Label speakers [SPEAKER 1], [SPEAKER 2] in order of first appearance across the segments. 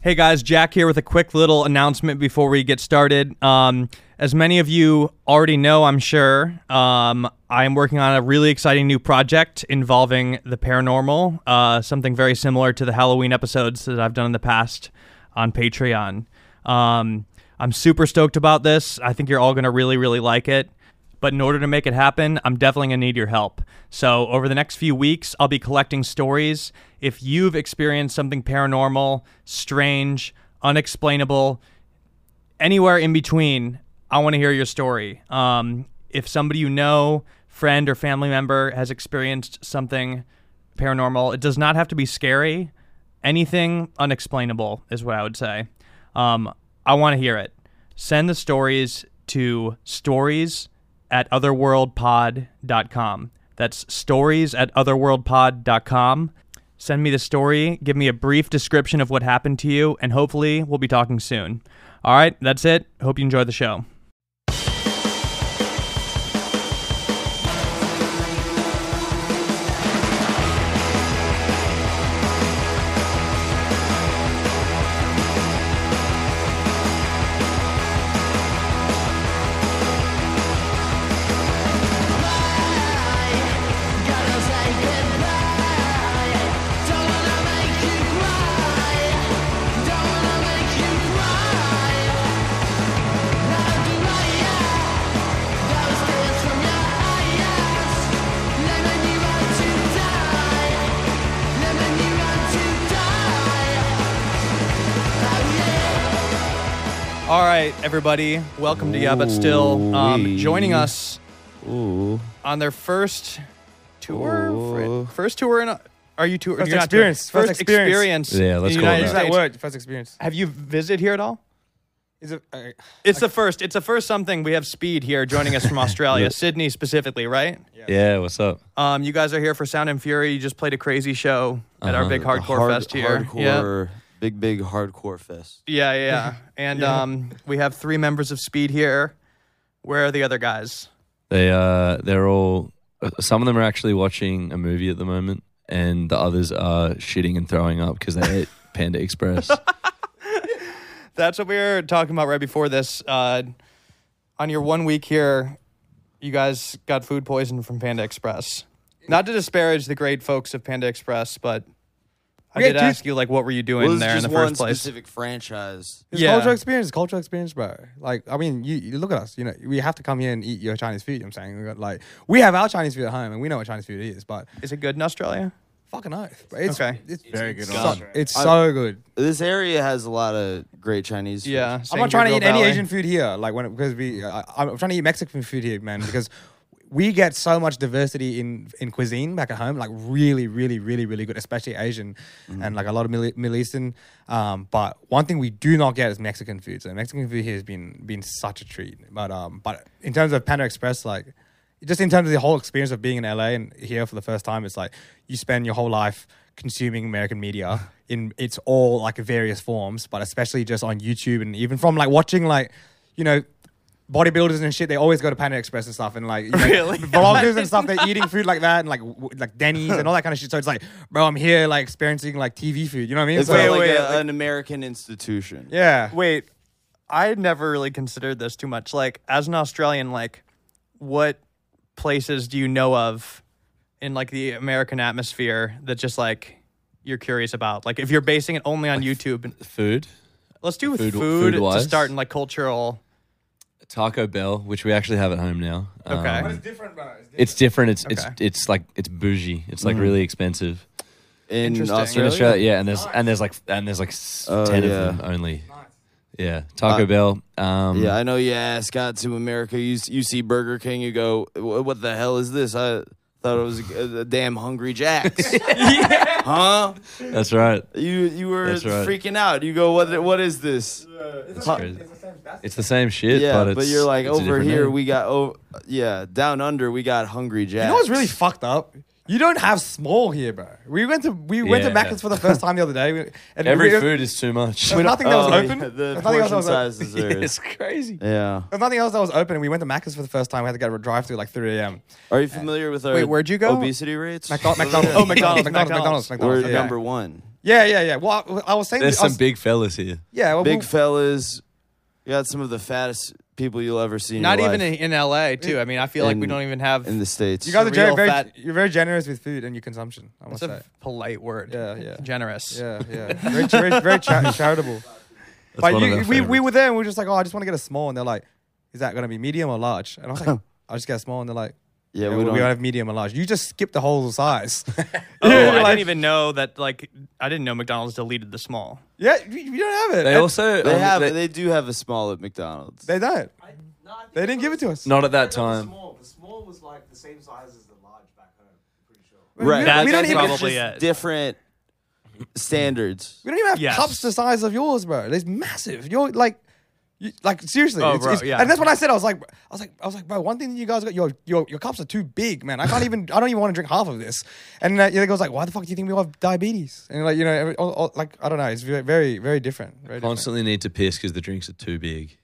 [SPEAKER 1] Hey guys, Jack here with a quick little announcement before we get started. Um, as many of you already know, I'm sure, um, I am working on a really exciting new project involving the paranormal, uh, something very similar to the Halloween episodes that I've done in the past on Patreon. Um, I'm super stoked about this. I think you're all going to really, really like it. But in order to make it happen, I'm definitely going to need your help. So, over the next few weeks, I'll be collecting stories. If you've experienced something paranormal, strange, unexplainable, anywhere in between, I want to hear your story. Um, if somebody you know, friend, or family member has experienced something paranormal, it does not have to be scary. Anything unexplainable is what I would say. Um, I want to hear it. Send the stories to stories at otherworldpod.com. That's stories at otherworldpod.com. Send me the story, give me a brief description of what happened to you, and hopefully we'll be talking soon. All right, that's it. Hope you enjoy the show. All right, everybody, welcome to Yeah, but still um, joining us
[SPEAKER 2] Ooh.
[SPEAKER 1] on their first tour.
[SPEAKER 2] Ooh.
[SPEAKER 1] First tour in. Are you tour?
[SPEAKER 3] First
[SPEAKER 1] you're not
[SPEAKER 3] experience,
[SPEAKER 1] touring.
[SPEAKER 3] first
[SPEAKER 1] First
[SPEAKER 3] experience.
[SPEAKER 1] experience.
[SPEAKER 2] Yeah,
[SPEAKER 1] in
[SPEAKER 2] let's
[SPEAKER 1] the
[SPEAKER 2] go with
[SPEAKER 1] United
[SPEAKER 3] Use that
[SPEAKER 1] States.
[SPEAKER 3] word, first experience.
[SPEAKER 1] Have you visited here at all?
[SPEAKER 3] Is it, uh,
[SPEAKER 1] It's the first. It's the first something. We have Speed here joining us from Australia, Sydney specifically, right?
[SPEAKER 2] Yeah, what's up?
[SPEAKER 1] Um, you guys are here for Sound and Fury. You just played a crazy show at our
[SPEAKER 2] Uh-huh.
[SPEAKER 1] big
[SPEAKER 4] A
[SPEAKER 1] hardcore
[SPEAKER 4] hard-
[SPEAKER 1] fest here. Yeah,
[SPEAKER 4] Hardcore, big, big hardcore fest.
[SPEAKER 1] yeah, yeah. yeah. And Um, we have three members of Speed here. Where are the other guys?
[SPEAKER 2] They uh they're all uh, some of them are actually watching a movie at the moment and the others are shitting and throwing up cuz they ate Panda Express.
[SPEAKER 1] That's what we were talking about right before this. Uh, on your one week here, you guys got food poisoned from Panda Express. Not to disparage the great folks of Panda Express, but I
[SPEAKER 3] Yeah,
[SPEAKER 1] did
[SPEAKER 3] dude.
[SPEAKER 1] ask you like what were you doing
[SPEAKER 4] Well,
[SPEAKER 1] there in
[SPEAKER 4] it's
[SPEAKER 1] the
[SPEAKER 4] just
[SPEAKER 1] first
[SPEAKER 4] one
[SPEAKER 1] place?
[SPEAKER 4] specific franchise.
[SPEAKER 3] it's
[SPEAKER 1] Yeah.
[SPEAKER 3] cultural experience, cultural experience, bro. Like, I mean, you, you look at us. You know, we have to come here and eat your Chinese food. You know what I'm saying, we got, like, we have our Chinese food at home, and we know what Chinese food is. But
[SPEAKER 1] Is it good in Australia?
[SPEAKER 3] fucking oath, bro. it's
[SPEAKER 1] Okay.
[SPEAKER 3] It's very good.
[SPEAKER 4] on
[SPEAKER 3] So,
[SPEAKER 4] Australia.
[SPEAKER 3] it's so good.
[SPEAKER 4] This area has a lot of great Chinese. food.
[SPEAKER 1] Yeah,
[SPEAKER 3] I'm not trying to eat any Asian food here, like when because we. I, I'm trying to eat Mexican food here, man, because we get so much diversity in in cuisine back at home, like really, really, really, really good, especially Asian and like a lot of Middle, Middle Eastern. Um, but one thing we do not get is Mexican food. So Mexican food here has been been such a treat. But um, but in terms of Panda Express, like just in terms of the whole experience of being in LA and here for the first time, it's like you spend your whole life consuming American media in it's all like various forms, but especially just on YouTube and even from like watching like, you know, bodybuilders and shit, they always go to Panda Express and stuff and like you know,
[SPEAKER 1] Really?
[SPEAKER 3] vloggers and stuff, they're eating food like that and like w- like Denny's and all that kind of shit. So it's like, bro, I'm here like experiencing like TV food. You know what I mean?
[SPEAKER 4] It's
[SPEAKER 3] So,
[SPEAKER 4] kinda
[SPEAKER 1] Wait,
[SPEAKER 4] like
[SPEAKER 1] wait,
[SPEAKER 4] a-
[SPEAKER 1] like-
[SPEAKER 4] an American institution.
[SPEAKER 3] yeah.
[SPEAKER 1] Wait, I had never really considered this too much. Like, as an Australian, like, what places do you know of in like the American atmosphere that just like you're curious about? Like, if you're basing it only on YouTube,
[SPEAKER 2] Food,
[SPEAKER 1] let's do with food,
[SPEAKER 2] food- food-wise?
[SPEAKER 1] to start in like cultural.
[SPEAKER 2] Taco Bell, which we actually have at home now. Um,
[SPEAKER 1] Okay. But
[SPEAKER 3] It's different, bro.
[SPEAKER 2] it's different. It's
[SPEAKER 1] Okay.
[SPEAKER 2] it's it's like it's bougie. It's like really expensive.
[SPEAKER 4] Mm. in
[SPEAKER 1] Interesting.
[SPEAKER 2] In
[SPEAKER 4] Australia.
[SPEAKER 2] Australia, yeah, and there's and there's like and there's like s-
[SPEAKER 4] Oh,
[SPEAKER 2] 10
[SPEAKER 4] yeah.
[SPEAKER 2] of them only. Yeah, Taco
[SPEAKER 4] Uh,
[SPEAKER 2] Bell. Um,
[SPEAKER 4] Yeah, I know. You ask out to America, you s- you see Burger King, you go, "Wh- "What the hell is this?" I thought it was a, a damn Hungry Jack's, huh?
[SPEAKER 2] that's right.
[SPEAKER 4] You you were
[SPEAKER 2] That's right.
[SPEAKER 4] freaking out. You go, "What what is this?"
[SPEAKER 2] It's the same shit,
[SPEAKER 4] yeah,
[SPEAKER 2] but it's
[SPEAKER 4] but, you're like
[SPEAKER 2] it's a
[SPEAKER 4] over
[SPEAKER 2] different
[SPEAKER 4] here.
[SPEAKER 2] name.
[SPEAKER 4] We got oh yeah, down under we got Hungry Jack.
[SPEAKER 3] You know what's really fucked up? You don't have small here, bro. We went to we went to
[SPEAKER 2] Yeah.
[SPEAKER 3] Macca's for the first time the other day. we- And
[SPEAKER 2] Every
[SPEAKER 3] we,
[SPEAKER 2] food is too much.
[SPEAKER 3] There's nothing that was
[SPEAKER 4] Oh,
[SPEAKER 3] open.
[SPEAKER 4] yeah,
[SPEAKER 3] There's
[SPEAKER 4] the
[SPEAKER 3] nothing else that
[SPEAKER 4] portion
[SPEAKER 3] was open.
[SPEAKER 4] sizes are
[SPEAKER 2] it's crazy.
[SPEAKER 4] yeah.
[SPEAKER 3] There's nothing else that was open. And we went to Macca's for the first time. We had to get a drive through like 3 a.m.
[SPEAKER 4] Are you familiar with our
[SPEAKER 1] Wait, where'd you go?
[SPEAKER 4] Obesity rates.
[SPEAKER 3] oh, McDonald's. McDonald's. Oh, McDonald's. McDonald's. McDonald's.
[SPEAKER 4] We're
[SPEAKER 3] McDonald's. okay.
[SPEAKER 4] number one.
[SPEAKER 3] Yeah, yeah, yeah. Well, I, I was saying,
[SPEAKER 2] There's
[SPEAKER 3] I was,
[SPEAKER 2] some big fellas here.
[SPEAKER 3] yeah, well,
[SPEAKER 4] Big
[SPEAKER 3] well,
[SPEAKER 4] fellas. You got some of the fattest people you'll ever see. In
[SPEAKER 1] Not
[SPEAKER 4] your
[SPEAKER 1] even
[SPEAKER 4] life
[SPEAKER 1] in, in LA too. I mean, I feel like we
[SPEAKER 4] In-
[SPEAKER 1] don't even have.
[SPEAKER 4] in the states.
[SPEAKER 3] you guys are
[SPEAKER 1] surreal
[SPEAKER 3] gen- very,
[SPEAKER 1] fat-
[SPEAKER 3] you're very generous with food and your consumption. I must
[SPEAKER 1] that's a
[SPEAKER 3] say.
[SPEAKER 1] polite word.
[SPEAKER 3] Yeah, yeah.
[SPEAKER 1] Generous.
[SPEAKER 3] Yeah, yeah. Very, very, very cha- charitable. but
[SPEAKER 2] one of
[SPEAKER 3] you,
[SPEAKER 2] their
[SPEAKER 3] we, we
[SPEAKER 2] favorites.
[SPEAKER 3] were there and we were just like, oh, I just want to get a small. And they're like, is that going to be medium or large? And I was like, I'll just get a small. And they're like,
[SPEAKER 4] Yeah,
[SPEAKER 3] yeah, we,
[SPEAKER 4] we
[SPEAKER 3] we
[SPEAKER 4] don't-
[SPEAKER 3] don't have medium or large. You just skip the whole size.
[SPEAKER 1] Oh,
[SPEAKER 3] You're
[SPEAKER 1] I
[SPEAKER 3] like,
[SPEAKER 1] didn't even know that. Like, I didn't know McDonald's deleted the small.
[SPEAKER 3] Yeah, you, you don't have it.
[SPEAKER 2] They
[SPEAKER 3] And
[SPEAKER 2] also
[SPEAKER 4] They
[SPEAKER 2] um,
[SPEAKER 4] have.
[SPEAKER 2] they-
[SPEAKER 4] They, do have a small at McDonald's.
[SPEAKER 3] They don't.
[SPEAKER 5] No, I think
[SPEAKER 3] They didn't give it to us.
[SPEAKER 2] not at that
[SPEAKER 5] I know The
[SPEAKER 2] time.
[SPEAKER 5] small, the small was like the same size as the large back home. I'm pretty sure.
[SPEAKER 3] We,
[SPEAKER 4] right.
[SPEAKER 1] That's
[SPEAKER 3] we don't even.
[SPEAKER 1] probably-
[SPEAKER 4] It's
[SPEAKER 1] it.
[SPEAKER 4] different standards.
[SPEAKER 3] We don't even have
[SPEAKER 1] Yes.
[SPEAKER 3] cups the size of yours, bro. It's massive. You're like, you, like seriously.
[SPEAKER 1] Oh,
[SPEAKER 3] it's-
[SPEAKER 1] bro,
[SPEAKER 3] it's-
[SPEAKER 1] yeah.
[SPEAKER 3] And that's what I said. I was like, I was like, I was like, bro. One thing that you guys got your your, your cups are too big, man. I can't even. I don't even want to drink half of this. And uh, the guy was like, why the fuck do you think we all have diabetes? And like you know, every, all, all, like I don't know. It's very very, very different. Very different.
[SPEAKER 2] Constantly need to piss because the drinks are too big.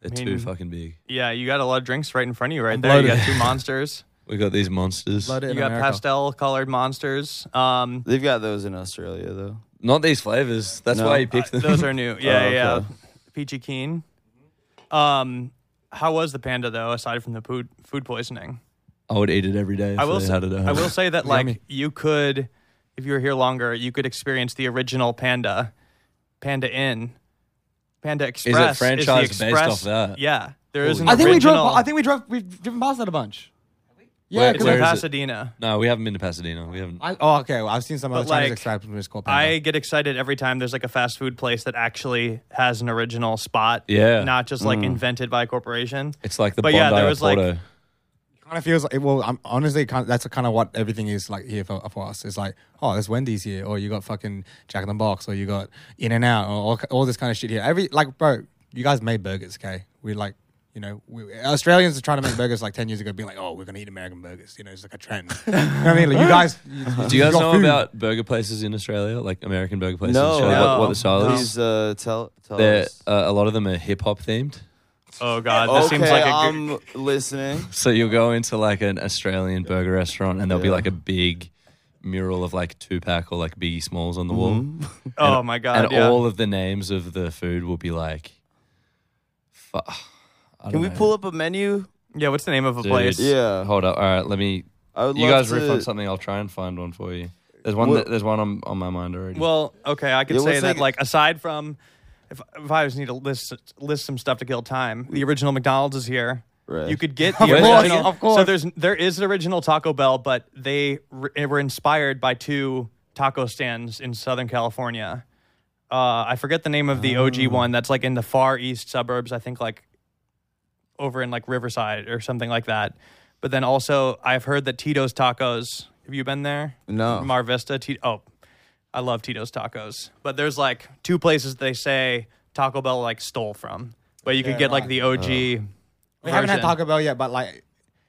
[SPEAKER 2] They're too fucking big.
[SPEAKER 1] Yeah, you got a lot of drinks right in front of you right there. You got two monsters.
[SPEAKER 2] We got these monsters.
[SPEAKER 3] Blooded
[SPEAKER 1] You
[SPEAKER 3] in
[SPEAKER 1] got
[SPEAKER 3] America.
[SPEAKER 1] pastel colored monsters. Um,
[SPEAKER 4] They've got those in Australia though.
[SPEAKER 2] Not these flavors. That's
[SPEAKER 4] No.
[SPEAKER 2] why he picked them.
[SPEAKER 1] uh, those are new. Yeah,
[SPEAKER 4] Oh, okay.
[SPEAKER 1] yeah. Peachy Keen. Um, how was the panda though? Aside from the food food poisoning,
[SPEAKER 2] I would eat it every day. If
[SPEAKER 1] I will.
[SPEAKER 2] They
[SPEAKER 1] Say,
[SPEAKER 2] had it at
[SPEAKER 1] I will
[SPEAKER 2] home.
[SPEAKER 1] say that like you could, if you were here longer, you could experience the original panda, Panda Inn, Panda Express. the
[SPEAKER 2] franchised based
[SPEAKER 1] Express-
[SPEAKER 2] off that?
[SPEAKER 1] Yeah, there is an
[SPEAKER 2] I
[SPEAKER 3] I think we drove.
[SPEAKER 1] original-
[SPEAKER 3] I think we drove. We've driven past that a bunch. Yeah,
[SPEAKER 2] Where-
[SPEAKER 1] it's
[SPEAKER 3] because
[SPEAKER 1] in
[SPEAKER 2] where is it?
[SPEAKER 1] Pasadena.
[SPEAKER 2] No, we haven't been to Pasadena. We haven't.
[SPEAKER 3] I, oh, okay. Well, I've seen some other
[SPEAKER 1] But,
[SPEAKER 3] Chinese
[SPEAKER 1] like,
[SPEAKER 3] establishments called Panda.
[SPEAKER 1] I
[SPEAKER 2] Uh-huh.
[SPEAKER 1] get excited every time there's like a fast food place that actually has an original spot.
[SPEAKER 2] Yeah. Mm.
[SPEAKER 1] Not just like invented by a corporation.
[SPEAKER 2] It's like the
[SPEAKER 1] But
[SPEAKER 2] Bondi
[SPEAKER 1] yeah, there
[SPEAKER 2] of
[SPEAKER 1] was, like-
[SPEAKER 2] Porto.
[SPEAKER 3] kind of feels like well i'm honestly kind of, that's kind of what everything is like here for, for us it's like oh there's wendy's here or you got fucking jack in the box or you got in and out or all, all this kind of shit here every like bro you guys made burgers okay we like you know, we, Australians are trying to make burgers like ten years ago, being like, "Oh, we're gonna eat American burgers." You know, it's like a trend. you know what I mean, like, you guys, you,
[SPEAKER 2] Do you guys
[SPEAKER 3] got
[SPEAKER 2] know
[SPEAKER 3] food.
[SPEAKER 2] about burger places in Australia? Like American burger places? in
[SPEAKER 4] No,
[SPEAKER 2] Australia?
[SPEAKER 1] no.
[SPEAKER 2] What, what the style is?
[SPEAKER 4] Please uh, tell tell
[SPEAKER 2] They're,
[SPEAKER 4] us.
[SPEAKER 2] uh, a lot of them are hip hop themed.
[SPEAKER 1] Oh God, this
[SPEAKER 4] okay, um,
[SPEAKER 1] seems like a good-
[SPEAKER 4] I'm listening.
[SPEAKER 2] So you'll go into like an Australian burger restaurant and there'll be
[SPEAKER 4] Yeah.
[SPEAKER 2] like a big mural of like Tupac or like Biggie Smalls on the
[SPEAKER 4] Mm-hmm.
[SPEAKER 2] wall.
[SPEAKER 1] oh my God.
[SPEAKER 2] and
[SPEAKER 1] yeah.
[SPEAKER 2] all of the names of the food will be like. Fu- I
[SPEAKER 4] Can
[SPEAKER 2] don't
[SPEAKER 4] we
[SPEAKER 2] know.
[SPEAKER 4] pull up a menu?
[SPEAKER 1] yeah, what's the name of a
[SPEAKER 2] Dude,
[SPEAKER 1] place?
[SPEAKER 4] Yeah.
[SPEAKER 2] Hold up. All right, let me.
[SPEAKER 4] I would
[SPEAKER 2] You
[SPEAKER 4] love
[SPEAKER 2] guys riff
[SPEAKER 4] to-
[SPEAKER 2] on something. I'll try and find one for you. There's one.
[SPEAKER 4] Well-
[SPEAKER 2] that, there's one on, on my mind already.
[SPEAKER 1] Well, okay, I could
[SPEAKER 4] Yeah,
[SPEAKER 1] say
[SPEAKER 4] let's
[SPEAKER 1] that
[SPEAKER 4] take-
[SPEAKER 1] like aside from if, if I just need to list list some stuff to kill time, the original McDonald's is here.
[SPEAKER 4] Right.
[SPEAKER 1] You could get the
[SPEAKER 3] course,
[SPEAKER 1] original.
[SPEAKER 3] of course.
[SPEAKER 1] So there's there is an original Taco Bell, but they re- were inspired by two taco stands in Southern California. Uh, I forget the name of the OG
[SPEAKER 3] Ah.
[SPEAKER 1] one that's like in the far east suburbs. I think like over in like Riverside or something like that. But then also, I've heard that Tito's Tacos. Have you been there?
[SPEAKER 4] No.
[SPEAKER 1] Mar Vista. Ti- oh, I love Tito's Tacos. But there's like two places they say Taco Bell like stole from. But you can
[SPEAKER 3] Yeah,
[SPEAKER 1] get like
[SPEAKER 3] right.
[SPEAKER 1] the OG.
[SPEAKER 4] Oh.
[SPEAKER 3] We haven't had
[SPEAKER 1] version.
[SPEAKER 3] Taco Bell yet, but like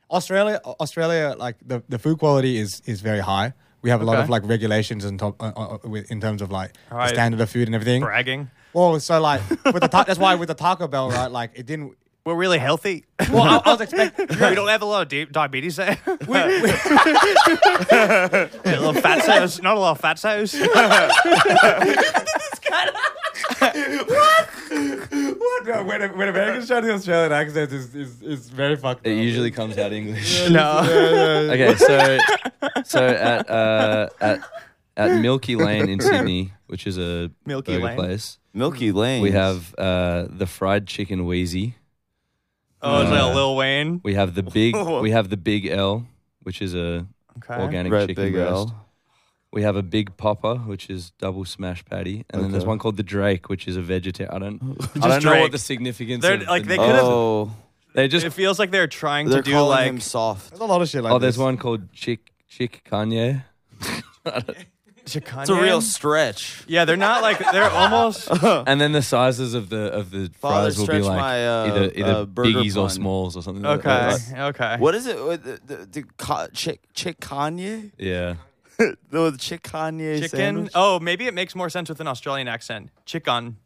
[SPEAKER 3] Australia, Australia, like the, the food quality is is very high. We have a lot
[SPEAKER 1] Okay.
[SPEAKER 3] of like regulations and top uh, uh, with- in terms of like the
[SPEAKER 1] right.
[SPEAKER 3] standard of food and everything.
[SPEAKER 1] bragging.
[SPEAKER 3] Well, so like with the ta- that's why with the Taco Bell, right? Like it didn't.
[SPEAKER 1] We're really healthy.
[SPEAKER 3] Well, I, I was expecting.
[SPEAKER 1] we don't have a lot of deep diabetes there. a little fat sauce. Not a lot of fat sauce.
[SPEAKER 3] when, when Americans try the Australian accent, is is is very fucked.
[SPEAKER 2] it usually comes out English.
[SPEAKER 1] no.
[SPEAKER 2] okay, so so at uh, at at Milky Lane in Sydney, which is a
[SPEAKER 1] Milky
[SPEAKER 2] burger
[SPEAKER 1] Lane.
[SPEAKER 2] place,
[SPEAKER 4] Milky Lane.
[SPEAKER 2] we have uh, the fried chicken wheezy.
[SPEAKER 1] Oh, it's like
[SPEAKER 2] Uh,
[SPEAKER 1] a Lil Wayne.
[SPEAKER 2] We have the big we have the big L, which is a
[SPEAKER 1] Okay.
[SPEAKER 2] organic
[SPEAKER 4] Right,
[SPEAKER 2] chicken
[SPEAKER 4] Big
[SPEAKER 2] breast.
[SPEAKER 4] L.
[SPEAKER 2] We have a big popper, which is double smash patty, and then there's
[SPEAKER 4] Okay.
[SPEAKER 2] one called the Drake, which is a vegetarian. I don't, I don't
[SPEAKER 1] Just
[SPEAKER 2] know
[SPEAKER 1] Drake.
[SPEAKER 2] what the significance.
[SPEAKER 1] They're-
[SPEAKER 2] of
[SPEAKER 1] like,
[SPEAKER 2] the-
[SPEAKER 1] they could've-
[SPEAKER 2] oh,
[SPEAKER 4] Oh,
[SPEAKER 2] they just
[SPEAKER 1] It feels like they're trying
[SPEAKER 4] they're
[SPEAKER 1] to do
[SPEAKER 4] calling
[SPEAKER 1] like
[SPEAKER 4] him soft.
[SPEAKER 3] There's a lot of shit like
[SPEAKER 2] oh, there's
[SPEAKER 3] this.
[SPEAKER 2] one called Chick Chick Kanye.
[SPEAKER 1] Chicane.
[SPEAKER 4] It's a real stretch.
[SPEAKER 1] Yeah, they're not like they're almost.
[SPEAKER 2] And then the sizes of the of the
[SPEAKER 4] Father,
[SPEAKER 2] fries will be
[SPEAKER 4] stretch
[SPEAKER 2] like
[SPEAKER 4] my, uh,
[SPEAKER 2] either either
[SPEAKER 4] uh, burger
[SPEAKER 2] biggies or
[SPEAKER 4] bun.
[SPEAKER 2] smalls or something. like
[SPEAKER 1] Okay.
[SPEAKER 2] that.
[SPEAKER 1] Okay.
[SPEAKER 4] What is it? with The, the, the co- chick chick Kanye?
[SPEAKER 2] Yeah.
[SPEAKER 4] the chick Kanye
[SPEAKER 1] Chicken.
[SPEAKER 4] sandwich?
[SPEAKER 1] Oh, maybe it makes more sense with an Australian accent. Chicken.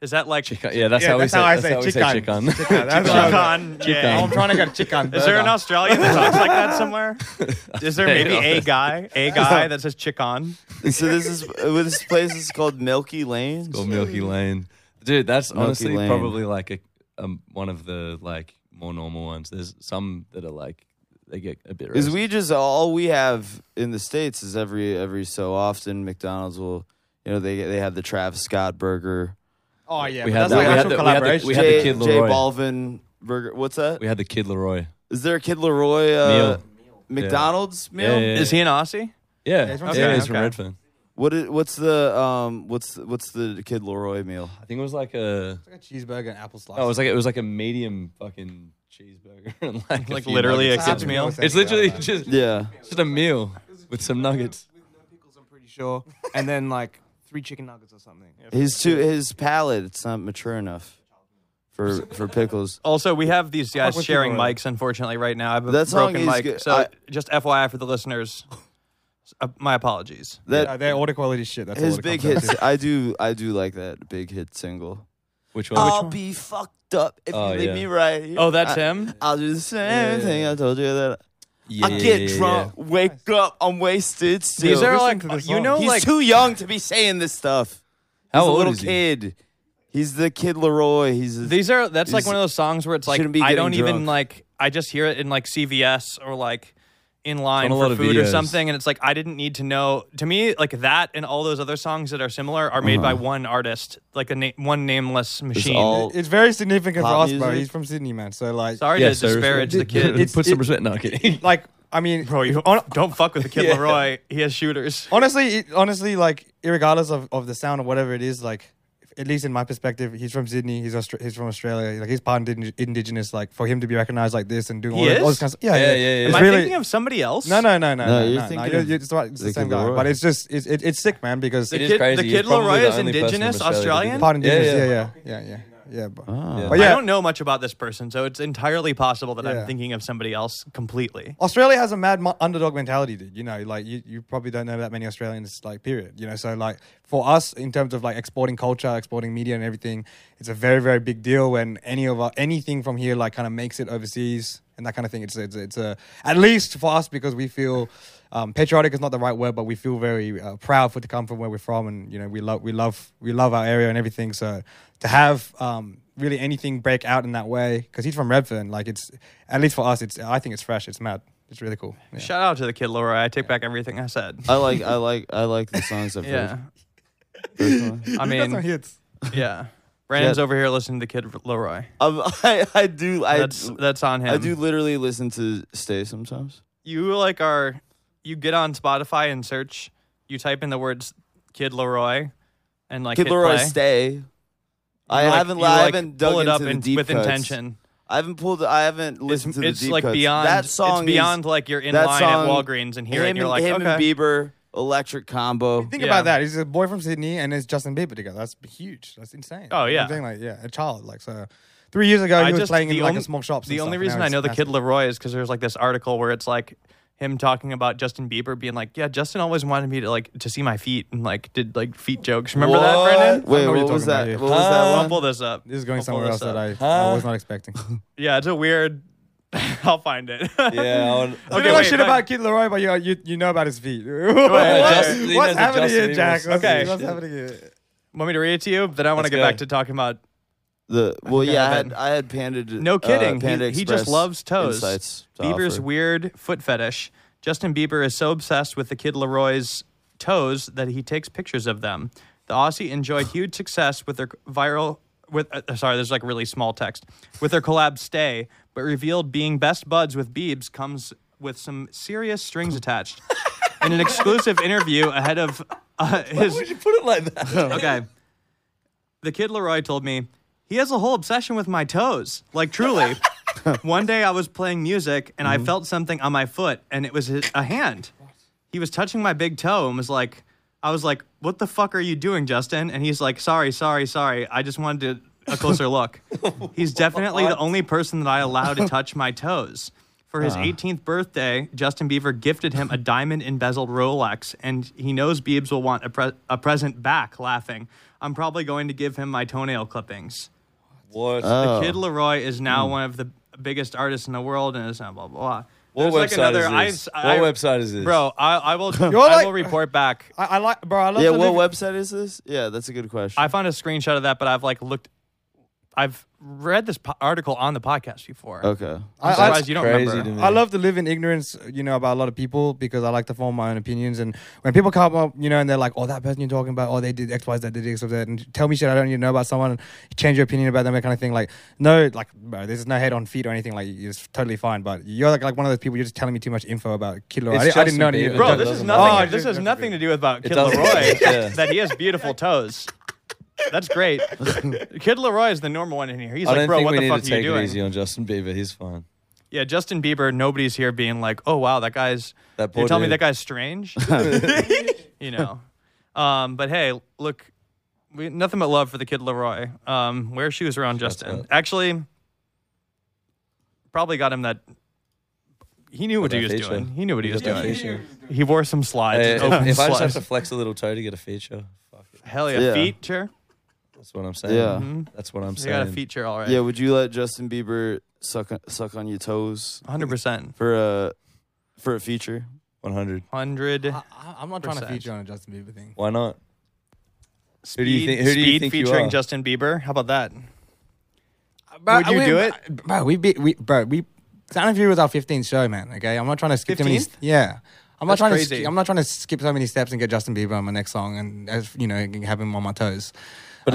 [SPEAKER 1] Is that like
[SPEAKER 2] Chicken. Yeah, that's how we
[SPEAKER 3] that's
[SPEAKER 2] say.
[SPEAKER 3] how I
[SPEAKER 2] that's
[SPEAKER 3] say
[SPEAKER 2] how we say
[SPEAKER 3] chicken.
[SPEAKER 2] chicken.
[SPEAKER 3] That's what I'm-
[SPEAKER 1] chicken?
[SPEAKER 3] Oh,
[SPEAKER 1] Yeah.
[SPEAKER 3] I'm trying to get chicken.
[SPEAKER 1] Is there
[SPEAKER 3] burger.
[SPEAKER 1] an Australian that talks like that somewhere? Is there maybe a
[SPEAKER 2] Yeah.
[SPEAKER 1] guy, a guy that says chick on?
[SPEAKER 2] Oh.
[SPEAKER 4] So this is uh, this place is called Milky Lanes.
[SPEAKER 2] or Milky Lane. Dude, that's
[SPEAKER 4] Milky
[SPEAKER 2] honestly
[SPEAKER 4] Lane.
[SPEAKER 2] probably like a um, one of the like more normal ones. There's some that are like they get a bit.
[SPEAKER 4] Because
[SPEAKER 2] racist.
[SPEAKER 4] we just all we have in the states is every every so often McDonald's will you know they they have the Travis Scott burger,
[SPEAKER 3] Oh yeah,
[SPEAKER 2] We
[SPEAKER 3] but
[SPEAKER 2] had
[SPEAKER 3] that's
[SPEAKER 2] that- we
[SPEAKER 3] like
[SPEAKER 2] had
[SPEAKER 3] actual
[SPEAKER 2] that- we had that-
[SPEAKER 3] collaboration.
[SPEAKER 2] we had the
[SPEAKER 4] J,
[SPEAKER 2] Kid
[SPEAKER 4] J
[SPEAKER 2] Leroy.
[SPEAKER 4] Balvin burger. What's that?
[SPEAKER 2] we had the Kid Leroy.
[SPEAKER 4] Is there a Kid Leroy uh,
[SPEAKER 2] Meal.
[SPEAKER 4] McDonald's
[SPEAKER 2] Yeah,
[SPEAKER 4] meal?
[SPEAKER 2] yeah, yeah.
[SPEAKER 1] Is he an Aussie?
[SPEAKER 2] Yeah,
[SPEAKER 3] he's from
[SPEAKER 2] yeah,
[SPEAKER 3] Sydney.
[SPEAKER 2] he's from
[SPEAKER 1] Okay.
[SPEAKER 2] Redfern.
[SPEAKER 4] What is, what's the um what's what's the Kid Leroy meal?
[SPEAKER 2] I think it was like a.
[SPEAKER 3] Like a cheeseburger and apple slice.
[SPEAKER 2] Oh, it was like it was like a medium fucking cheeseburger and like a
[SPEAKER 1] Like
[SPEAKER 2] few
[SPEAKER 1] literally a
[SPEAKER 2] nuggets.
[SPEAKER 1] kid's
[SPEAKER 3] It's happened
[SPEAKER 1] meal?
[SPEAKER 3] before.
[SPEAKER 2] It's literally
[SPEAKER 3] Yeah.
[SPEAKER 2] just
[SPEAKER 4] Yeah.
[SPEAKER 2] just a meal with some nuggets.
[SPEAKER 5] With no pickles, I'm pretty sure. And then like three chicken nuggets or something.
[SPEAKER 4] His too his palate it's not mature enough for for pickles.
[SPEAKER 1] Also, we have these guys
[SPEAKER 3] with
[SPEAKER 1] sharing
[SPEAKER 3] people, right?
[SPEAKER 1] mics, unfortunately, right now. I have a
[SPEAKER 4] That song
[SPEAKER 1] broken
[SPEAKER 4] is
[SPEAKER 1] mic.
[SPEAKER 4] good.
[SPEAKER 1] So,
[SPEAKER 4] I-
[SPEAKER 1] just FYI for the listeners, uh, my apologies.
[SPEAKER 4] That
[SPEAKER 3] Uh, their order quality shit. That's
[SPEAKER 4] his
[SPEAKER 3] all it
[SPEAKER 4] big
[SPEAKER 3] comes down
[SPEAKER 4] hits I do I do like that big hit single.
[SPEAKER 2] Which one?
[SPEAKER 4] I'll
[SPEAKER 2] Which one?
[SPEAKER 4] be fucked up if
[SPEAKER 2] Oh,
[SPEAKER 4] you leave
[SPEAKER 2] yeah.
[SPEAKER 4] me right here.
[SPEAKER 1] Oh, that's
[SPEAKER 4] I,
[SPEAKER 1] him?
[SPEAKER 4] I'll do the same
[SPEAKER 2] Yeah.
[SPEAKER 4] thing I told you that
[SPEAKER 2] Yeah,
[SPEAKER 4] I get
[SPEAKER 2] yeah, yeah,
[SPEAKER 4] drunk, wake up, I'm wasted still.
[SPEAKER 1] These are
[SPEAKER 3] listen
[SPEAKER 1] like,
[SPEAKER 3] to this
[SPEAKER 1] you
[SPEAKER 3] song.
[SPEAKER 1] know,
[SPEAKER 4] He's
[SPEAKER 1] like,
[SPEAKER 4] too young to be saying this stuff.
[SPEAKER 2] How
[SPEAKER 4] He's a
[SPEAKER 2] old
[SPEAKER 4] little
[SPEAKER 2] is he?
[SPEAKER 4] kid. He's the kid Leroy. He's a,
[SPEAKER 1] these are, that's like
[SPEAKER 4] He's-
[SPEAKER 1] one of those songs where it's like,
[SPEAKER 4] shouldn't be
[SPEAKER 1] I
[SPEAKER 4] getting
[SPEAKER 1] don't even
[SPEAKER 4] drunk.
[SPEAKER 1] like, I just hear it in like CVS or like in line
[SPEAKER 2] on a
[SPEAKER 1] for
[SPEAKER 2] lot of
[SPEAKER 1] food or
[SPEAKER 2] videos.
[SPEAKER 1] something. And it's like, I didn't need to know. To me, like that and all those other songs that are similar are made by one artist, like a na- one nameless machine.
[SPEAKER 4] all-
[SPEAKER 3] It's very significant for
[SPEAKER 4] Pop
[SPEAKER 3] us, bro.
[SPEAKER 4] music.
[SPEAKER 3] He's from Sydney, man. So like,
[SPEAKER 1] Sorry
[SPEAKER 2] Yeah,
[SPEAKER 1] to
[SPEAKER 2] so
[SPEAKER 1] disparage the kid.
[SPEAKER 3] It's-
[SPEAKER 2] Put some
[SPEAKER 3] it-
[SPEAKER 2] respect. No, I'm kidding.
[SPEAKER 3] like I mean,
[SPEAKER 1] Bro, you don't, don't fuck with the kid
[SPEAKER 2] Yeah.
[SPEAKER 1] Leroy. He has shooters.
[SPEAKER 3] honestly, it- honestly, like irregardless of, of the sound or whatever it is, like if- at least in my perspective, he's from Sydney. He's Austra- he's from Australia. Like he's part indi- indigenous. Like for him to be recognized like this and doing
[SPEAKER 1] He
[SPEAKER 3] all, that- all
[SPEAKER 1] is?
[SPEAKER 3] this kind of yeah,
[SPEAKER 2] Yeah,
[SPEAKER 3] yeah,
[SPEAKER 2] yeah, yeah.
[SPEAKER 1] Am
[SPEAKER 3] It's
[SPEAKER 1] I
[SPEAKER 3] really,
[SPEAKER 1] thinking of somebody else?
[SPEAKER 3] no, no, no, no,
[SPEAKER 4] No,
[SPEAKER 3] no.
[SPEAKER 4] you're
[SPEAKER 3] no,
[SPEAKER 4] thinking
[SPEAKER 3] you're,
[SPEAKER 4] of
[SPEAKER 3] you're, it's, like- it's the
[SPEAKER 4] the
[SPEAKER 3] same
[SPEAKER 4] kid
[SPEAKER 3] guy,
[SPEAKER 4] Leroy.
[SPEAKER 3] but it's just it's it, it's sick, man, because
[SPEAKER 1] The
[SPEAKER 2] It is
[SPEAKER 1] kid,
[SPEAKER 2] crazy.
[SPEAKER 1] the
[SPEAKER 2] He's
[SPEAKER 1] kid
[SPEAKER 2] probably
[SPEAKER 1] Leroy
[SPEAKER 2] the
[SPEAKER 1] is
[SPEAKER 2] only person from
[SPEAKER 1] indigenous,
[SPEAKER 2] Australia that
[SPEAKER 1] Australian.
[SPEAKER 3] part
[SPEAKER 2] Yeah,
[SPEAKER 3] indigenous. Yeah,
[SPEAKER 2] yeah.
[SPEAKER 3] yeah, yeah, yeah, yeah. but,
[SPEAKER 4] Ah.
[SPEAKER 2] Yeah.
[SPEAKER 3] but
[SPEAKER 1] I
[SPEAKER 3] yeah,
[SPEAKER 1] don't know much about this person, so it's entirely possible that I'm
[SPEAKER 3] Yeah.
[SPEAKER 1] thinking of somebody else completely.
[SPEAKER 3] Australia has a mad mu- underdog mentality, dude. You know, like you, you probably don't know that many Australians, like period. You know, so like for us in terms of like exporting culture, exporting media, and everything, it's a very very big deal when any of our, anything from here like kind of makes it overseas and that kind of thing. It's it's it's a at least for us because we feel um, patriotic is not the right word, but we feel very uh, proud for to come from where we're from, and you know we love we love we love our area and everything. So to have um, really anything break out in that way because he's from Redfern. Like it's at least for us, it's I think it's fresh. It's mad. It's really cool. Yeah.
[SPEAKER 1] Shout out to the kid Leroy. I take back everything I said.
[SPEAKER 4] I like I like I like the songs I've
[SPEAKER 1] yeah,
[SPEAKER 4] heard.
[SPEAKER 1] I
[SPEAKER 3] some
[SPEAKER 1] mean,
[SPEAKER 3] hits.
[SPEAKER 1] yeah. Brandon's
[SPEAKER 4] Yeah.
[SPEAKER 1] over here listening to the kid Leroy.
[SPEAKER 4] Um, I, I do I
[SPEAKER 1] That's that's on him.
[SPEAKER 4] I do literally listen to Stay sometimes.
[SPEAKER 1] You like are you get on Spotify and search. You type in the words "kid Leroy" and like
[SPEAKER 4] Kid
[SPEAKER 1] hit
[SPEAKER 4] Leroy
[SPEAKER 1] play.
[SPEAKER 4] Stay. I
[SPEAKER 1] You, like-
[SPEAKER 4] haven't
[SPEAKER 1] you,
[SPEAKER 4] I
[SPEAKER 1] like,
[SPEAKER 4] haven't
[SPEAKER 1] pull
[SPEAKER 4] dug
[SPEAKER 1] it
[SPEAKER 4] into
[SPEAKER 1] up
[SPEAKER 4] the
[SPEAKER 1] in-
[SPEAKER 4] deep
[SPEAKER 1] with
[SPEAKER 4] cuts.
[SPEAKER 1] intention.
[SPEAKER 4] I haven't pulled I haven't listened to the
[SPEAKER 1] it's
[SPEAKER 4] deep
[SPEAKER 1] like
[SPEAKER 4] cuts.
[SPEAKER 1] beyond
[SPEAKER 4] that song
[SPEAKER 1] It's beyond
[SPEAKER 4] is,
[SPEAKER 1] like you're in
[SPEAKER 4] that
[SPEAKER 1] line
[SPEAKER 4] song,
[SPEAKER 1] at Walgreens and hear
[SPEAKER 4] him
[SPEAKER 1] it, and you're
[SPEAKER 4] and-
[SPEAKER 1] like,
[SPEAKER 4] him
[SPEAKER 1] okay.
[SPEAKER 4] and Bieber electric combo.
[SPEAKER 3] Think
[SPEAKER 1] Yeah.
[SPEAKER 3] about that. He's a boy from Sydney and it's Justin Bieber together. That's huge. That's insane.
[SPEAKER 1] Oh,
[SPEAKER 3] You know
[SPEAKER 1] yeah.
[SPEAKER 3] what I'm saying? like yeah, a child. Like so, three years ago
[SPEAKER 1] I
[SPEAKER 3] he was
[SPEAKER 1] just-
[SPEAKER 3] playing in
[SPEAKER 1] the
[SPEAKER 3] like
[SPEAKER 1] only-
[SPEAKER 3] a small shop.
[SPEAKER 1] The only reason I know the kid Leroy is because there's like this article where it's like him talking about Justin Bieber being like, yeah, Justin always wanted me to like to see my feet and like did like feet jokes. Remember that, Brandon?
[SPEAKER 3] I
[SPEAKER 4] Wait,
[SPEAKER 3] know what
[SPEAKER 4] what
[SPEAKER 3] you're talking
[SPEAKER 4] was that?
[SPEAKER 3] about here.
[SPEAKER 4] What was that
[SPEAKER 1] I'll
[SPEAKER 4] one?
[SPEAKER 1] pull this up.
[SPEAKER 3] This is going
[SPEAKER 1] I'll pull
[SPEAKER 3] somewhere
[SPEAKER 1] this
[SPEAKER 3] else that
[SPEAKER 1] up.
[SPEAKER 3] I, I
[SPEAKER 2] Huh?
[SPEAKER 3] was not expecting.
[SPEAKER 1] Yeah, it's a weird. I'll find it.
[SPEAKER 2] yeah. I want-
[SPEAKER 3] I
[SPEAKER 1] Okay,
[SPEAKER 3] don't know
[SPEAKER 1] wait,
[SPEAKER 3] shit
[SPEAKER 1] but-
[SPEAKER 3] about Kid Leroy, but you, you, you know about his feet.
[SPEAKER 1] wait.
[SPEAKER 3] What-
[SPEAKER 2] Justin- he knows
[SPEAKER 3] what's
[SPEAKER 2] that
[SPEAKER 3] happening
[SPEAKER 2] Justin
[SPEAKER 3] here,
[SPEAKER 2] Bieber
[SPEAKER 3] Jack?
[SPEAKER 2] was-
[SPEAKER 3] What's,
[SPEAKER 1] Okay.
[SPEAKER 3] what's happening here?
[SPEAKER 1] Want me to read it to you? But I want to
[SPEAKER 2] Let's
[SPEAKER 1] get
[SPEAKER 2] go.
[SPEAKER 1] back to talking about.
[SPEAKER 4] The well, yeah, I had
[SPEAKER 1] then.
[SPEAKER 4] I had Panda.
[SPEAKER 1] No kidding.
[SPEAKER 4] Uh,
[SPEAKER 1] He-
[SPEAKER 4] Panda
[SPEAKER 1] he, just
[SPEAKER 4] Express
[SPEAKER 1] loves toes.
[SPEAKER 4] Insights to
[SPEAKER 1] Bieber's
[SPEAKER 4] offer.
[SPEAKER 1] weird foot fetish. Justin Bieber is so obsessed with the kid Leroy's toes that he takes pictures of them. The Aussie enjoyed huge success with their viral with uh, sorry, there's like really small text with their collab Stay, but revealed being best buds with Biebs comes with some serious strings attached. In an exclusive interview ahead of uh, his
[SPEAKER 2] Would you put it like that?
[SPEAKER 1] Oh, Okay. The kid Leroy told me he has a whole obsession with my toes. Like truly. One day I was playing music and I felt something on my foot and it was his, a hand. He was touching my big toe and was like, I was like, what the fuck are you doing, Justin? And he's like, sorry, sorry, sorry. I just wanted to, a closer look. He's definitely the only person that I allow to touch my toes. For his 18th birthday, Justin Bieber gifted him a diamond embezzled Rolex, and he knows Biebs will want a, pre- a present back, laughing. I'm probably going to give him my toenail clippings.
[SPEAKER 2] What?
[SPEAKER 1] The Kid Leroy is now
[SPEAKER 2] Hmm.
[SPEAKER 1] one of the biggest artists in the world, and it's not blah blah blah.
[SPEAKER 2] What
[SPEAKER 1] There's
[SPEAKER 2] website is
[SPEAKER 1] I-
[SPEAKER 2] this?
[SPEAKER 1] I-
[SPEAKER 2] What website is this?
[SPEAKER 1] Bro, I, I will. I
[SPEAKER 3] like-
[SPEAKER 1] will report back.
[SPEAKER 3] I, I like, bro. I love
[SPEAKER 4] Yeah,
[SPEAKER 3] to
[SPEAKER 4] what
[SPEAKER 3] live-
[SPEAKER 4] website is this? Yeah, that's a good question.
[SPEAKER 1] I found a screenshot of that, but I've like looked. I've read this po- article on the podcast before.
[SPEAKER 4] okay.
[SPEAKER 1] I'm
[SPEAKER 3] I-
[SPEAKER 1] surprised
[SPEAKER 3] I-
[SPEAKER 1] you don't
[SPEAKER 2] Crazy
[SPEAKER 1] remember.
[SPEAKER 2] to me.
[SPEAKER 3] I love to live in ignorance, you know, about a lot of people because I like to form my own opinions. And when people come up, you know, and they're like, "Oh, that person you're talking about, oh, they did X, Y, Z, they did X, Y, Z," and tell me shit I don't even know about someone, and change your opinion about them, that kind of thing. Like, no, like, bro, there's no head on feet or anything. Like, it's totally fine. But you're like, like one of those people. You're just telling me too much info about Kid Leroy. I,
[SPEAKER 2] It's
[SPEAKER 3] di- I
[SPEAKER 2] Justin
[SPEAKER 3] didn't know any.
[SPEAKER 2] Bieber.
[SPEAKER 3] of it.
[SPEAKER 1] Bro,
[SPEAKER 2] It
[SPEAKER 1] this
[SPEAKER 2] doesn't
[SPEAKER 1] is
[SPEAKER 2] matter.
[SPEAKER 1] nothing.
[SPEAKER 3] Oh, it
[SPEAKER 1] this has
[SPEAKER 3] doesn't
[SPEAKER 1] nothing to do with about Kid
[SPEAKER 2] doesn't.
[SPEAKER 1] Leroy.
[SPEAKER 2] Yeah.
[SPEAKER 1] That he has beautiful toes. That's great. Kid Leroy is the normal one in here. He's
[SPEAKER 2] I
[SPEAKER 1] like,
[SPEAKER 2] don't
[SPEAKER 1] bro,
[SPEAKER 2] think
[SPEAKER 1] what
[SPEAKER 2] we
[SPEAKER 1] the
[SPEAKER 2] need
[SPEAKER 1] fuck
[SPEAKER 2] to
[SPEAKER 1] are you
[SPEAKER 2] take it
[SPEAKER 1] doing?
[SPEAKER 2] easy on Justin Bieber. He's fine.
[SPEAKER 1] Yeah, Justin Bieber. Nobody's here being like, oh wow, that guy's.
[SPEAKER 2] That
[SPEAKER 1] you
[SPEAKER 2] poor
[SPEAKER 1] tell me
[SPEAKER 2] dude.
[SPEAKER 1] that guy's strange. you know, um, but hey, look, we nothing but love for the kid Leroy. Um, wear shoes around Justin.
[SPEAKER 2] up.
[SPEAKER 1] Actually, probably got him that. He knew what
[SPEAKER 2] that
[SPEAKER 1] he was
[SPEAKER 2] feature.
[SPEAKER 1] doing. He knew what he was
[SPEAKER 2] that
[SPEAKER 1] doing.
[SPEAKER 2] feature.
[SPEAKER 1] He wore some slides.
[SPEAKER 2] Hey,
[SPEAKER 1] open
[SPEAKER 2] if, if I just have
[SPEAKER 1] slides.
[SPEAKER 2] to flex a little toe to get a feature, fuck it.
[SPEAKER 1] Hell yeah,
[SPEAKER 4] Yeah.
[SPEAKER 1] feature.
[SPEAKER 2] That's what I'm saying.
[SPEAKER 4] Yeah.
[SPEAKER 2] That's what I'm
[SPEAKER 1] Mm-hmm. They got a
[SPEAKER 2] saying.
[SPEAKER 1] feature all right.
[SPEAKER 4] Yeah, would you let Justin Bieber suck suck on your toes
[SPEAKER 1] 100 percent.
[SPEAKER 4] for a for a feature?
[SPEAKER 2] 100.
[SPEAKER 1] 100.
[SPEAKER 3] Oh, I, I'm not trying to
[SPEAKER 1] Percent.
[SPEAKER 3] feature on a Justin Bieber thing.
[SPEAKER 2] Why not?
[SPEAKER 1] Speed,
[SPEAKER 2] Who do you think- who do you
[SPEAKER 1] speed
[SPEAKER 2] think you
[SPEAKER 1] featuring
[SPEAKER 2] are?
[SPEAKER 1] Justin Bieber. How about that?
[SPEAKER 3] Bro,
[SPEAKER 1] Would you
[SPEAKER 3] we-
[SPEAKER 1] do it?
[SPEAKER 3] Bro, we beat we bro, we Santa Fe was our 15th show, man. Okay. I'm not trying to skip too many
[SPEAKER 1] 15th?
[SPEAKER 3] Yeah. I'm not
[SPEAKER 1] That's
[SPEAKER 3] trying to
[SPEAKER 1] crazy.
[SPEAKER 3] skip, I'm not trying to skip so many steps and get Justin Bieber on my next song and as you know, have him on my toes.
[SPEAKER 2] But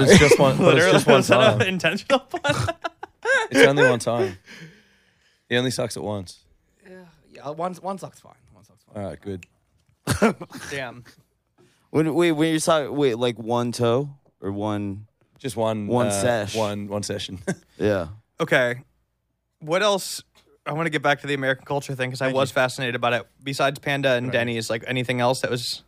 [SPEAKER 2] it's just one. but it's
[SPEAKER 1] Literally,
[SPEAKER 2] just one
[SPEAKER 1] was that an
[SPEAKER 2] time.
[SPEAKER 1] intentional pun?
[SPEAKER 2] It's only one time. He only sucks at once.
[SPEAKER 3] Yeah, uh, one one sucks fine. One sucks fine.
[SPEAKER 2] All right, good.
[SPEAKER 1] Damn.
[SPEAKER 4] When wait, when you're talking wait, like one toe or one
[SPEAKER 2] Just one.
[SPEAKER 4] One
[SPEAKER 2] uh,
[SPEAKER 4] sesh.
[SPEAKER 2] One one session.
[SPEAKER 4] yeah.
[SPEAKER 1] Okay. What else? I want to get back to the American culture thing because I was fascinated about it. Besides Panda and Denny's, like anything else that was.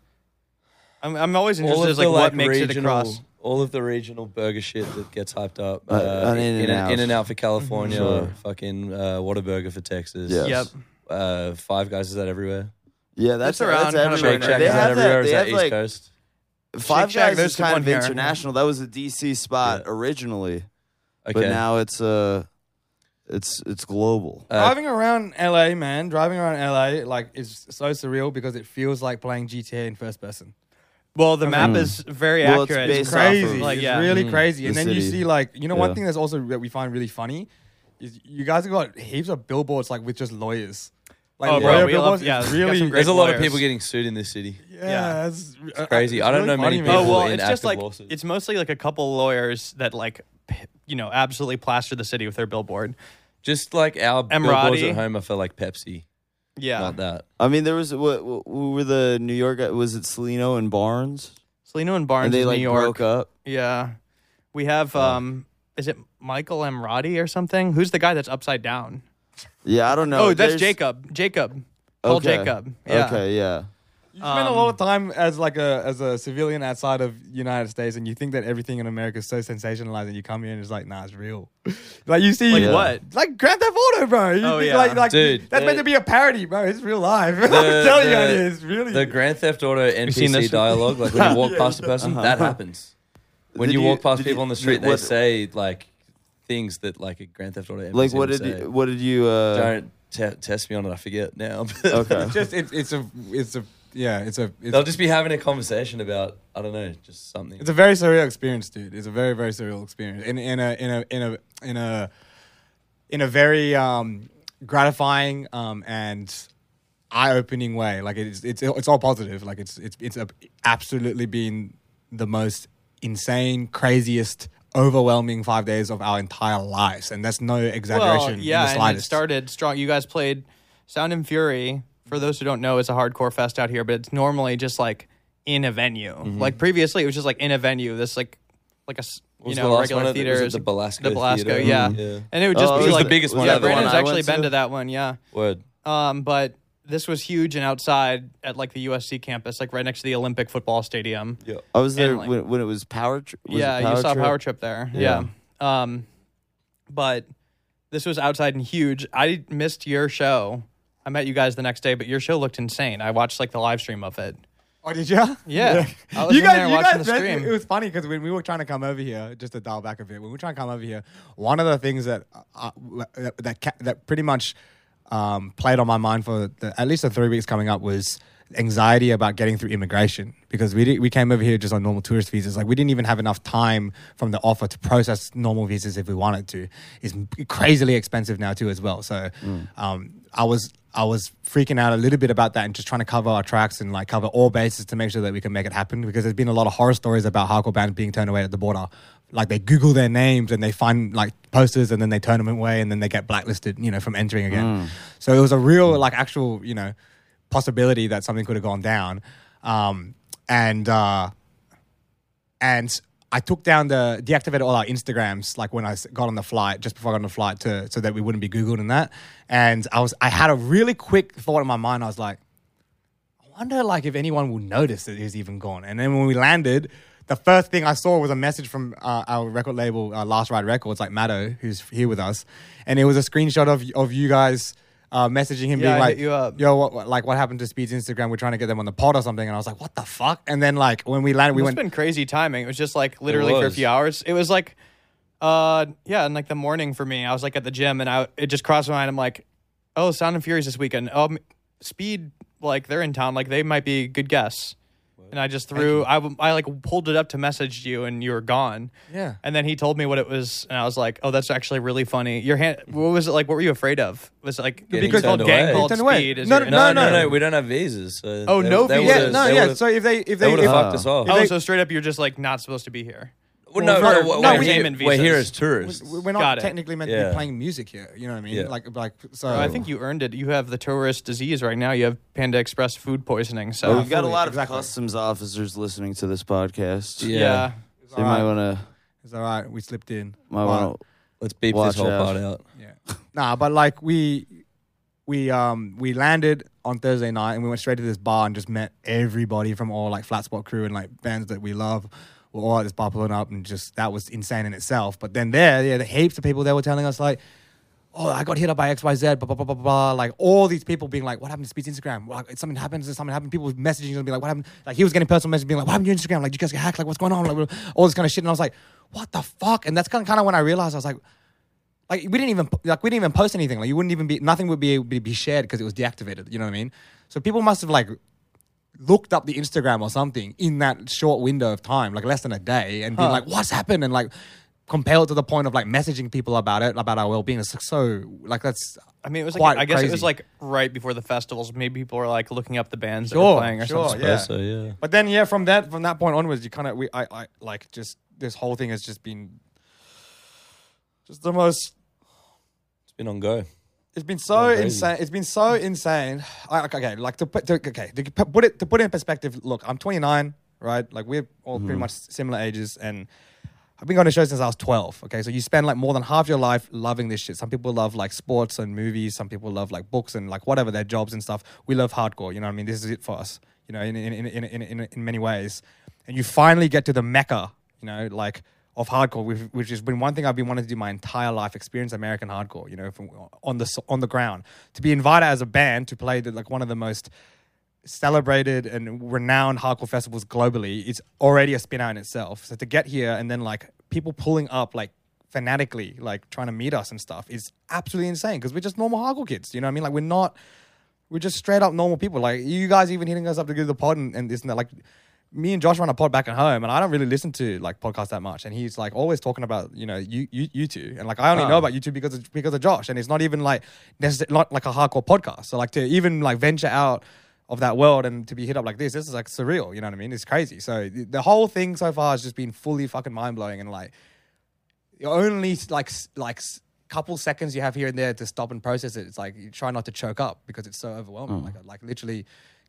[SPEAKER 1] I'm, I'm always interested as like, what makes it
[SPEAKER 2] regional-
[SPEAKER 1] across.
[SPEAKER 2] All of the regional burger shit that gets hyped up. Uh,
[SPEAKER 4] Uh, an
[SPEAKER 2] in,
[SPEAKER 4] In-N-Out.
[SPEAKER 2] in and out for
[SPEAKER 1] Mm-hmm.
[SPEAKER 2] California,
[SPEAKER 4] Sure.
[SPEAKER 2] fucking uh, Whataburger for Texas.
[SPEAKER 4] Yes.
[SPEAKER 1] Yep.
[SPEAKER 2] Uh, Five Guys is that everywhere?
[SPEAKER 4] Yeah, that's,
[SPEAKER 1] That's around kind of
[SPEAKER 4] That's
[SPEAKER 1] Right,
[SPEAKER 2] Shake
[SPEAKER 4] everywhere.
[SPEAKER 1] right.
[SPEAKER 2] Shack
[SPEAKER 4] They
[SPEAKER 2] is that
[SPEAKER 4] have
[SPEAKER 2] everywhere? Or is
[SPEAKER 4] they
[SPEAKER 2] that
[SPEAKER 4] have,
[SPEAKER 2] East
[SPEAKER 4] like,
[SPEAKER 2] Coast?
[SPEAKER 4] Five
[SPEAKER 1] Shack,
[SPEAKER 4] Guys
[SPEAKER 1] there's
[SPEAKER 4] is
[SPEAKER 1] the
[SPEAKER 4] kind
[SPEAKER 1] one
[SPEAKER 4] of
[SPEAKER 1] here.
[SPEAKER 4] international. That was a DC spot originally,
[SPEAKER 2] Okay.
[SPEAKER 4] but now it's uh it's it's global.
[SPEAKER 2] Uh,
[SPEAKER 3] driving around LA, man, driving around LA like is so surreal because it feels like playing GTA in first person.
[SPEAKER 1] Well, the map is very
[SPEAKER 4] Well, it's
[SPEAKER 1] accurate.
[SPEAKER 4] based off
[SPEAKER 3] crazy.
[SPEAKER 4] of-
[SPEAKER 1] Like,
[SPEAKER 3] it's
[SPEAKER 1] yeah.
[SPEAKER 3] really
[SPEAKER 2] Mm.
[SPEAKER 3] crazy. And
[SPEAKER 4] The
[SPEAKER 3] then you
[SPEAKER 4] city.
[SPEAKER 3] see like you know one
[SPEAKER 4] Yeah.
[SPEAKER 3] thing that's also that we find really funny is you guys have got heaps of billboards like with just lawyers. Like
[SPEAKER 1] Oh,
[SPEAKER 3] lawyer
[SPEAKER 1] bro, we love-
[SPEAKER 3] billboards.
[SPEAKER 1] yeah,
[SPEAKER 3] It's
[SPEAKER 1] we got
[SPEAKER 3] really
[SPEAKER 1] some great
[SPEAKER 2] there's a lot of
[SPEAKER 1] lawyers.
[SPEAKER 2] people getting sued in this city.
[SPEAKER 1] Yeah.
[SPEAKER 3] Yeah, it's, uh,
[SPEAKER 2] crazy. I don't know many
[SPEAKER 3] funny,
[SPEAKER 1] Oh
[SPEAKER 3] man.
[SPEAKER 2] people.
[SPEAKER 1] well,
[SPEAKER 2] in
[SPEAKER 1] it's just
[SPEAKER 2] active
[SPEAKER 1] like
[SPEAKER 2] lawsuits.
[SPEAKER 1] it's mostly like a couple lawyers that like, p- you know, absolutely plaster the city with their billboard.
[SPEAKER 2] Just like our billboards
[SPEAKER 1] Emirati.
[SPEAKER 2] at home are for like Pepsi,
[SPEAKER 1] Yeah,
[SPEAKER 2] like that.
[SPEAKER 4] I mean, there was what, what who were the New York? guy- Was it Salino and Barnes?
[SPEAKER 1] Salino and Barnes
[SPEAKER 4] and they
[SPEAKER 1] in
[SPEAKER 4] like
[SPEAKER 1] New York.
[SPEAKER 4] broke up.
[SPEAKER 1] Yeah, we have. um Is it Michael Emrati or something? Who's the guy that's upside down?
[SPEAKER 4] Yeah, I don't know.
[SPEAKER 1] Oh, that's
[SPEAKER 4] There's-
[SPEAKER 1] Jacob. Jacob. Paul
[SPEAKER 4] okay.
[SPEAKER 1] Jacob. Yeah.
[SPEAKER 4] Okay, yeah.
[SPEAKER 3] You spend a
[SPEAKER 1] um,
[SPEAKER 3] lot of time as like a as a civilian outside of United States, and you think that everything in America is so sensationalized, and you come here and it's like, nah, it's real. like you see,
[SPEAKER 1] Like
[SPEAKER 4] Yeah.
[SPEAKER 1] what?
[SPEAKER 3] like Grand Theft Auto, bro. You
[SPEAKER 1] Oh,
[SPEAKER 3] think,
[SPEAKER 1] yeah.
[SPEAKER 3] like, like
[SPEAKER 2] Dude,
[SPEAKER 3] that's meant
[SPEAKER 2] the-
[SPEAKER 3] to be a parody, bro. It's real life. I'm telling you,
[SPEAKER 2] the-
[SPEAKER 3] it is really.
[SPEAKER 2] The Grand Theft Auto
[SPEAKER 1] seen
[SPEAKER 2] NPC
[SPEAKER 1] this?
[SPEAKER 2] dialogue, like when you walk past a person, that happens. When
[SPEAKER 4] Did
[SPEAKER 2] you,
[SPEAKER 4] you-
[SPEAKER 2] walk past
[SPEAKER 4] did
[SPEAKER 2] people
[SPEAKER 4] you-
[SPEAKER 2] on the street, they
[SPEAKER 4] what-
[SPEAKER 2] say like things that like a Grand Theft Auto NPC
[SPEAKER 4] Like,
[SPEAKER 2] would
[SPEAKER 4] what did
[SPEAKER 2] say.
[SPEAKER 4] you, what did you? Uh,
[SPEAKER 2] Don't te- test me on it. I forget now.
[SPEAKER 4] Okay.
[SPEAKER 3] it's just it's it's a it's a yeah it's a it's,
[SPEAKER 2] They'll just be having a conversation about I don't know, just something.
[SPEAKER 3] it's a very surreal experience, dude. It's a very very surreal experience, in in a in a in a in a in a very um, gratifying um, and eye-opening way. Like it's it's it's all positive. Like it's it's it's a, absolutely been the most insane, craziest, overwhelming five days of our entire lives, and that's no exaggeration.
[SPEAKER 1] Well,
[SPEAKER 3] in
[SPEAKER 1] yeah, and
[SPEAKER 3] the
[SPEAKER 1] it
[SPEAKER 3] slightest.
[SPEAKER 1] started strong. You guys played Sound and Fury. For those who don't know, it's a hardcore fest out here, but it's normally just like in a venue.
[SPEAKER 4] Mm-hmm.
[SPEAKER 1] Like previously, it was just like in a venue. This like like a s- you
[SPEAKER 2] was the
[SPEAKER 1] know
[SPEAKER 2] last
[SPEAKER 1] regular
[SPEAKER 2] one? It was
[SPEAKER 1] theater
[SPEAKER 2] at
[SPEAKER 1] is-
[SPEAKER 2] the Belasco
[SPEAKER 1] The Belasco,
[SPEAKER 2] Theater.
[SPEAKER 1] yeah.
[SPEAKER 2] Mhm. Yeah.
[SPEAKER 1] And it would just
[SPEAKER 4] Oh,
[SPEAKER 1] be
[SPEAKER 4] it was
[SPEAKER 1] like
[SPEAKER 4] the biggest
[SPEAKER 2] one,
[SPEAKER 1] Yeah,
[SPEAKER 2] the other one
[SPEAKER 1] Brandon's
[SPEAKER 4] I
[SPEAKER 1] actually
[SPEAKER 4] went
[SPEAKER 1] been
[SPEAKER 4] to.
[SPEAKER 1] to that one. Yeah.
[SPEAKER 2] Word.
[SPEAKER 1] Um, but this was huge and outside at like the USC campus, like right next to the Olympic football stadium.
[SPEAKER 2] Yeah.
[SPEAKER 4] I was there
[SPEAKER 1] handling.
[SPEAKER 4] when, when it was power. Tri- was it
[SPEAKER 1] yeah, you saw
[SPEAKER 4] Trip?
[SPEAKER 1] Power Trip there. Yeah. Um, but This was outside and huge. I missed your show. I met you guys the next day, but your show looked insane. I watched like the live stream of it.
[SPEAKER 3] Oh, did you?
[SPEAKER 1] Yeah. I was
[SPEAKER 3] you
[SPEAKER 1] in
[SPEAKER 3] guys,
[SPEAKER 1] there
[SPEAKER 3] you
[SPEAKER 1] watching
[SPEAKER 3] guys
[SPEAKER 1] the
[SPEAKER 3] read-
[SPEAKER 1] stream.
[SPEAKER 3] It was funny because when we were trying to come over here, just to dial back a bit, when we were trying to come over here, one of the things that uh, that that, ca- that pretty much um, played on my mind for the, at least the three weeks coming up was anxiety about getting through immigration because we did, we came over here just on normal tourist visas. Like we didn't even have enough time from the offer to process normal visas if we wanted to. It's crazily expensive now too as well. So
[SPEAKER 1] Mm.
[SPEAKER 3] um, I was I was freaking out a little bit about that and just trying to cover our tracks and like cover all bases to make sure that we can make it happen because there's been a lot of horror stories about hardcore bands being turned away at the border. Like they Google their names and they find like posters and then they turn them away and then they get blacklisted, you know, from entering again. So it was a real like actual, you know, possibility that something could have gone down. Um, and uh, and I took down the deactivated all our Instagrams like when I s- got on the flight just before I got on the flight to so that we wouldn't be googled and that. And I was I had a really quick thought in my mind. I was like, I wonder like if anyone will notice that he's even gone. And then when we landed, the first thing I saw was a message from uh, our record label, uh, Last Ride Records, like Maddo, who's here with us, and it was a screenshot of of you guys. Uh, messaging him
[SPEAKER 1] Yeah,
[SPEAKER 3] being
[SPEAKER 1] I
[SPEAKER 3] like,
[SPEAKER 1] hit you up.
[SPEAKER 3] "Yo, what, what- like what happened to Speed's Instagram? We're trying to get them on the pod or something." And I was like, "What the fuck?" And then like when we landed, we
[SPEAKER 1] It's
[SPEAKER 3] went.
[SPEAKER 1] been crazy timing. It was just like literally for a
[SPEAKER 2] was.
[SPEAKER 1] few hours. It was like, uh, yeah, in like the morning for me. I was like at the gym, and I it just crossed my mind. I'm like, oh, Sound and Furies this weekend. Um, Speed, like they're in town. Like they might be a good guess. And I just threw. I w- I, like pulled it up to message you, and you were gone.
[SPEAKER 3] Yeah.
[SPEAKER 1] And then he told me what it was, and I was like, oh, that's actually really funny. Your hand. What was it like? What were you afraid of? Was it like
[SPEAKER 2] Getting
[SPEAKER 1] because
[SPEAKER 2] turned
[SPEAKER 1] called gang
[SPEAKER 2] away.
[SPEAKER 1] called
[SPEAKER 3] Turned away.
[SPEAKER 1] Speed? Is
[SPEAKER 3] No,
[SPEAKER 1] your
[SPEAKER 2] No, no,
[SPEAKER 1] Instagram?
[SPEAKER 2] no. We don't have visas. So
[SPEAKER 1] Oh,
[SPEAKER 2] they-
[SPEAKER 1] no
[SPEAKER 2] they
[SPEAKER 1] visas.
[SPEAKER 3] Yeah,
[SPEAKER 2] would've-
[SPEAKER 3] no,
[SPEAKER 2] they
[SPEAKER 3] yeah.
[SPEAKER 2] would've-
[SPEAKER 3] So if they if
[SPEAKER 2] they
[SPEAKER 3] they
[SPEAKER 2] would have
[SPEAKER 3] if-
[SPEAKER 2] fucked us off.
[SPEAKER 1] Oh,
[SPEAKER 3] they-
[SPEAKER 1] so straight up, you're just like not supposed to be here.
[SPEAKER 2] Well, Oh, no,
[SPEAKER 3] for-
[SPEAKER 2] no,
[SPEAKER 3] no,
[SPEAKER 2] we're,
[SPEAKER 3] we-
[SPEAKER 2] here, we're here as tourists.
[SPEAKER 3] we're
[SPEAKER 1] Got
[SPEAKER 3] not
[SPEAKER 1] it.
[SPEAKER 3] technically meant to
[SPEAKER 2] Yeah.
[SPEAKER 3] be playing music here. You know what I mean?
[SPEAKER 2] Yeah.
[SPEAKER 3] Like like so.
[SPEAKER 1] Bro, I think you earned it. You have the tourist disease right now. You have Panda Express food poisoning. So
[SPEAKER 4] We've Oh, got a
[SPEAKER 3] fully,
[SPEAKER 4] lot
[SPEAKER 3] exactly.
[SPEAKER 4] of customs officers listening to this podcast.
[SPEAKER 1] yeah.
[SPEAKER 2] Yeah.
[SPEAKER 4] They might want to.
[SPEAKER 3] It's all right. We slipped in.
[SPEAKER 4] Might
[SPEAKER 3] But,
[SPEAKER 4] want to.
[SPEAKER 2] Let's beep
[SPEAKER 4] Watch
[SPEAKER 2] this whole
[SPEAKER 4] out.
[SPEAKER 2] part out.
[SPEAKER 3] Yeah. Nah, but like we we um we landed on Thursday night and we went straight to this bar and just met everybody from all like Flat Spot crew and like bands that we love. We're all at this bar pulling up and just that was insane in itself. But then there, yeah, the heaps of people there were telling us like oh, I got hit up by XYZ, blah, blah, blah, blah, blah. Like all these people being like, what happened to Speed's Instagram? Like, if something happens, if something happened, people messaging him and be like, what happened? Like he was getting personal messages being like, what happened to your Instagram? Like, did you guys get hacked? Like, what's going on? Like, all this kind of shit. And I was like, what the fuck? And that's kind of, kind of when I realized I was like, like we didn't even like we didn't even post anything. Like you wouldn't even be nothing would be be, be shared because it was deactivated. You know what I mean? So people must have like looked up the Instagram or something in that short window of time, like less than a day, and been like, "What's happened?" and like compelled to the point of like messaging people about it, about our well being. It's like, so like that's
[SPEAKER 1] I mean, it was like,
[SPEAKER 3] Quite
[SPEAKER 1] I guess it was
[SPEAKER 3] crazy.
[SPEAKER 1] like right before the festivals. Maybe people were like looking up the bands that
[SPEAKER 3] Sure,
[SPEAKER 1] were playing or
[SPEAKER 3] sure,
[SPEAKER 1] something.
[SPEAKER 3] Yeah.
[SPEAKER 2] So, yeah.
[SPEAKER 3] But then yeah, from that from that point onwards, you kind of we I, I like just this whole thing has just been just the most
[SPEAKER 2] It's been on go.
[SPEAKER 3] It's been so
[SPEAKER 2] crazy.
[SPEAKER 3] insane. It's been so insane. I, okay, okay, like to put to, okay to p- put it to put it in perspective. Look, I'm 29, right? Like we're all pretty much similar ages, and I've been going to shows since I was 12. Okay, so you spend like more than half your life loving this shit. Some people love like sports and movies. Some people love like books and like whatever their jobs and stuff. We love hardcore. You know what I mean? This is it for us. You know, in in in in in, in, in many ways, and you finally get to the mecca. You know, like of hardcore, which, which has been one thing I've been wanting to do my entire life. Experience American hardcore. You know, from, on the s- on the ground to be invited as a band to play the, like one of the most celebrated and renowned hardcore festivals globally is already a spin out in itself. So to get here and then like people pulling up like fanatically, like trying to meet us and stuff is absolutely insane because we're just normal hardcore kids. You know what I mean? Like we're not, we're just straight up normal people. Like you guys even hitting us up to do the pod and, and this and that. Like me and Josh run a pod back at home and I don't really listen to like podcasts that much. And he's like always talking about, you know, you, you, you two. And like, I only know about you two because of, because of Josh. And it's not even like, necess- not like a hardcore podcast. So like to even like venture out of that world and to be hit up like this, this is like surreal. You know what I mean? It's crazy. So the the whole thing so far has just been fully fucking mind blowing and like the only like s- like s- couple seconds you have here and there to stop and process it. It's like you try not to choke up because it's so overwhelming. Like uh, like literally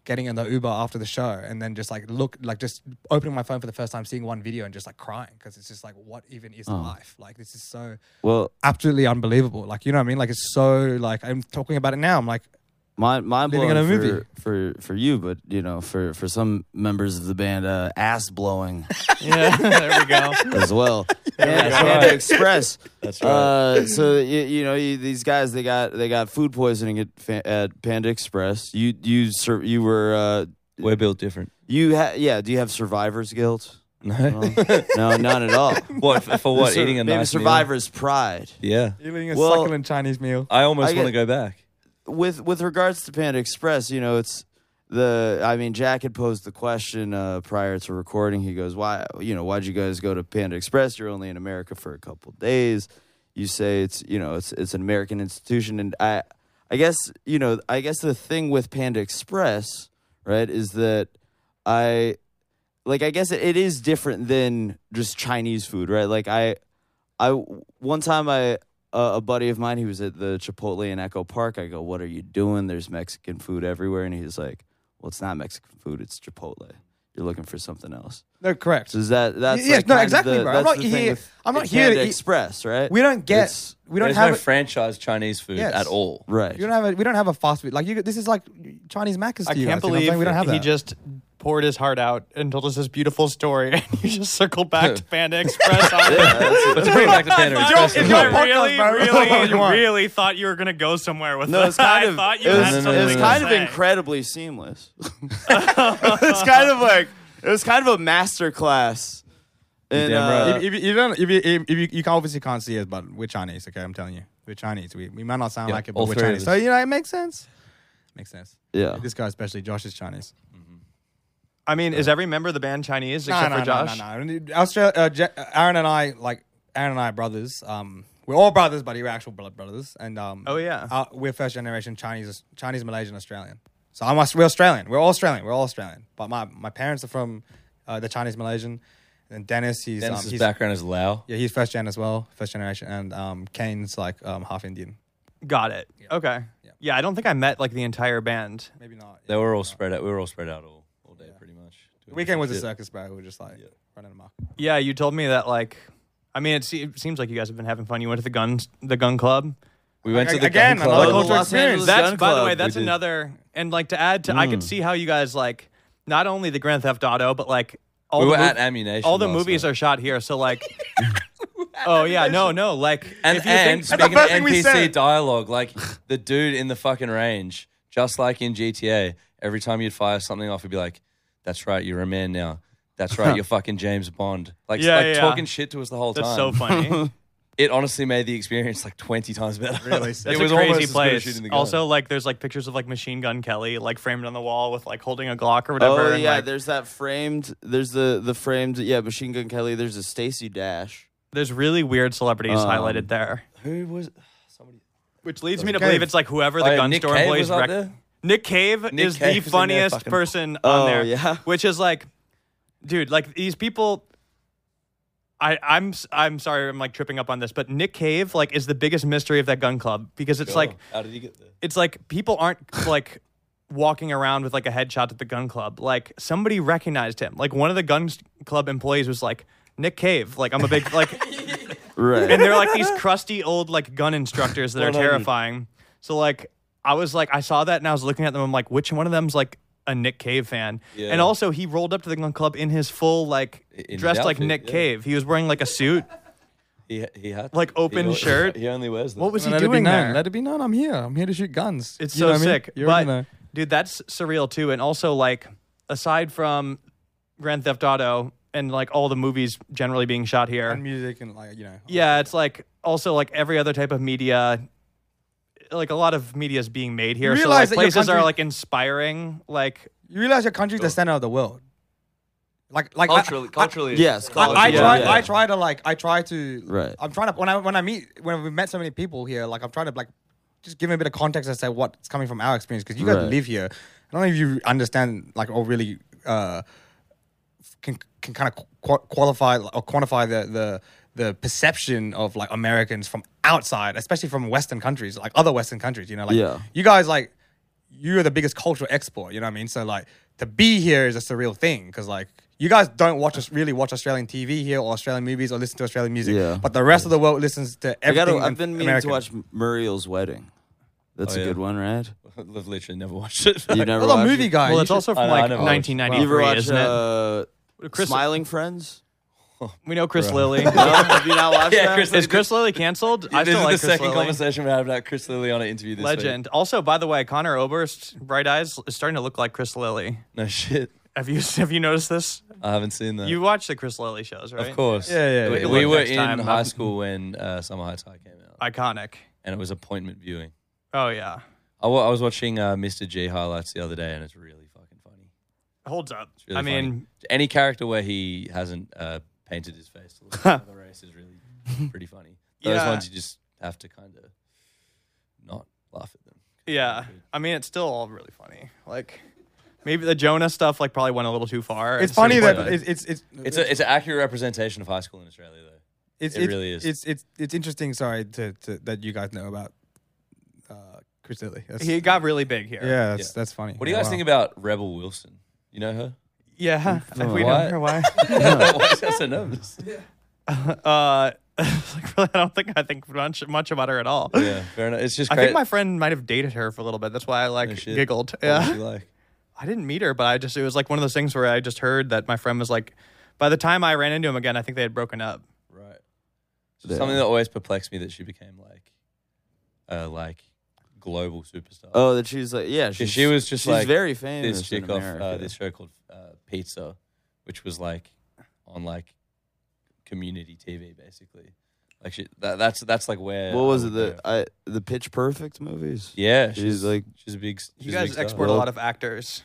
[SPEAKER 3] getting in the Uber after the show and then just like look like just opening my phone for the first time, seeing one video and just like crying because it's just like what even is life? Like this is so
[SPEAKER 4] Well,
[SPEAKER 3] absolutely unbelievable. Like, you know what I mean? Like, it's so like I'm talking about it now. I'm like,
[SPEAKER 4] my mind
[SPEAKER 3] Living in
[SPEAKER 4] blowing
[SPEAKER 3] a
[SPEAKER 4] for,
[SPEAKER 3] movie.
[SPEAKER 4] for for you, but you know, for for some members of the band, uh, ass blowing
[SPEAKER 1] Yeah, there we go.
[SPEAKER 4] as well. yeah, Panda Express. That's right. Uh, so you, you know you, these guys they got they got food poisoning at, Fa- at Panda Express. You you sur- you were uh,
[SPEAKER 2] We're built different.
[SPEAKER 4] you ha- yeah. Do you have survivor's guilt?
[SPEAKER 2] No.
[SPEAKER 4] No, no none at all.
[SPEAKER 2] what for, for what?
[SPEAKER 4] Sur-
[SPEAKER 2] Eating a
[SPEAKER 4] maybe
[SPEAKER 2] nice meal?
[SPEAKER 4] survivor's pride.
[SPEAKER 2] Yeah.
[SPEAKER 3] You're eating a
[SPEAKER 4] Well-
[SPEAKER 3] succulent Chinese meal.
[SPEAKER 2] I almost
[SPEAKER 4] I
[SPEAKER 2] want to go
[SPEAKER 4] get-
[SPEAKER 2] back.
[SPEAKER 4] with with regards to Panda Express, you know, it's the I mean, Jack had posed the question uh, prior to recording. He goes, "Why, you know, why'd you guys go to Panda Express? You're only in America for a couple days. You say it's, you know, it's it's an American institution, and I, I guess, you know, I guess the thing with Panda Express, right, is that I, like, I guess it is different than just Chinese food, right? Like, I, I one time I a a buddy of mine, he was at the Chipotle in Echo Park. I go, "What are you doing? There's Mexican food everywhere." And he's like, "Well, it's not Mexican food. It's Chipotle. You're looking for something else."
[SPEAKER 3] No, correct.
[SPEAKER 4] So is that that's
[SPEAKER 3] Yes,
[SPEAKER 4] like
[SPEAKER 3] no,
[SPEAKER 4] kind of
[SPEAKER 3] exactly,
[SPEAKER 4] the-
[SPEAKER 3] bro. I'm
[SPEAKER 4] that's
[SPEAKER 3] not
[SPEAKER 4] the thing
[SPEAKER 3] here-
[SPEAKER 4] with
[SPEAKER 3] I'm not here to
[SPEAKER 4] Panda
[SPEAKER 3] eat-
[SPEAKER 4] Express, right?
[SPEAKER 3] We don't get.
[SPEAKER 4] It's-
[SPEAKER 3] we don't
[SPEAKER 2] There's
[SPEAKER 3] have.
[SPEAKER 2] no
[SPEAKER 3] it-
[SPEAKER 2] franchise Chinese food
[SPEAKER 3] Yes.
[SPEAKER 2] at all.
[SPEAKER 4] right.
[SPEAKER 3] you don't have. A, we don't have a fast food. Like you, this is like Chinese Mac is to
[SPEAKER 1] I
[SPEAKER 3] you
[SPEAKER 1] can't
[SPEAKER 3] guys, you know what I'm saying?
[SPEAKER 1] believe
[SPEAKER 3] we don't have that.
[SPEAKER 1] he just poured his heart out and told us this beautiful story, and you just circled back to Panda Express.
[SPEAKER 2] But to bring it back to Panda Express,
[SPEAKER 1] If
[SPEAKER 3] it's your
[SPEAKER 1] I
[SPEAKER 2] though,
[SPEAKER 3] podcast,
[SPEAKER 1] really,
[SPEAKER 3] bro.
[SPEAKER 1] really,
[SPEAKER 3] You want.
[SPEAKER 1] really thought you were gonna go somewhere with
[SPEAKER 4] no,
[SPEAKER 1] that,
[SPEAKER 4] it's kind
[SPEAKER 1] I
[SPEAKER 4] of
[SPEAKER 1] thought you
[SPEAKER 4] it was,
[SPEAKER 1] had something
[SPEAKER 4] it was
[SPEAKER 1] to
[SPEAKER 4] kind of
[SPEAKER 1] say.
[SPEAKER 4] incredibly seamless. it's kind of like it was kind of a master class. In,
[SPEAKER 2] damn right.
[SPEAKER 4] uh,
[SPEAKER 3] if, if, you- you don't, if, you, if you, you can obviously can't see us, but we're Chinese. Okay, I'm telling you, we're Chinese. We, we might not sound
[SPEAKER 2] Yeah,
[SPEAKER 3] like it,
[SPEAKER 2] all
[SPEAKER 3] but we're
[SPEAKER 2] three of
[SPEAKER 3] Chinese.
[SPEAKER 2] us.
[SPEAKER 3] So you know, it makes sense. Makes sense.
[SPEAKER 4] yeah.
[SPEAKER 3] This guy, especially Josh, is Chinese.
[SPEAKER 1] I mean, is every member of the band Chinese except for Josh?
[SPEAKER 3] no, no, no. Australia, uh, Ja- Aaron and I, like Aaron and I, are brothers. Um, we're all brothers, buddy. We're actual blood brothers. And um,
[SPEAKER 1] Oh, yeah.
[SPEAKER 3] our- we're first generation Chinese, Chinese, Malaysian, Australian. So I'm Aus- we're Australian. We're all Australian. We're all Australian. But my, my parents are from uh, the Chinese Malaysian. And Dennis, he's um,
[SPEAKER 2] Dennis's
[SPEAKER 3] he's-
[SPEAKER 2] background is Lao.
[SPEAKER 3] Yeah, he's first gen as well, first generation. And um, Kane's like um, half Indian.
[SPEAKER 1] Got it. Okay.
[SPEAKER 3] Yeah.
[SPEAKER 1] Yeah, I don't think I met like the entire band.
[SPEAKER 3] Maybe not.
[SPEAKER 2] They were all spread out. We were all spread out all, all day, pretty much.
[SPEAKER 3] The weekend was a
[SPEAKER 2] Shit.
[SPEAKER 3] circus, bro. We were just like running amok.
[SPEAKER 1] Yeah, you told me that like I mean, it, se- it seems like you guys have been having fun. You went to the gun, the gun club.
[SPEAKER 2] We went to Oh, the
[SPEAKER 3] Again,
[SPEAKER 2] gun
[SPEAKER 3] another
[SPEAKER 2] club.
[SPEAKER 3] cultural
[SPEAKER 4] Los
[SPEAKER 3] experience.
[SPEAKER 4] Angeles
[SPEAKER 1] That's
[SPEAKER 4] Gun
[SPEAKER 1] by the
[SPEAKER 4] Club.
[SPEAKER 1] way,
[SPEAKER 4] We
[SPEAKER 1] that's
[SPEAKER 2] did. Hmm.
[SPEAKER 1] another. And like to add to, I could see how you guys like not only the Grand Theft Auto, but like all
[SPEAKER 2] We
[SPEAKER 1] the
[SPEAKER 2] were
[SPEAKER 1] mov-
[SPEAKER 2] at Ammunition
[SPEAKER 1] All the
[SPEAKER 2] last
[SPEAKER 1] movies
[SPEAKER 2] night.
[SPEAKER 1] are shot here, so like. oh yeah, no, no, like
[SPEAKER 2] And,
[SPEAKER 1] if you think
[SPEAKER 2] and speaking
[SPEAKER 3] first
[SPEAKER 2] of
[SPEAKER 3] thing we
[SPEAKER 2] NPC
[SPEAKER 3] said.
[SPEAKER 2] dialogue, like the dude in the fucking range, just like in GTA, every time you'd fire something off, he'd be like, "That's right, you're a man now. That's right, you're fucking James Bond." Like,
[SPEAKER 1] Yeah,
[SPEAKER 2] like
[SPEAKER 1] yeah.
[SPEAKER 2] talking shit to us the whole
[SPEAKER 1] that's
[SPEAKER 2] time.
[SPEAKER 1] so funny.
[SPEAKER 2] It honestly made the experience like twenty times better.
[SPEAKER 3] Really?
[SPEAKER 2] it
[SPEAKER 1] That's
[SPEAKER 2] was
[SPEAKER 1] a
[SPEAKER 2] almost
[SPEAKER 1] crazy
[SPEAKER 2] as good as
[SPEAKER 1] place.
[SPEAKER 2] shooting the gun.
[SPEAKER 1] Also, like there's like pictures of like Machine Gun Kelly like framed on the wall with like holding a Glock or whatever.
[SPEAKER 4] Oh
[SPEAKER 1] and,
[SPEAKER 4] yeah,
[SPEAKER 1] like,
[SPEAKER 4] there's that framed. There's the the framed. Yeah, Machine Gun Kelly. There's a Stacy Dash.
[SPEAKER 1] there's really weird celebrities
[SPEAKER 4] Um,
[SPEAKER 1] highlighted there.
[SPEAKER 2] who was somebody?
[SPEAKER 1] Which leads me to
[SPEAKER 3] Nick Cave.
[SPEAKER 1] believe it's like whoever the
[SPEAKER 2] Oh, yeah,
[SPEAKER 1] gun
[SPEAKER 2] Nick
[SPEAKER 1] store
[SPEAKER 2] Cave
[SPEAKER 1] employees
[SPEAKER 2] was up
[SPEAKER 1] rec-
[SPEAKER 2] there?
[SPEAKER 1] Nick Cave
[SPEAKER 2] Nick
[SPEAKER 1] is
[SPEAKER 2] Cave
[SPEAKER 1] the
[SPEAKER 2] was in there
[SPEAKER 1] funniest
[SPEAKER 2] fucking-
[SPEAKER 1] person
[SPEAKER 4] Oh,
[SPEAKER 1] on there.
[SPEAKER 4] yeah.
[SPEAKER 1] Which is like, dude, like these people. I, I'm s- I'm sorry I'm like tripping up on this, but Nick Cave like is the biggest mystery of that gun club because it's like
[SPEAKER 2] Oh, how did he get there?
[SPEAKER 1] it's like people aren't like walking around with like a headshot at the gun club. Like somebody recognized him. Like one of the gun s- club employees was like Nick Cave. Like I'm a big like
[SPEAKER 4] Right.
[SPEAKER 1] and they're like these crusty old like gun instructors that are
[SPEAKER 2] 100.
[SPEAKER 1] terrifying. So like I was like I saw that and I was looking at them. I'm like, which one of them's like a Nick Cave fan?
[SPEAKER 2] Yeah.
[SPEAKER 1] And also he rolled up to the gun club in his full like
[SPEAKER 2] in
[SPEAKER 1] dressed
[SPEAKER 2] his
[SPEAKER 1] like
[SPEAKER 2] outfit,
[SPEAKER 1] Nick
[SPEAKER 2] yeah.
[SPEAKER 1] Cave. He was wearing like a suit.
[SPEAKER 2] He he had
[SPEAKER 1] Like, open
[SPEAKER 2] he,
[SPEAKER 1] shirt?
[SPEAKER 2] He only wears that.
[SPEAKER 1] What was he
[SPEAKER 3] Let it be
[SPEAKER 1] doing
[SPEAKER 3] known.
[SPEAKER 1] there?
[SPEAKER 3] Let it be known. I'm here. I'm here to shoot guns.
[SPEAKER 1] It's
[SPEAKER 3] You
[SPEAKER 1] so
[SPEAKER 3] know what I mean?
[SPEAKER 1] sick.
[SPEAKER 3] You already
[SPEAKER 1] but
[SPEAKER 3] know.
[SPEAKER 1] dude, that's surreal too. And also like aside from Grand Theft Auto and like all the movies generally being shot here.
[SPEAKER 3] and music and like you know.
[SPEAKER 1] yeah, it's like also like every other type of media. Like a lot of media is being made here,
[SPEAKER 3] You
[SPEAKER 1] so like
[SPEAKER 3] realize that your
[SPEAKER 1] places are
[SPEAKER 3] country-
[SPEAKER 1] like inspiring. Like
[SPEAKER 3] You realize your country's
[SPEAKER 1] Oh.
[SPEAKER 3] the center of the world. Like like I-
[SPEAKER 2] culturally? Culturally,
[SPEAKER 4] yes.
[SPEAKER 3] I, I,
[SPEAKER 4] college, yeah,
[SPEAKER 3] try
[SPEAKER 4] yeah.
[SPEAKER 3] I try to like I try to
[SPEAKER 4] Right.
[SPEAKER 3] I'm trying to when I when I meet when we met so many people here, like I'm trying to like just give them a bit of context as to what's coming from our experience because you guys
[SPEAKER 4] Right.
[SPEAKER 3] live here. I don't know if you understand like or really uh can can kind of qu- qualify or quantify the the the perception of like Americans from outside, especially from Western countries, like other Western countries. You know, like
[SPEAKER 4] Yeah.
[SPEAKER 3] you guys like you are the biggest cultural export. You know what I mean? So like to be here is a surreal thing because like you guys don't watch us really watch Australian TV here or Australian movies or listen to Australian music.
[SPEAKER 4] Yeah.
[SPEAKER 3] But the rest of the world listens to
[SPEAKER 4] I gotta,
[SPEAKER 3] everything.
[SPEAKER 4] I've been meaning
[SPEAKER 3] American.
[SPEAKER 4] to watch Muriel's Wedding. That's
[SPEAKER 2] Oh,
[SPEAKER 4] a
[SPEAKER 2] yeah.
[SPEAKER 4] good one, right?
[SPEAKER 2] I've literally never watched it.
[SPEAKER 4] You never
[SPEAKER 3] Well, a
[SPEAKER 4] watched
[SPEAKER 3] movie
[SPEAKER 4] it?
[SPEAKER 3] guy.
[SPEAKER 1] well,
[SPEAKER 3] you
[SPEAKER 1] it's
[SPEAKER 3] should-
[SPEAKER 1] also
[SPEAKER 2] I
[SPEAKER 1] from
[SPEAKER 2] know, I
[SPEAKER 1] like
[SPEAKER 2] never watched.
[SPEAKER 1] 1993,
[SPEAKER 4] You ever watch
[SPEAKER 1] isn't it?
[SPEAKER 4] uh,
[SPEAKER 1] Chris-
[SPEAKER 4] Smiling Friends?
[SPEAKER 1] we know Chris Lilly.
[SPEAKER 4] No? Have you not watched
[SPEAKER 2] Yeah,
[SPEAKER 4] that?
[SPEAKER 2] Chris-
[SPEAKER 1] Is Chris Lilly canceled? I
[SPEAKER 2] this
[SPEAKER 1] still
[SPEAKER 2] is
[SPEAKER 1] like
[SPEAKER 2] the
[SPEAKER 1] Chris
[SPEAKER 2] second
[SPEAKER 1] Lilly.
[SPEAKER 2] conversation we had about Chris Lilly on an interview this week.
[SPEAKER 1] Legend. Also, by the way, Connor Oberst, Bright Eyes, is starting to look like Chris Lilly.
[SPEAKER 2] No shit.
[SPEAKER 1] Have you have you noticed this?
[SPEAKER 2] I haven't seen that.
[SPEAKER 1] You watch the Chris Lilly shows, right?
[SPEAKER 2] of course.
[SPEAKER 3] Yeah, yeah,
[SPEAKER 2] We,
[SPEAKER 3] yeah.
[SPEAKER 2] we
[SPEAKER 1] Look,
[SPEAKER 2] were
[SPEAKER 1] next
[SPEAKER 2] in
[SPEAKER 1] time,
[SPEAKER 2] high
[SPEAKER 1] I'm-
[SPEAKER 2] school when uh, Summer High Tide came out,
[SPEAKER 1] Iconic.
[SPEAKER 2] and it was appointment viewing.
[SPEAKER 1] Oh yeah,
[SPEAKER 2] I wa- I was watching uh, Mr. G highlights the other day, and it's really fucking funny.
[SPEAKER 1] holds up.
[SPEAKER 2] really
[SPEAKER 1] I mean,
[SPEAKER 2] Any character where he hasn't uh, painted his face to look like the race is really pretty funny. Those
[SPEAKER 1] Yeah.
[SPEAKER 2] ones you just have to kind of not laugh at them.
[SPEAKER 1] yeah. I mean, it's still all really funny. Like maybe the Jonah stuff like probably went a little too far.
[SPEAKER 3] It's funny
[SPEAKER 1] sort
[SPEAKER 3] that
[SPEAKER 1] of like-
[SPEAKER 3] it's it's it's
[SPEAKER 2] It's a, it's an accurate representation of high school in Australia, though.
[SPEAKER 3] it's,
[SPEAKER 2] it
[SPEAKER 3] it's-
[SPEAKER 2] really is.
[SPEAKER 3] It's it's it's interesting. Sorry to, to that you guys know about uh, Chris Lilly. That's,
[SPEAKER 1] he got really big here.
[SPEAKER 3] yeah, that's
[SPEAKER 2] Yeah.
[SPEAKER 3] that's funny.
[SPEAKER 2] What do you guys think about Rebel Wilson? You know her?
[SPEAKER 1] yeah. If we
[SPEAKER 2] Why?
[SPEAKER 1] don't know why.
[SPEAKER 2] Why is that so nervous?
[SPEAKER 1] Uh, like, really, I don't think I think much much about her at all.
[SPEAKER 2] Yeah, fair enough. It's just
[SPEAKER 1] I
[SPEAKER 2] great.
[SPEAKER 1] think my friend might have dated her for a little bit. That's why I like
[SPEAKER 2] Oh, shit.
[SPEAKER 1] giggled.
[SPEAKER 2] What was
[SPEAKER 1] Yeah.
[SPEAKER 2] she like?
[SPEAKER 1] I didn't meet her, but I just it was like one of those things where I just heard that my friend was like, by the time I ran into him again, I think they had broken up.
[SPEAKER 2] Right. So Something that always perplexed me that she became like, uh, like global superstar.
[SPEAKER 4] Oh, that she's like, yeah,
[SPEAKER 2] She-
[SPEAKER 4] she's,
[SPEAKER 2] she was just
[SPEAKER 4] she's
[SPEAKER 2] like
[SPEAKER 4] very famous.
[SPEAKER 2] this chick
[SPEAKER 4] in
[SPEAKER 2] off
[SPEAKER 4] America.
[SPEAKER 2] uh, this show called uh, Pizza, which was like on like community TV basically. Like she, that, that's that's like where.
[SPEAKER 4] what
[SPEAKER 2] I
[SPEAKER 4] was it?
[SPEAKER 2] would
[SPEAKER 4] The
[SPEAKER 2] go.
[SPEAKER 4] I, the Pitch Perfect movies.
[SPEAKER 2] yeah,
[SPEAKER 4] she's, like,
[SPEAKER 2] she's a big. s- She's
[SPEAKER 1] You
[SPEAKER 2] a big
[SPEAKER 1] guys
[SPEAKER 2] star.
[SPEAKER 1] export a lot of actors.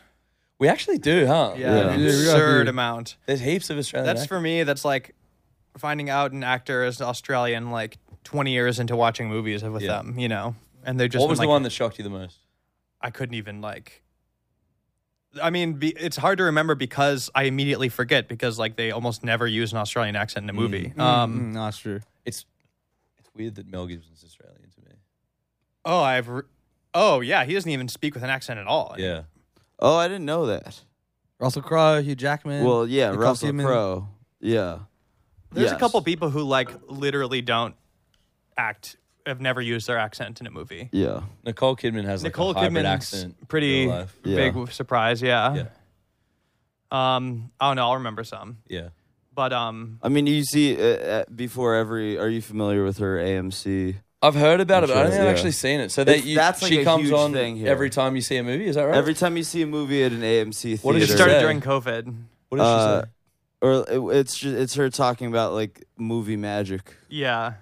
[SPEAKER 2] We actually do, huh?
[SPEAKER 1] Yeah,
[SPEAKER 4] Yeah.
[SPEAKER 1] an
[SPEAKER 3] Yeah, we got
[SPEAKER 1] absurd
[SPEAKER 3] the-
[SPEAKER 1] amount.
[SPEAKER 2] There's heaps of Australian.
[SPEAKER 1] That's
[SPEAKER 2] actors.
[SPEAKER 1] for me. That's like finding out an actor is Australian like 20 years into watching movies with
[SPEAKER 2] Yeah.
[SPEAKER 1] them, you know, and they just
[SPEAKER 2] what
[SPEAKER 1] been
[SPEAKER 2] was
[SPEAKER 1] like,
[SPEAKER 2] the one that shocked you the most?
[SPEAKER 1] I couldn't even like. I mean, be, it's hard to remember because I immediately forget because like they almost never use an Australian accent in
[SPEAKER 2] Mm.
[SPEAKER 1] a movie. Um,
[SPEAKER 3] Um, that's true.
[SPEAKER 2] It's it's weird that Mel Gibson's Australian to me.
[SPEAKER 1] Oh, I've. Re- oh, yeah. He doesn't even speak with an accent at all.
[SPEAKER 2] Yeah,
[SPEAKER 4] Oh, I didn't know that.
[SPEAKER 3] Russell Crowe, Hugh Jackman.
[SPEAKER 4] Well, yeah,
[SPEAKER 3] Nicole
[SPEAKER 4] Russell
[SPEAKER 3] Kidman.
[SPEAKER 4] Crowe. Yeah,
[SPEAKER 1] There's a
[SPEAKER 4] Yes.
[SPEAKER 1] couple people who like literally don't act. Have never used their accent in a movie.
[SPEAKER 4] yeah.
[SPEAKER 2] Nicole Kidman has like
[SPEAKER 1] Nicole
[SPEAKER 2] a hybrid
[SPEAKER 1] Kidman's
[SPEAKER 2] accent. in
[SPEAKER 1] pretty
[SPEAKER 2] real life.
[SPEAKER 4] Yeah.
[SPEAKER 1] big surprise. Yeah.
[SPEAKER 2] Yeah,
[SPEAKER 1] Um. I don't know. I'll remember some.
[SPEAKER 2] yeah.
[SPEAKER 1] But um.
[SPEAKER 4] I mean, you see, uh, uh, before every, are you familiar with her AMC?
[SPEAKER 2] I've heard about it, but I don't
[SPEAKER 4] Sure,
[SPEAKER 2] think I've
[SPEAKER 4] yeah.
[SPEAKER 2] actually seen it. So that
[SPEAKER 4] It's-
[SPEAKER 2] you,
[SPEAKER 4] that's like
[SPEAKER 2] she
[SPEAKER 4] a
[SPEAKER 2] comes
[SPEAKER 4] huge
[SPEAKER 2] on
[SPEAKER 4] thing here.
[SPEAKER 2] every time you see a movie. Is that right?
[SPEAKER 4] Every time you see a movie at an AMC theater,
[SPEAKER 2] What did
[SPEAKER 1] It
[SPEAKER 2] she
[SPEAKER 1] started
[SPEAKER 2] say?
[SPEAKER 1] during COVID.
[SPEAKER 2] What did
[SPEAKER 4] uh,
[SPEAKER 2] she say?
[SPEAKER 4] or it, it's ju- it's her talking about like movie magic.
[SPEAKER 1] Yeah.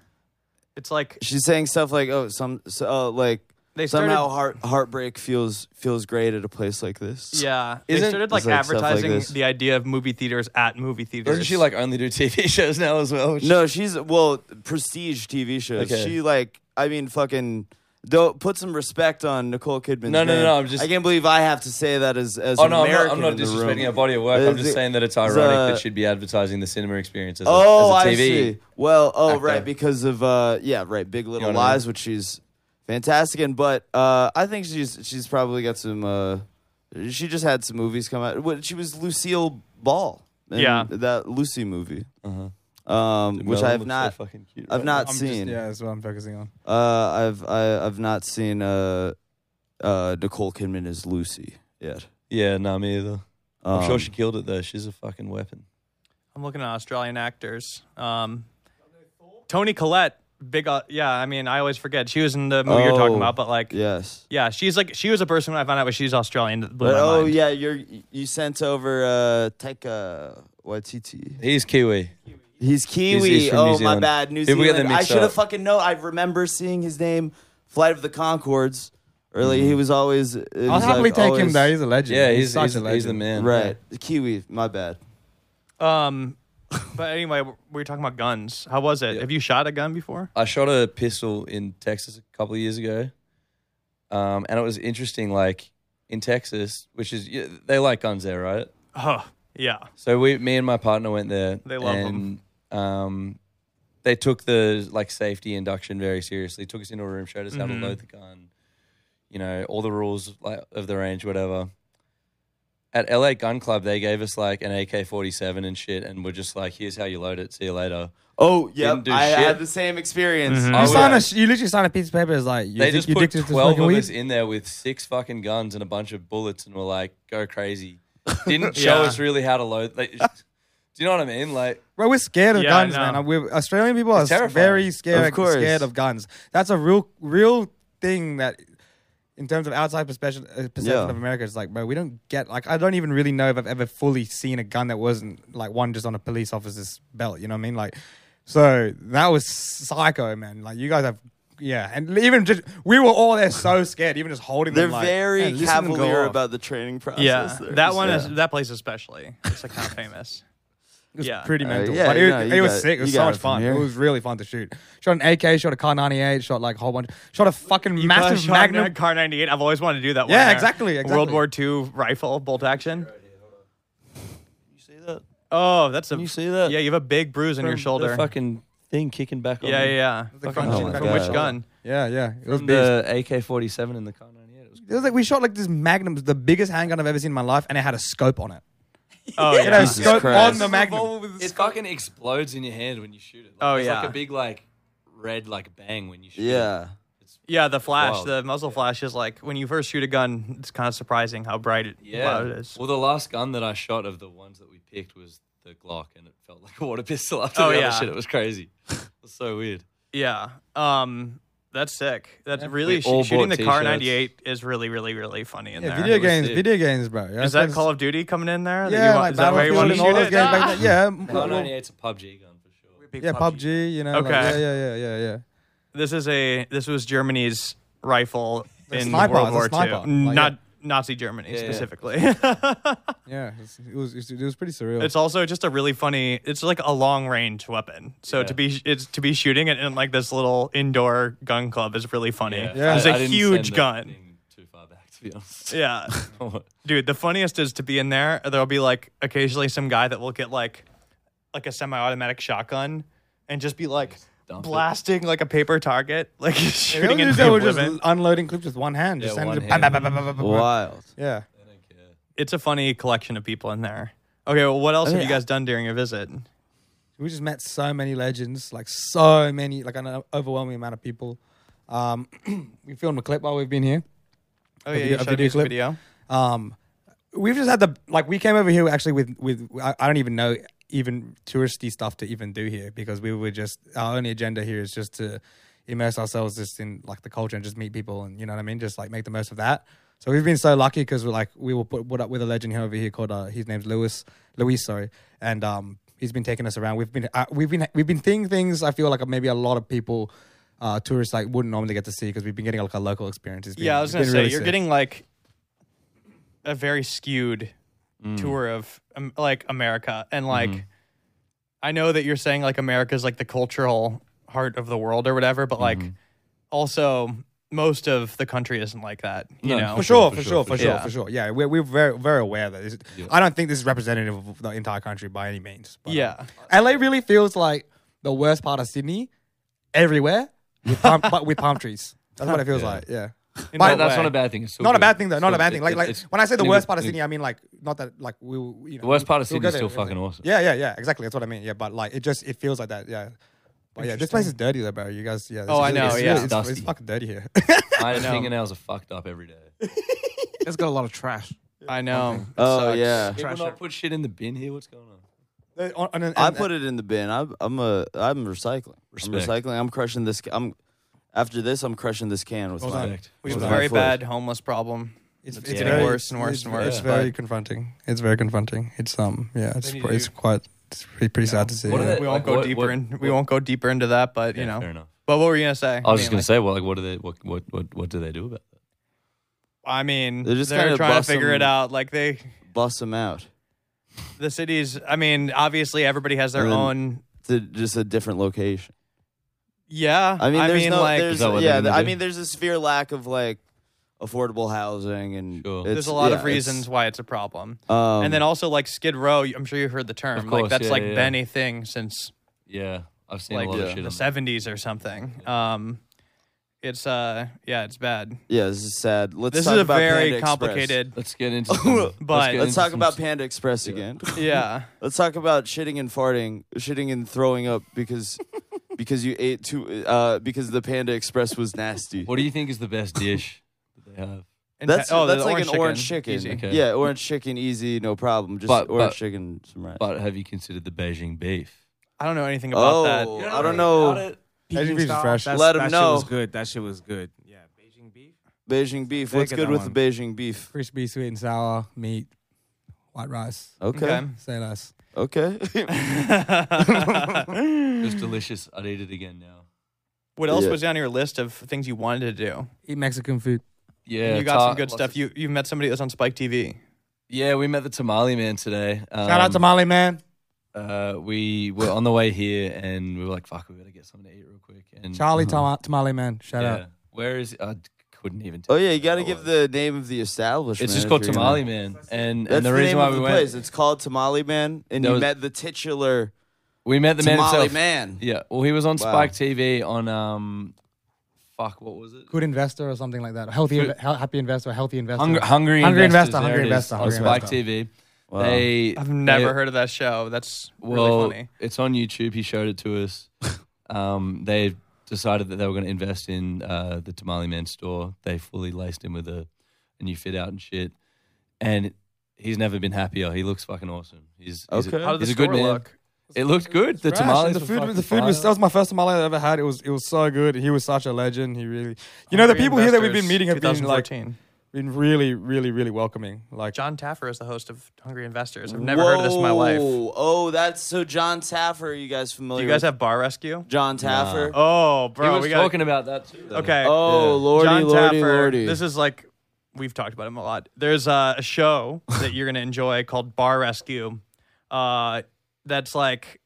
[SPEAKER 1] It's like
[SPEAKER 4] She's saying stuff like, "Oh, some so, uh, like
[SPEAKER 1] They
[SPEAKER 4] somehow
[SPEAKER 1] started-
[SPEAKER 4] heart, heartbreak feels feels great at a place like this."
[SPEAKER 1] yeah. They
[SPEAKER 2] Isn't-
[SPEAKER 1] started like
[SPEAKER 4] It's like stuff like
[SPEAKER 1] advertising
[SPEAKER 4] this.
[SPEAKER 1] the idea of movie theaters at movie theaters.
[SPEAKER 2] Doesn't she like only do TV shows now as well? Which-
[SPEAKER 4] No, she's well prestige TV shows.
[SPEAKER 2] Okay.
[SPEAKER 4] She like, I mean, fucking. Don't put some respect on Nicole Kidman.
[SPEAKER 2] No, no, no, I'm just-
[SPEAKER 4] I can't believe I have to say that as as
[SPEAKER 2] Oh
[SPEAKER 4] an
[SPEAKER 2] no, I'm not,
[SPEAKER 4] American
[SPEAKER 2] I'm not
[SPEAKER 4] in the room.
[SPEAKER 2] disrespecting her body of work. I'm
[SPEAKER 4] Uh,
[SPEAKER 2] just
[SPEAKER 4] the-
[SPEAKER 2] saying that it's
[SPEAKER 4] the-
[SPEAKER 2] ironic that she'd be advertising the cinema experience as a,
[SPEAKER 4] Oh,
[SPEAKER 2] as a
[SPEAKER 4] I
[SPEAKER 2] TV.
[SPEAKER 4] see. Well, oh,
[SPEAKER 2] actor.
[SPEAKER 4] right, because of uh, yeah, right, Big Little
[SPEAKER 2] know what I mean?
[SPEAKER 4] Lies, which she's fantastic in. But uh, I think she's she's probably got some. Uh, she just had some movies come out. What she was Lucille Ball. in
[SPEAKER 1] Yeah.
[SPEAKER 4] that Lucy movie,
[SPEAKER 2] Uh-huh.
[SPEAKER 4] um,
[SPEAKER 2] Dude,
[SPEAKER 4] which
[SPEAKER 2] Mel
[SPEAKER 4] I have
[SPEAKER 2] looks so
[SPEAKER 4] not.
[SPEAKER 2] fucking cute
[SPEAKER 4] I've
[SPEAKER 2] right
[SPEAKER 4] not
[SPEAKER 3] I'm just-
[SPEAKER 4] seen.
[SPEAKER 3] yeah, that's what I'm focusing on.
[SPEAKER 4] uh, I've I, I've not seen uh, uh, Nicole Kidman as Lucy yet.
[SPEAKER 2] Yeah, no, me either. I'm
[SPEAKER 4] Um,
[SPEAKER 2] sure she killed it though. She's a fucking weapon.
[SPEAKER 1] I'm looking at Australian actors. Um, Tony Collette, big. Uh, yeah, I mean, I always forget she was in the movie you're talking
[SPEAKER 4] Oh,
[SPEAKER 1] about, but like, yeah.
[SPEAKER 4] Yes.
[SPEAKER 1] she's like she was a person when I found out, but she's Australian. That blew
[SPEAKER 4] But,
[SPEAKER 1] my
[SPEAKER 4] oh
[SPEAKER 1] mind.
[SPEAKER 4] yeah, you're you sent over uh, Taika Waititi.
[SPEAKER 2] He's Kiwi.
[SPEAKER 4] He's Kiwi.
[SPEAKER 2] he's from
[SPEAKER 4] oh
[SPEAKER 2] New
[SPEAKER 4] my
[SPEAKER 2] Zealand.
[SPEAKER 4] bad, New
[SPEAKER 2] People get them
[SPEAKER 4] Zealand. I
[SPEAKER 2] mixed
[SPEAKER 4] should
[SPEAKER 2] up.
[SPEAKER 4] have fucking known. I remember seeing his name, Flight of the Concords. Early,
[SPEAKER 2] Mm-hmm.
[SPEAKER 4] he was always. it
[SPEAKER 3] I'll
[SPEAKER 4] was, like,
[SPEAKER 3] happily take him
[SPEAKER 4] always-
[SPEAKER 3] though. He's a legend.
[SPEAKER 2] Yeah, he's
[SPEAKER 3] such
[SPEAKER 2] he's,
[SPEAKER 3] a
[SPEAKER 2] he's,
[SPEAKER 3] legend.
[SPEAKER 2] the man.
[SPEAKER 4] Right, Kiwi. My bad.
[SPEAKER 1] Um, but anyway, we were talking about guns. How was it? Have you shot a gun before?
[SPEAKER 2] I shot a pistol in Texas a couple of years ago, um, and it was interesting. Like in Texas, which is yeah, they like guns there, right?
[SPEAKER 1] Oh, yeah.
[SPEAKER 2] So we, me and my partner went there.
[SPEAKER 1] They love
[SPEAKER 2] and, Um, they took the like safety induction very seriously. Took us into a room, showed us
[SPEAKER 1] Mm-hmm.
[SPEAKER 2] how to load the gun, you know, all the rules like of the range, whatever. at LA Gun Club, they gave us like an AK 47 and shit, and we're just like, here's how you load it. See you later.
[SPEAKER 4] Oh, yep.
[SPEAKER 2] Didn't do
[SPEAKER 4] I
[SPEAKER 2] shit.
[SPEAKER 4] had the same experience.
[SPEAKER 2] I
[SPEAKER 3] You
[SPEAKER 2] was-
[SPEAKER 3] sign Mm-hmm. a, you literally sign a piece of paper as like you
[SPEAKER 2] They
[SPEAKER 3] dic-
[SPEAKER 2] just
[SPEAKER 3] you
[SPEAKER 2] put
[SPEAKER 3] addicted to
[SPEAKER 2] 12
[SPEAKER 3] smoking
[SPEAKER 2] of
[SPEAKER 3] weed.
[SPEAKER 2] us in there with six fucking guns and a bunch of bullets, and we're like, go crazy. Didn't show
[SPEAKER 6] Yeah.
[SPEAKER 2] us really how to load. Like, do you know what I mean? Like,
[SPEAKER 3] Bro, we're scared of
[SPEAKER 6] Yeah, I
[SPEAKER 3] guns,
[SPEAKER 6] know.
[SPEAKER 3] man. We're, Australian people
[SPEAKER 2] It's
[SPEAKER 3] are s-
[SPEAKER 2] terrifying.
[SPEAKER 3] very scared
[SPEAKER 4] Of course.
[SPEAKER 3] scared of guns. That's a real real thing that, in terms of outside perception, uh, perception
[SPEAKER 4] Yeah.
[SPEAKER 3] of America, it's like, bro, we don't get like I don't even really know if I've ever fully seen a gun that wasn't like one just on a police officer's belt. You know what I mean? Like, so that was psycho, man. Like you guys have. Yeah, and even just we were all there so scared, even just holding
[SPEAKER 4] They're
[SPEAKER 3] them. like,
[SPEAKER 4] very
[SPEAKER 3] "Hey, listen to them go
[SPEAKER 4] cavalier
[SPEAKER 3] off."
[SPEAKER 4] about the training process.
[SPEAKER 1] yeah,
[SPEAKER 4] there.
[SPEAKER 1] that one
[SPEAKER 4] Yeah.
[SPEAKER 1] is that place especially. It's like kind of famous. yeah,
[SPEAKER 3] pretty mental.
[SPEAKER 4] Uh, yeah,
[SPEAKER 3] but
[SPEAKER 4] you
[SPEAKER 3] it,
[SPEAKER 4] know,
[SPEAKER 3] it
[SPEAKER 4] you
[SPEAKER 3] was
[SPEAKER 4] got-
[SPEAKER 3] sick. It was
[SPEAKER 4] you
[SPEAKER 3] so
[SPEAKER 4] got
[SPEAKER 3] much
[SPEAKER 4] it from
[SPEAKER 3] fun.
[SPEAKER 4] here.
[SPEAKER 3] It was really fun to shoot. Shot an AK, shot a Car 98, shot like a whole bunch. Shot a fucking
[SPEAKER 1] You got a
[SPEAKER 3] massive
[SPEAKER 1] shot in
[SPEAKER 3] Magnum.
[SPEAKER 1] a Car 98. I've always wanted to do that. one
[SPEAKER 3] Yeah,
[SPEAKER 1] there.
[SPEAKER 3] exactly,
[SPEAKER 1] World
[SPEAKER 3] exactly.
[SPEAKER 1] War II rifle bolt action.
[SPEAKER 4] You see that?
[SPEAKER 1] Oh, that's a.
[SPEAKER 2] you see that?
[SPEAKER 1] Yeah, you have a big bruise on your shoulder.
[SPEAKER 2] The fucking thing kicking back on
[SPEAKER 1] yeah, yeah,
[SPEAKER 2] me.
[SPEAKER 1] yeah. Fucking- From
[SPEAKER 3] crunching
[SPEAKER 4] back
[SPEAKER 1] which
[SPEAKER 4] on the
[SPEAKER 1] gun?
[SPEAKER 3] Yeah, yeah. It was big.
[SPEAKER 2] The AK 47 in the car 98. It was
[SPEAKER 3] It was like we shot like this Magnum, the biggest handgun I've ever seen in my life, and it had a scope on it.
[SPEAKER 1] Oh
[SPEAKER 3] It had a
[SPEAKER 1] yeah.
[SPEAKER 4] Jesus
[SPEAKER 3] scope
[SPEAKER 4] Christ.
[SPEAKER 3] on the Magnum.
[SPEAKER 2] It fucking explodes in your hand when you shoot it. Like,
[SPEAKER 1] Oh,
[SPEAKER 2] it's
[SPEAKER 1] yeah.
[SPEAKER 2] like a big like red like bang when you shoot.
[SPEAKER 4] Yeah.
[SPEAKER 1] Yeah, the flash,
[SPEAKER 2] Wild.
[SPEAKER 1] the muzzle flash is like when you first shoot a gun, it's kind of surprising how bright it,
[SPEAKER 2] it. yeah.
[SPEAKER 1] loud it is.
[SPEAKER 2] Well, the last gun that I shot of the ones that we picked was the Glock, and it felt like a water pistol after
[SPEAKER 1] Oh,
[SPEAKER 2] the
[SPEAKER 1] yeah.
[SPEAKER 2] other shit. It was crazy. it was so weird.
[SPEAKER 1] Yeah. Um, that's sick. That's really
[SPEAKER 2] We
[SPEAKER 1] sh-
[SPEAKER 2] all
[SPEAKER 1] shooting the
[SPEAKER 2] bought
[SPEAKER 1] car
[SPEAKER 2] t-shirts.
[SPEAKER 1] 98 is really, really, really funny in
[SPEAKER 3] Yeah,
[SPEAKER 1] there.
[SPEAKER 3] video games,
[SPEAKER 2] sick.
[SPEAKER 3] video games, bro. Yeah,
[SPEAKER 1] Is that Call of Duty coming in there? That you
[SPEAKER 3] Yeah,
[SPEAKER 1] want-
[SPEAKER 3] like
[SPEAKER 1] is that where you want
[SPEAKER 3] Battlefield
[SPEAKER 1] to
[SPEAKER 3] and
[SPEAKER 1] shoot
[SPEAKER 3] all those
[SPEAKER 1] it?
[SPEAKER 3] games back then. Yeah, m-
[SPEAKER 2] Car
[SPEAKER 3] well,
[SPEAKER 2] 98's a PUBG gun for sure.
[SPEAKER 3] yeah, PUBG. You know, like,
[SPEAKER 1] Okay.
[SPEAKER 3] yeah, yeah, yeah, yeah, yeah.
[SPEAKER 1] This is a this was Germany's rifle in
[SPEAKER 3] sniper,
[SPEAKER 1] World
[SPEAKER 3] it's a
[SPEAKER 1] War
[SPEAKER 3] sniper.
[SPEAKER 1] II,
[SPEAKER 3] Like,
[SPEAKER 1] not
[SPEAKER 3] yeah.
[SPEAKER 1] Nazi Germany
[SPEAKER 2] yeah.
[SPEAKER 1] specifically.
[SPEAKER 3] Yeah, it's- it was it's- it was pretty surreal.
[SPEAKER 1] it's also just a really funny. It's like a long range weapon. So to be it's to be shooting it in like this little indoor gun club is really funny.
[SPEAKER 3] Yeah.
[SPEAKER 1] It's
[SPEAKER 2] a
[SPEAKER 1] a huge gun.
[SPEAKER 2] Too far back, to be honest.
[SPEAKER 1] Yeah. Dude, the funniest is to be in there. There'll be like occasionally some guy that will get like like a semi-automatic shotgun and just be like
[SPEAKER 2] dump it.
[SPEAKER 1] blasting like a paper target, like
[SPEAKER 3] Yeah,
[SPEAKER 1] shooting
[SPEAKER 3] they
[SPEAKER 1] into
[SPEAKER 3] just- they
[SPEAKER 1] the
[SPEAKER 3] were just
[SPEAKER 1] ribbon.
[SPEAKER 3] unloading clips with one hand, just
[SPEAKER 2] Yeah,
[SPEAKER 3] handing
[SPEAKER 2] one
[SPEAKER 3] it- bam, bam, bam, bam, bam, bam, bam.
[SPEAKER 4] Wild.
[SPEAKER 3] Yeah.
[SPEAKER 1] It's a funny collection of people in there. Okay, well, what else have you guys done during your visit?
[SPEAKER 3] We just met so many legends, like so many, like an overwhelming amount of people. Um, we filmed a clip while we've been here.
[SPEAKER 1] Oh
[SPEAKER 3] A
[SPEAKER 1] yeah, you
[SPEAKER 3] video- a
[SPEAKER 1] showed
[SPEAKER 3] video
[SPEAKER 1] me some
[SPEAKER 3] clip?
[SPEAKER 1] video.
[SPEAKER 3] Um, we've just had the like we came over here actually with with I, I don't even know even touristy stuff to even do here because we were just our only agenda here is just to immerse ourselves just in like the culture and just meet people and you know what I mean, just like make the most of that. So we've been so lucky because we're like we were put, put up with a legend here over here called uh, his name's Lewis Luis sorry and um he's been taking us around. We've been uh, we've been we've been seeing things I feel like maybe a lot of people. Uh, tourists like wouldn't normally get to see because we've been getting like a local experience. It's been-
[SPEAKER 1] Yeah, I was
[SPEAKER 3] it's
[SPEAKER 1] gonna
[SPEAKER 3] been
[SPEAKER 1] say
[SPEAKER 3] really
[SPEAKER 1] you're
[SPEAKER 3] sick.
[SPEAKER 1] getting like a very skewed tour of um, like America, and like I know that you're saying like America's like the cultural heart of the world or whatever, but like also most of the country isn't like that, you
[SPEAKER 2] No,
[SPEAKER 1] know.
[SPEAKER 3] for sure, for sure, for sure,
[SPEAKER 1] Yeah.
[SPEAKER 3] for sure. Yeah, we're, we're very very aware that this, I don't think this is representative of the entire country by any means. But, um,
[SPEAKER 1] Yeah,
[SPEAKER 3] LA really feels like the worst part of Sydney, everywhere, with palm, but with palm trees. That's what it feels like. Yeah,
[SPEAKER 1] In
[SPEAKER 3] But
[SPEAKER 1] what
[SPEAKER 2] that's
[SPEAKER 1] way?
[SPEAKER 2] not a bad thing. It's still
[SPEAKER 3] not a
[SPEAKER 2] good.
[SPEAKER 3] bad thing though. Not
[SPEAKER 2] Still-
[SPEAKER 3] a bad thing.
[SPEAKER 2] it-
[SPEAKER 3] Like like
[SPEAKER 2] it's-
[SPEAKER 3] when I say the
[SPEAKER 2] it's-
[SPEAKER 3] worst part of
[SPEAKER 2] it's-
[SPEAKER 3] Sydney, I mean like not that like we will, you know
[SPEAKER 2] The worst part of
[SPEAKER 3] we'll
[SPEAKER 2] Sydney
[SPEAKER 3] go
[SPEAKER 2] is
[SPEAKER 3] there
[SPEAKER 2] still
[SPEAKER 3] and everything.
[SPEAKER 2] fucking awesome.
[SPEAKER 3] Yeah, yeah, yeah. Exactly. That's what I mean. Yeah, but like it just it feels like that. Yeah. But yeah, this place is dirty though, bro. You guys, yeah.
[SPEAKER 1] Oh,
[SPEAKER 3] this
[SPEAKER 1] I
[SPEAKER 3] is-
[SPEAKER 1] know,
[SPEAKER 3] It's,
[SPEAKER 1] yeah.
[SPEAKER 3] it's, it's,
[SPEAKER 2] Dusty.
[SPEAKER 3] fucking dirty here.
[SPEAKER 2] My fingernails are fucked up every day.
[SPEAKER 6] It's got a lot of trash.
[SPEAKER 1] I know.
[SPEAKER 4] Oh yeah.
[SPEAKER 2] People not put shit in the bin here. What's going on?
[SPEAKER 3] Uh, On- on an-
[SPEAKER 4] I
[SPEAKER 3] and-
[SPEAKER 4] put it in the bin. I'm I'm a I'm recycling. I'm
[SPEAKER 2] Respect.
[SPEAKER 4] recycling. I'm crushing this. I'm after this. I'm crushing this can with my.
[SPEAKER 2] Respect.
[SPEAKER 1] We have
[SPEAKER 4] with
[SPEAKER 1] a
[SPEAKER 4] my
[SPEAKER 1] very
[SPEAKER 4] foot.
[SPEAKER 1] bad homeless problem. It's, getting
[SPEAKER 2] very-
[SPEAKER 1] worse and worse and worse.
[SPEAKER 3] It's very confronting. It's very confronting. It's um yeah, it's
[SPEAKER 2] need
[SPEAKER 3] pr-
[SPEAKER 2] to
[SPEAKER 3] it's
[SPEAKER 2] do-
[SPEAKER 3] quite it's pretty, pretty sad to see.
[SPEAKER 2] What are
[SPEAKER 3] yeah.
[SPEAKER 2] they-
[SPEAKER 1] we won't
[SPEAKER 2] Like,
[SPEAKER 1] go
[SPEAKER 2] what-
[SPEAKER 1] deeper
[SPEAKER 2] what-
[SPEAKER 1] in. We
[SPEAKER 2] what-
[SPEAKER 1] won't go deeper into that, but you
[SPEAKER 2] Yeah,
[SPEAKER 1] know.
[SPEAKER 2] fair enough.
[SPEAKER 1] But what were you gonna say?
[SPEAKER 2] I was just gonna say, well, like, what do they? What what what, what do they do about that?
[SPEAKER 1] I mean, they're,
[SPEAKER 4] They're just
[SPEAKER 1] trying
[SPEAKER 4] kinda
[SPEAKER 1] to
[SPEAKER 4] bust
[SPEAKER 1] figure it
[SPEAKER 4] them-
[SPEAKER 1] out. Like they,
[SPEAKER 4] Bust them out
[SPEAKER 1] the cities. I mean, obviously everybody has their
[SPEAKER 4] And then-
[SPEAKER 1] own.
[SPEAKER 4] to just a different location.
[SPEAKER 1] Yeah,
[SPEAKER 4] I mean, there's no,
[SPEAKER 1] like
[SPEAKER 4] there's,
[SPEAKER 2] Is that what
[SPEAKER 4] yeah.
[SPEAKER 2] they're gonna
[SPEAKER 4] I
[SPEAKER 2] do?
[SPEAKER 4] mean, there's a severe lack of like affordable housing and
[SPEAKER 2] Sure.
[SPEAKER 4] it's-
[SPEAKER 1] there's a lot
[SPEAKER 4] yeah,
[SPEAKER 1] of
[SPEAKER 4] it's-
[SPEAKER 1] reasons why it's a problem.
[SPEAKER 4] Um,
[SPEAKER 1] and then also like Skid Row. I'm sure you've heard the term. like
[SPEAKER 2] course,
[SPEAKER 1] that's
[SPEAKER 2] yeah,
[SPEAKER 1] like
[SPEAKER 2] yeah.
[SPEAKER 1] been a thing since
[SPEAKER 2] Yeah, I've seen
[SPEAKER 1] like
[SPEAKER 2] a lot
[SPEAKER 1] the
[SPEAKER 2] of shit. on that.
[SPEAKER 1] 70s or something. Um, It's uh, yeah, it's bad.
[SPEAKER 4] Yeah, this is sad. Let's
[SPEAKER 1] This
[SPEAKER 4] talk
[SPEAKER 1] is a
[SPEAKER 4] about
[SPEAKER 1] very
[SPEAKER 4] Panda Express.
[SPEAKER 1] complicated.
[SPEAKER 2] Let's get into.
[SPEAKER 1] But-
[SPEAKER 2] Some, get
[SPEAKER 1] Let's
[SPEAKER 4] Let's
[SPEAKER 2] into
[SPEAKER 4] talk
[SPEAKER 2] some
[SPEAKER 4] about
[SPEAKER 2] s-
[SPEAKER 4] Panda Express again.
[SPEAKER 1] Yeah,
[SPEAKER 4] Let's talk about shitting and farting, shitting and throwing up because because you ate too uh, because the Panda Express was nasty.
[SPEAKER 2] What do you think is the best dish that they have?
[SPEAKER 1] And
[SPEAKER 4] That's
[SPEAKER 1] ta- oh, the
[SPEAKER 4] that's like an orange chicken.
[SPEAKER 1] Easy.
[SPEAKER 2] Okay.
[SPEAKER 4] Yeah, orange chicken, easy, no problem. Just
[SPEAKER 2] But-
[SPEAKER 4] orange
[SPEAKER 2] but-
[SPEAKER 4] chicken, some rice.
[SPEAKER 2] But have you considered the Beijing beef?
[SPEAKER 1] I don't know anything about
[SPEAKER 4] oh,
[SPEAKER 1] that.
[SPEAKER 4] I don't know.
[SPEAKER 3] Asian
[SPEAKER 6] Beijing
[SPEAKER 3] beef is
[SPEAKER 6] style,
[SPEAKER 3] fresh.
[SPEAKER 6] that's-
[SPEAKER 4] Let 'em
[SPEAKER 6] that
[SPEAKER 4] know.
[SPEAKER 6] Shit was good. That shit was good. Yeah, Beijing beef.
[SPEAKER 4] Beijing beef. What's
[SPEAKER 6] Take it
[SPEAKER 4] good
[SPEAKER 6] that
[SPEAKER 4] with
[SPEAKER 6] one.
[SPEAKER 4] the Beijing beef?
[SPEAKER 3] crispy, sweet and sour, meat, white rice.
[SPEAKER 4] Okay,
[SPEAKER 3] Say less.
[SPEAKER 4] okay.
[SPEAKER 2] It was delicious. I'd eat it again now.
[SPEAKER 1] What else
[SPEAKER 4] Yeah.
[SPEAKER 1] was on your list of things you wanted to do?
[SPEAKER 3] Eat Mexican food.
[SPEAKER 2] Yeah,
[SPEAKER 1] you got some
[SPEAKER 2] ta-
[SPEAKER 1] good
[SPEAKER 2] lots
[SPEAKER 1] stuff.
[SPEAKER 2] of-
[SPEAKER 1] You you met somebody that's on Spike TV.
[SPEAKER 2] yeah, we met the tamale man today. Um,
[SPEAKER 3] Shout out to Mali, man.
[SPEAKER 2] Uh, we were on the way here and we were like, "Fuck, we better get something to eat real quick." And
[SPEAKER 3] Charlie Tama Tamale, man. Shout
[SPEAKER 2] yeah,
[SPEAKER 3] out.
[SPEAKER 2] where is? I d- couldn't even. Tell
[SPEAKER 4] Oh yeah, you got to
[SPEAKER 2] what it
[SPEAKER 4] give
[SPEAKER 2] was.
[SPEAKER 4] the name of the establishment.
[SPEAKER 2] It's just
[SPEAKER 4] if
[SPEAKER 2] called
[SPEAKER 4] you're gonna-
[SPEAKER 2] Tamale Man, and
[SPEAKER 4] That's
[SPEAKER 2] and the,
[SPEAKER 4] the,
[SPEAKER 2] reason
[SPEAKER 4] name
[SPEAKER 2] why
[SPEAKER 4] of
[SPEAKER 2] we
[SPEAKER 4] the
[SPEAKER 2] went,
[SPEAKER 4] place. It's called Tamale Man, and
[SPEAKER 2] That
[SPEAKER 4] you
[SPEAKER 2] was-
[SPEAKER 4] met the titular
[SPEAKER 2] we met the man
[SPEAKER 4] Tamale
[SPEAKER 2] himself.
[SPEAKER 4] Man.
[SPEAKER 2] Yeah, well, he was on
[SPEAKER 4] Wow.
[SPEAKER 2] Spike TV on um, fuck, what was it?
[SPEAKER 3] Good investor or something like that. Healthy,
[SPEAKER 2] Food-
[SPEAKER 3] Inve- happy investor, healthy investor.
[SPEAKER 2] Hungry, hungry,
[SPEAKER 3] Hungry
[SPEAKER 2] investors,
[SPEAKER 3] Investor,
[SPEAKER 2] there
[SPEAKER 3] Hungry
[SPEAKER 2] it is,
[SPEAKER 3] Investor,
[SPEAKER 2] on
[SPEAKER 3] Hungry
[SPEAKER 2] Spike
[SPEAKER 3] Investor.
[SPEAKER 2] TV.
[SPEAKER 4] Wow.
[SPEAKER 2] They,
[SPEAKER 1] I've never
[SPEAKER 2] they-
[SPEAKER 1] heard of that show. That's
[SPEAKER 2] Well,
[SPEAKER 1] really funny.
[SPEAKER 2] it's on YouTube. He showed it to us. um, they decided that they were going to invest in uh, the Tamale Man store. They fully laced him with a, a new fit out and shit, and he's never been happier. He looks fucking awesome. He's, he's
[SPEAKER 4] Okay.
[SPEAKER 2] a,
[SPEAKER 4] How
[SPEAKER 1] did the
[SPEAKER 2] he's a good
[SPEAKER 1] store
[SPEAKER 2] man.
[SPEAKER 1] look?
[SPEAKER 2] It looked good. The
[SPEAKER 3] Fresh, and
[SPEAKER 2] tamales.
[SPEAKER 3] the
[SPEAKER 2] were
[SPEAKER 3] food,
[SPEAKER 2] fucking
[SPEAKER 3] the food was
[SPEAKER 2] fire.
[SPEAKER 3] that was my first tamale I ever had. It was it was so good. He was such a legend. He really, you know, the people here that we've been meeting have been like
[SPEAKER 1] 2014.
[SPEAKER 3] been really, really, really welcoming. Like
[SPEAKER 1] John Taffer is the host of Hungry Investors. I've never heard of this in my life. Do
[SPEAKER 4] Whoa. Oh, that's so John Taffer. Are you guys familiar?
[SPEAKER 1] you guys
[SPEAKER 4] with
[SPEAKER 1] have Bar Rescue?
[SPEAKER 4] John Taffer?
[SPEAKER 1] Oh,
[SPEAKER 2] He
[SPEAKER 1] bro,
[SPEAKER 2] was
[SPEAKER 1] we got
[SPEAKER 2] talking about that too. though.
[SPEAKER 1] okay.
[SPEAKER 4] Oh, lordy,
[SPEAKER 1] John
[SPEAKER 4] lordy,
[SPEAKER 1] Taffer.
[SPEAKER 4] lordy.
[SPEAKER 1] This is like we've talked about him a lot. There's uh, a show that you're gonna enjoy called Bar Rescue. Uh, that's like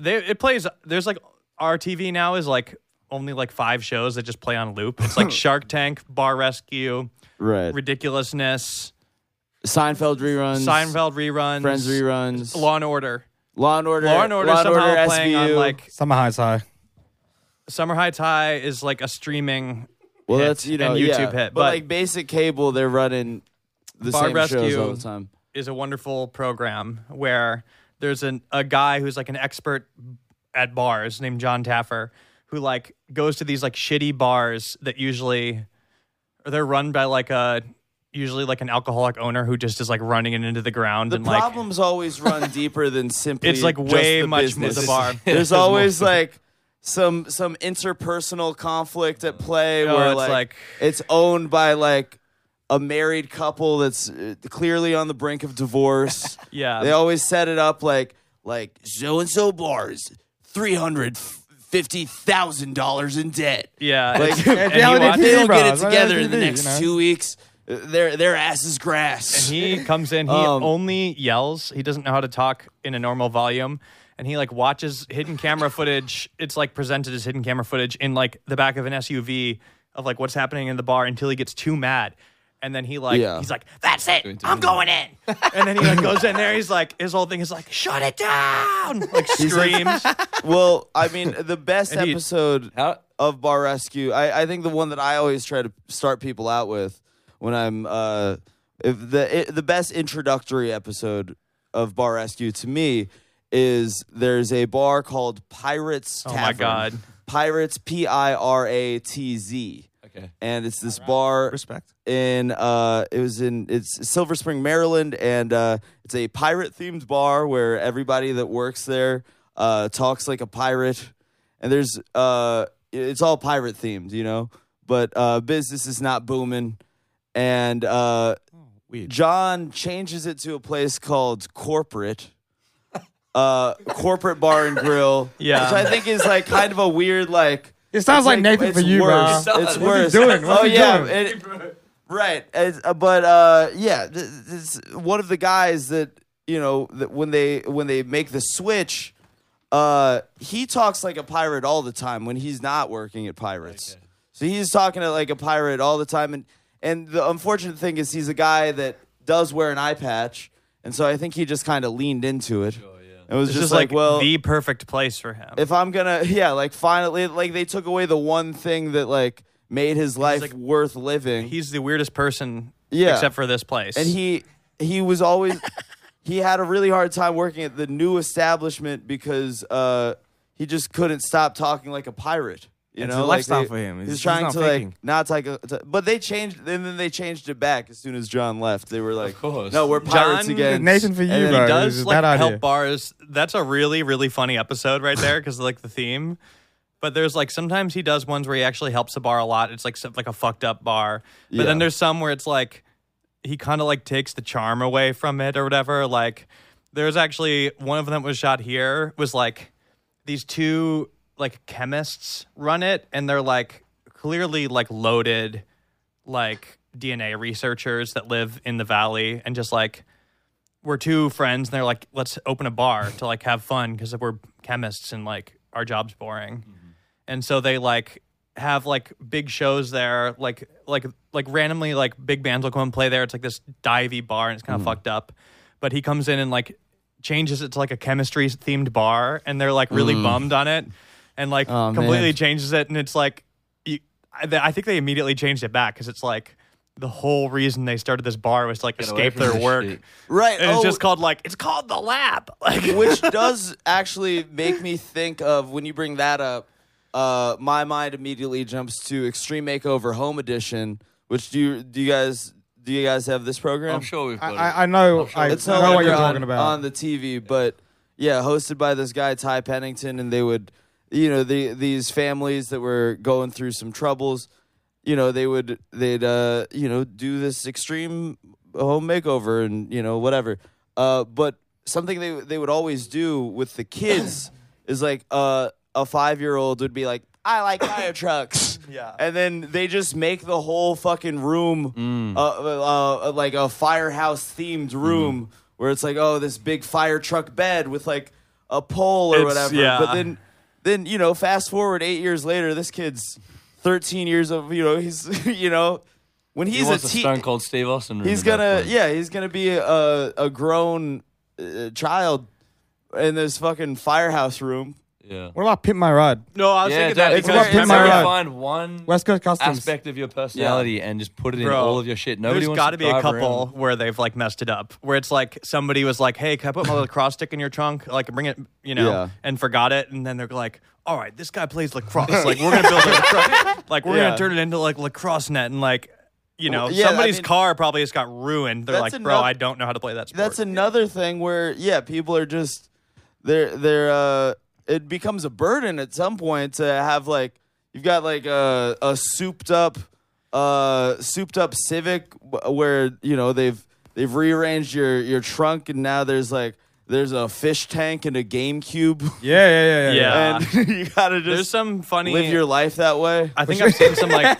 [SPEAKER 1] they it plays. There's like our TV now is like only like five shows that just play on loop. It's like Shark Tank, Bar Rescue,
[SPEAKER 4] right.
[SPEAKER 1] Ridiculousness,
[SPEAKER 4] Seinfeld reruns.
[SPEAKER 1] Seinfeld reruns,
[SPEAKER 4] Friends reruns.
[SPEAKER 1] Law and Order.
[SPEAKER 4] Law and Order.
[SPEAKER 1] Law and Order somehow playing on
[SPEAKER 4] SVU.
[SPEAKER 1] like
[SPEAKER 3] summer highs high.
[SPEAKER 1] Summer High Tie is like a streaming.
[SPEAKER 4] well,
[SPEAKER 1] hit
[SPEAKER 4] that's you know
[SPEAKER 1] and
[SPEAKER 4] yeah.
[SPEAKER 1] YouTube hit,
[SPEAKER 4] but
[SPEAKER 1] but-
[SPEAKER 4] like basic cable, they're running the
[SPEAKER 1] Bar
[SPEAKER 4] same shows
[SPEAKER 1] Rescue.
[SPEAKER 4] all the time.
[SPEAKER 1] is a wonderful program where there's an, a guy who's like an expert at bars named John Taffer who like goes to these like shitty bars that usually or they're run by like a usually like an alcoholic owner who just is like running it into the ground
[SPEAKER 4] The
[SPEAKER 1] and like
[SPEAKER 4] problems always run deeper than simply.
[SPEAKER 1] It's, like,
[SPEAKER 4] just
[SPEAKER 1] way
[SPEAKER 4] the
[SPEAKER 1] much more
[SPEAKER 4] business.
[SPEAKER 1] the bar.
[SPEAKER 4] There's always like some some interpersonal conflict at play
[SPEAKER 1] Oh,
[SPEAKER 4] where
[SPEAKER 1] it's
[SPEAKER 4] like,
[SPEAKER 1] like-
[SPEAKER 4] it's owned by like a married couple that's uh, clearly on the brink of divorce.
[SPEAKER 1] Yeah.
[SPEAKER 4] they always set it up like like so and so bars three hundred fifty thousand dollars in debt.
[SPEAKER 1] yeah
[SPEAKER 4] Like
[SPEAKER 1] it's-
[SPEAKER 4] if
[SPEAKER 1] and he,
[SPEAKER 3] reality
[SPEAKER 1] watch-
[SPEAKER 3] TV,
[SPEAKER 4] they don't
[SPEAKER 3] bro,
[SPEAKER 4] get it
[SPEAKER 3] it's not
[SPEAKER 4] together in the
[SPEAKER 3] TV,
[SPEAKER 4] next
[SPEAKER 3] you know?
[SPEAKER 4] two weeks, uh, their their ass is grass.
[SPEAKER 1] he comes in he
[SPEAKER 4] Um,
[SPEAKER 1] only yells he doesn't know how to talk in a normal volume and he like watches hidden camera footage it's like presented as hidden camera footage in like the back of an suv of like what's happening in the bar until he gets too mad and then he like
[SPEAKER 4] Yeah.
[SPEAKER 1] he's like that's it i'm going in and then he like goes in there he's like his whole thing is like shut it down like screams
[SPEAKER 4] well, I mean, the best
[SPEAKER 1] And he-
[SPEAKER 4] episode
[SPEAKER 2] How-
[SPEAKER 4] of Bar Rescue, I, I think the one that I always try to start people out with when I'm uh, if the i the best introductory episode of Bar Rescue to me is there's a bar called Pirates.
[SPEAKER 1] Oh my
[SPEAKER 4] Tavern.
[SPEAKER 1] God.
[SPEAKER 4] Pirates P I R A T Z.
[SPEAKER 2] Okay.
[SPEAKER 4] And it's this bar
[SPEAKER 6] Respect.
[SPEAKER 4] in uh it was in it's Silver Spring, Maryland, and uh it's a pirate themed bar where everybody that works there uh talks like a pirate. And there's uh it's all pirate themed, you know. But uh business is not booming. And uh John changes it to a place called Corporate. Uh, corporate bar and grill,
[SPEAKER 1] Yeah.
[SPEAKER 4] which I think is like kind of a weird like.
[SPEAKER 3] It sounds like Nathan
[SPEAKER 4] it's
[SPEAKER 3] for you,
[SPEAKER 4] worse.
[SPEAKER 3] bro.
[SPEAKER 4] It's
[SPEAKER 2] What's he
[SPEAKER 4] worse.
[SPEAKER 3] doing? What's
[SPEAKER 4] oh
[SPEAKER 3] he
[SPEAKER 4] yeah,
[SPEAKER 3] doing?
[SPEAKER 4] it- right. It's- uh, but uh, yeah, th- this, one of the guys that you know that when they when they make the switch, uh, he talks like a pirate all the time when he's not working at Pirates. So he's talking to like a pirate all the time, and and the unfortunate thing is he's a guy that does wear an eye patch, and so I think he just kind of leaned into it.
[SPEAKER 1] Oh,
[SPEAKER 4] It was
[SPEAKER 1] it's
[SPEAKER 4] just, like, well,
[SPEAKER 1] the perfect place for him
[SPEAKER 4] if I'm gonna, yeah, like finally, like they took away the one thing that like made his life
[SPEAKER 1] like-
[SPEAKER 4] worth living.
[SPEAKER 1] He's the weirdest person,
[SPEAKER 4] Yeah.
[SPEAKER 1] except for this place.
[SPEAKER 4] and he he was always he had a really hard time working at the new establishment because uh, he just couldn't stop talking like a pirate. You
[SPEAKER 6] It's
[SPEAKER 4] know,
[SPEAKER 6] a
[SPEAKER 4] like
[SPEAKER 6] lifestyle
[SPEAKER 4] they-
[SPEAKER 6] for him.
[SPEAKER 4] He's,
[SPEAKER 6] He's- he's
[SPEAKER 4] trying
[SPEAKER 6] not
[SPEAKER 4] to
[SPEAKER 6] faking.
[SPEAKER 4] like not like, a, to- but they changed and then they changed it back as soon as John left. They were like,
[SPEAKER 2] course.
[SPEAKER 4] no, we're pirates
[SPEAKER 1] John-
[SPEAKER 4] again."
[SPEAKER 3] Nathan for you,
[SPEAKER 4] And-
[SPEAKER 3] bro.
[SPEAKER 1] does
[SPEAKER 3] It's a
[SPEAKER 1] like
[SPEAKER 3] bad idea.
[SPEAKER 1] help bars. That's a really really funny episode right there because like the theme. But there's like sometimes he does ones where he actually helps the bar a lot. It's like some- like a fucked up bar. But then
[SPEAKER 4] Yeah.
[SPEAKER 1] there's some where it's like he kind of like takes the charm away from it or whatever. Like there's actually one of them was shot here was like these two like chemists run it and they're like clearly like loaded like DNA researchers that live in the valley and just like we're two friends and they're like let's open a bar to like have fun because we're chemists and like our job's boring
[SPEAKER 2] Mm-hmm.
[SPEAKER 1] and so they like have like big shows there like like like randomly like big bands will come and play there it's like this divey bar and it's kind
[SPEAKER 2] Mm-hmm.
[SPEAKER 1] of fucked up but he comes in and like changes it to like a chemistry themed bar and they're like
[SPEAKER 2] Mm.
[SPEAKER 1] really bummed on it and like
[SPEAKER 2] Oh,
[SPEAKER 4] Aw, man.
[SPEAKER 1] completely changes it and it's like you, I, I think they immediately changed it back because it's like the whole reason they started this bar was to like
[SPEAKER 2] Get away
[SPEAKER 1] escape
[SPEAKER 2] from
[SPEAKER 1] their
[SPEAKER 2] this
[SPEAKER 1] work
[SPEAKER 2] shit.
[SPEAKER 4] right?
[SPEAKER 1] and
[SPEAKER 4] oh,
[SPEAKER 1] it's just called like it's called the lab. Like
[SPEAKER 4] which does actually make me think of when you bring that up. Uh, my mind immediately jumps to Extreme Makeover Home Edition. Which do you do you guys do you guys have this program?
[SPEAKER 2] I'm sure we've
[SPEAKER 3] I,
[SPEAKER 2] got
[SPEAKER 3] I,
[SPEAKER 2] it.
[SPEAKER 3] I know.
[SPEAKER 2] sure
[SPEAKER 3] I
[SPEAKER 2] it's
[SPEAKER 4] It's
[SPEAKER 3] know
[SPEAKER 4] no
[SPEAKER 3] what
[SPEAKER 4] longer
[SPEAKER 3] you're
[SPEAKER 4] on,
[SPEAKER 3] talking about.
[SPEAKER 4] on the TV, but yeah, hosted by this guy Ty Pennington, and they would, you know, the, these families that were going through some troubles, you know, they would they'd uh, you know do this extreme home makeover and you know whatever, uh, but something they they would always do with the kids is like uh, a five year old would be like. I like fire trucks.
[SPEAKER 1] Yeah.
[SPEAKER 4] And then they just make the whole fucking room
[SPEAKER 2] Mm.
[SPEAKER 4] uh, uh, uh, like a firehouse
[SPEAKER 2] Mm-hmm.
[SPEAKER 4] themed room where it's like, oh, this big fire truck bed with like a pole or
[SPEAKER 1] It's-
[SPEAKER 4] whatever.
[SPEAKER 1] yeah.
[SPEAKER 4] But then, then you know, fast forward eight years later, this kid's 13 years of you know he's you know when
[SPEAKER 2] He
[SPEAKER 4] he's a
[SPEAKER 2] wants a
[SPEAKER 4] teen,
[SPEAKER 2] Stone Cold Steve Austin. room
[SPEAKER 4] he's
[SPEAKER 2] at that
[SPEAKER 4] gonna
[SPEAKER 2] point.
[SPEAKER 4] yeah he's gonna be a a grown uh, child in this fucking firehouse room.
[SPEAKER 2] yeah.
[SPEAKER 3] what about Pimp My Ride?
[SPEAKER 1] no, I was
[SPEAKER 2] yeah,
[SPEAKER 1] thinking that
[SPEAKER 2] it's
[SPEAKER 1] because
[SPEAKER 2] because
[SPEAKER 3] about Pimp
[SPEAKER 2] remember,
[SPEAKER 3] My
[SPEAKER 2] you
[SPEAKER 3] Ride.
[SPEAKER 2] find one
[SPEAKER 3] West Coast Customs.
[SPEAKER 2] aspect of your personality and just put it in
[SPEAKER 1] Bro,
[SPEAKER 2] all of your shit. Nobody
[SPEAKER 1] there's
[SPEAKER 2] wants
[SPEAKER 1] got
[SPEAKER 2] to
[SPEAKER 1] to be a
[SPEAKER 2] drive
[SPEAKER 1] couple
[SPEAKER 2] around.
[SPEAKER 1] where they've like messed it up, where it's like somebody was like, "Hey, can I put my lacrosse stick in your trunk? Like, bring it, you know,"
[SPEAKER 4] Yeah.
[SPEAKER 1] and forgot it, and then they're like, "All right, this guy plays lacrosse. Like, we're gonna build a lacrosse. Like, we're
[SPEAKER 4] Yeah.
[SPEAKER 1] gonna turn it into like lacrosse net and like." You know,
[SPEAKER 4] Well, yeah, I
[SPEAKER 1] somebody's
[SPEAKER 4] mean-
[SPEAKER 1] car probably just got ruined. They're
[SPEAKER 4] That's
[SPEAKER 1] like, "Bro,
[SPEAKER 4] enough-
[SPEAKER 1] I don't know how to play that sport."
[SPEAKER 4] That's another thing where yeah, people are just they're they're uh it becomes a burden at some point to have like you've got like a a souped up uh souped up Civic wh- where you know they've they've rearranged your your trunk and now there's like there's a fish tank and a GameCube
[SPEAKER 3] Yeah, yeah, yeah, yeah.
[SPEAKER 1] Yeah.
[SPEAKER 4] and you got to
[SPEAKER 1] There's
[SPEAKER 4] just
[SPEAKER 1] some funny.
[SPEAKER 4] live your life that way.
[SPEAKER 1] I think I've seen some like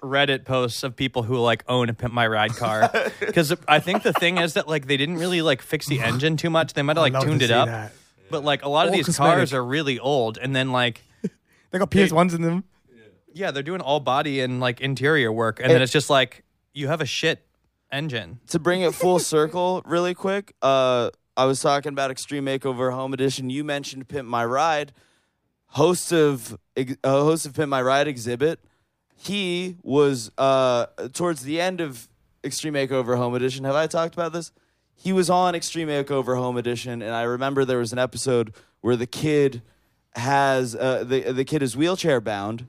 [SPEAKER 1] Reddit posts of people who like own a Pimp My Ride car because I think the thing is that like they didn't really like fix the engine too much. They might have like
[SPEAKER 3] love to
[SPEAKER 1] tuned it
[SPEAKER 3] see
[SPEAKER 1] up,
[SPEAKER 3] that.
[SPEAKER 1] but like a lot of
[SPEAKER 3] All
[SPEAKER 1] these
[SPEAKER 3] cosmetic.
[SPEAKER 1] cars are really old, and then like
[SPEAKER 3] They got PS ones in them.
[SPEAKER 1] yeah, they're doing all body and like interior work, and then
[SPEAKER 4] It-
[SPEAKER 1] it's just like you have a shit engine.
[SPEAKER 4] to bring it full circle really quick, uh, I was talking about Extreme Makeover Home Edition. You mentioned Pimp My Ride, host of ex- uh, host of Pimp My Ride exhibit. He was uh, towards the end of Extreme Makeover Home Edition. Have I talked about this? He was on Extreme Makeover Home Edition, and I remember there was an episode where the kid has uh, the the kid is wheelchair bound,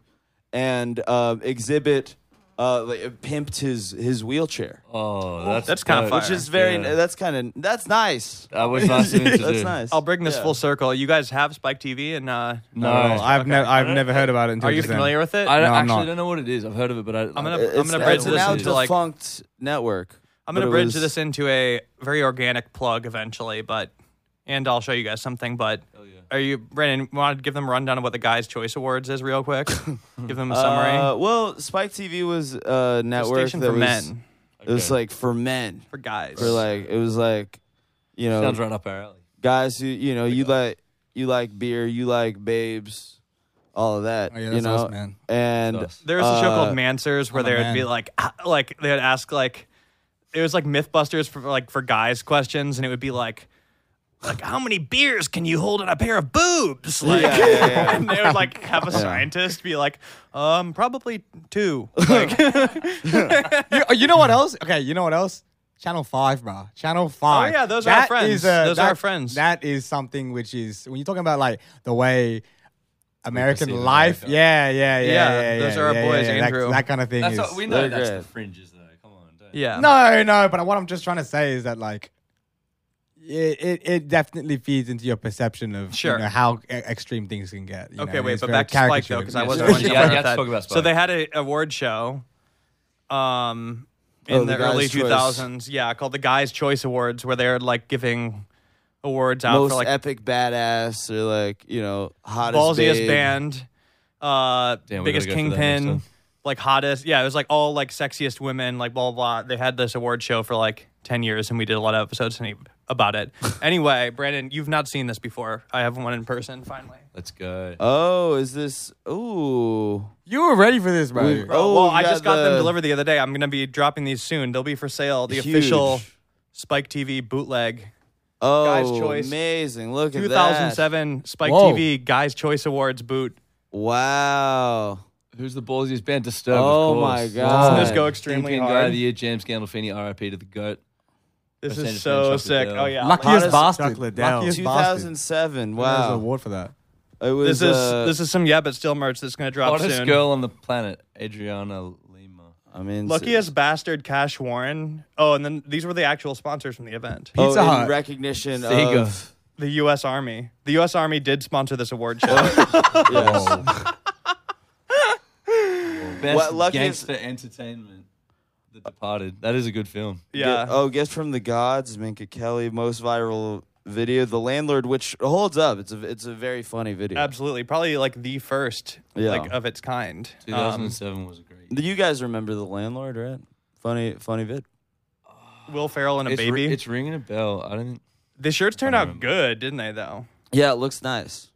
[SPEAKER 4] and uh, exhibit uh, like, pimped his his wheelchair.
[SPEAKER 2] Oh, that's
[SPEAKER 1] That's kinda
[SPEAKER 2] dope.
[SPEAKER 1] fire.
[SPEAKER 4] Which is very.
[SPEAKER 2] Yeah.
[SPEAKER 4] That's kind of. That's nice.
[SPEAKER 3] Uh,
[SPEAKER 2] That was nice of him to do.
[SPEAKER 4] That's nice.
[SPEAKER 1] I'll bring this
[SPEAKER 4] Yeah.
[SPEAKER 1] full circle. You guys have Spike TV, and uh,
[SPEAKER 2] No,
[SPEAKER 3] Oh, I've never, I've never heard about it. Until
[SPEAKER 1] are you
[SPEAKER 3] just then.
[SPEAKER 1] familiar with it?
[SPEAKER 2] I
[SPEAKER 3] No,
[SPEAKER 2] don't,
[SPEAKER 3] I'm
[SPEAKER 2] actually
[SPEAKER 3] not.
[SPEAKER 2] don't know what it is. I've heard of it, but I, I'm
[SPEAKER 1] gonna-
[SPEAKER 4] It's,
[SPEAKER 1] I'm gonna bridge
[SPEAKER 4] it's
[SPEAKER 1] this
[SPEAKER 4] now
[SPEAKER 1] into, like-
[SPEAKER 4] defunct network.
[SPEAKER 1] I'm going
[SPEAKER 4] but
[SPEAKER 1] to
[SPEAKER 4] it
[SPEAKER 1] bridge
[SPEAKER 4] was-
[SPEAKER 1] this into a very organic plug eventually, but and I'll show you guys something. But are you Brandon? Want to give them a rundown of what the Guys' Choice Awards is real quick? give them a summary.
[SPEAKER 4] Uh, well, Spike TV was a network
[SPEAKER 1] station
[SPEAKER 4] that
[SPEAKER 1] for
[SPEAKER 4] was.
[SPEAKER 1] men,
[SPEAKER 4] It was like for men.
[SPEAKER 1] for guys.
[SPEAKER 4] For like it was like, you know,
[SPEAKER 2] sounds right up our alley.
[SPEAKER 4] guys who you know you like you like beer, you like babes, all of that.
[SPEAKER 3] Oh, yeah,
[SPEAKER 4] you
[SPEAKER 3] that's
[SPEAKER 4] know,
[SPEAKER 3] us, man.
[SPEAKER 4] and
[SPEAKER 2] Us.
[SPEAKER 1] there was a show
[SPEAKER 4] uh,
[SPEAKER 1] called Mansers where
[SPEAKER 3] I'm a
[SPEAKER 1] they would be
[SPEAKER 3] man.
[SPEAKER 1] like, ah, like they would ask like, it was like MythBusters for like for guys questions, and it would be like, like how many beers can you hold in a pair of boobs? Like,
[SPEAKER 4] Yeah, yeah, yeah.
[SPEAKER 1] and they would like have a scientist be like, um, probably two. Like,
[SPEAKER 3] you, you know what else? Okay, you know what else? Channel Five, bro. Channel Five.
[SPEAKER 1] Oh, yeah, those are our friends. Those are our friends.
[SPEAKER 3] That is something which is when you're talking about like the way American
[SPEAKER 2] perceive
[SPEAKER 3] life.
[SPEAKER 2] America.
[SPEAKER 3] Yeah, yeah, yeah,
[SPEAKER 1] Yeah,
[SPEAKER 3] yeah. yeah
[SPEAKER 1] those are our
[SPEAKER 3] yeah,
[SPEAKER 1] boys,
[SPEAKER 3] yeah, that-
[SPEAKER 1] Andrew.
[SPEAKER 3] That, kind of thing
[SPEAKER 2] That's
[SPEAKER 3] is.
[SPEAKER 2] what we know.
[SPEAKER 4] They're
[SPEAKER 2] That's the
[SPEAKER 4] great.
[SPEAKER 2] fringes, though. Come on, don't.
[SPEAKER 1] yeah,
[SPEAKER 3] no, no. But what I'm just trying to say is that like. It, it it definitely feeds into your perception of
[SPEAKER 1] Sure.
[SPEAKER 3] you know, how e- extreme things can get. you
[SPEAKER 1] Okay,
[SPEAKER 3] know,
[SPEAKER 1] wait,
[SPEAKER 3] it's
[SPEAKER 1] but
[SPEAKER 3] very
[SPEAKER 1] back to Spike though,
[SPEAKER 3] caricatured.
[SPEAKER 1] because I
[SPEAKER 2] Yeah,
[SPEAKER 1] wasn't
[SPEAKER 2] sure.
[SPEAKER 1] watching
[SPEAKER 2] Yeah,
[SPEAKER 1] about
[SPEAKER 2] you have to
[SPEAKER 1] that.
[SPEAKER 2] talk about
[SPEAKER 1] So
[SPEAKER 2] Spike.
[SPEAKER 1] they had an award show, um, in
[SPEAKER 4] Oh,
[SPEAKER 1] the,
[SPEAKER 4] the Guys'
[SPEAKER 1] early
[SPEAKER 4] Choice.
[SPEAKER 1] two thousands. Yeah, called the Guys' Choice Awards, where they're like giving awards out
[SPEAKER 4] Most
[SPEAKER 1] for like
[SPEAKER 4] epic badass or like, you know, hottest
[SPEAKER 1] ballsiest
[SPEAKER 4] babe.
[SPEAKER 1] band, uh,
[SPEAKER 2] Damn, we gotta
[SPEAKER 1] biggest
[SPEAKER 2] go through that next
[SPEAKER 1] kingpin,
[SPEAKER 2] time.
[SPEAKER 1] like hottest. Yeah, it was like all like sexiest women, like blah blah. blah. They had this award show for like ten years, and we did a lot of episodes any- about it. anyway, Brandon, you've not seen this before. I have one in person finally.
[SPEAKER 2] Let's go.
[SPEAKER 4] Oh, is this? Ooh.
[SPEAKER 3] you were ready for this, bro.
[SPEAKER 4] We-
[SPEAKER 1] Bro,
[SPEAKER 4] Oh,
[SPEAKER 1] well,
[SPEAKER 4] you
[SPEAKER 1] I just got
[SPEAKER 4] got
[SPEAKER 1] them
[SPEAKER 4] the-
[SPEAKER 1] delivered the other day. I'm gonna be dropping these soon. They'll be for sale. The
[SPEAKER 4] Huge.
[SPEAKER 1] official Spike TV bootleg,
[SPEAKER 4] Oh,
[SPEAKER 1] Choice.
[SPEAKER 4] amazing. Look at that.
[SPEAKER 1] 2007 Spike
[SPEAKER 3] Whoa.
[SPEAKER 1] TV Guys Choice Awards boot.
[SPEAKER 4] Wow.
[SPEAKER 2] Who's the ballsiest band? Disturbed.
[SPEAKER 4] Oh
[SPEAKER 2] of course.
[SPEAKER 4] my God.
[SPEAKER 1] Doesn't this go extremely
[SPEAKER 2] Kingpin Guy
[SPEAKER 1] hard?
[SPEAKER 2] of the year, James Gandolfini, R.I.P. to the goat.
[SPEAKER 1] This
[SPEAKER 2] Percentage
[SPEAKER 1] is so
[SPEAKER 2] of
[SPEAKER 1] sick.
[SPEAKER 2] chocolate
[SPEAKER 1] Oh yeah,
[SPEAKER 3] Luckiest
[SPEAKER 4] Hottest
[SPEAKER 3] bastard.
[SPEAKER 6] chocolate down.
[SPEAKER 3] Luckiest bastard.
[SPEAKER 4] 2007.
[SPEAKER 3] There's an
[SPEAKER 4] Wow.
[SPEAKER 3] award for that.
[SPEAKER 4] It was,
[SPEAKER 1] This is
[SPEAKER 4] uh,
[SPEAKER 1] this is some yeah, but still merch that's gonna drop
[SPEAKER 2] Hottest
[SPEAKER 1] soon.
[SPEAKER 2] girl on the planet, Adriana Lima.
[SPEAKER 4] I mean,
[SPEAKER 1] Luckiest bastard, Cash Warren. Oh, and then these were the actual sponsors from the event.
[SPEAKER 4] oh,
[SPEAKER 3] Pizza
[SPEAKER 4] in
[SPEAKER 3] Hut.
[SPEAKER 4] recognition
[SPEAKER 2] Sega.
[SPEAKER 4] of.
[SPEAKER 1] The U.S. Army. The U.S. Army did sponsor this award show.
[SPEAKER 2] Best
[SPEAKER 4] What, luckiest-
[SPEAKER 2] gangster entertainment. The Departed. That is a good film.
[SPEAKER 1] yeah.
[SPEAKER 4] Get- oh, guess from the gods, Minka Kelly, most viral video, The Landlord, which holds up. It's a it's a very funny video.
[SPEAKER 1] Absolutely, probably like the first,
[SPEAKER 4] Yeah.
[SPEAKER 1] like of its kind. Um,
[SPEAKER 2] 2007 was a great.
[SPEAKER 4] You guys remember The Landlord, right? Funny funny vid.
[SPEAKER 1] Will Ferrell and a
[SPEAKER 2] It's,
[SPEAKER 1] baby.
[SPEAKER 2] Ri- it's ringing a bell. I don't. Think,
[SPEAKER 1] the shirts turned
[SPEAKER 2] I
[SPEAKER 1] out
[SPEAKER 2] remember.
[SPEAKER 1] good, didn't they? Though.
[SPEAKER 4] Yeah, it looks nice.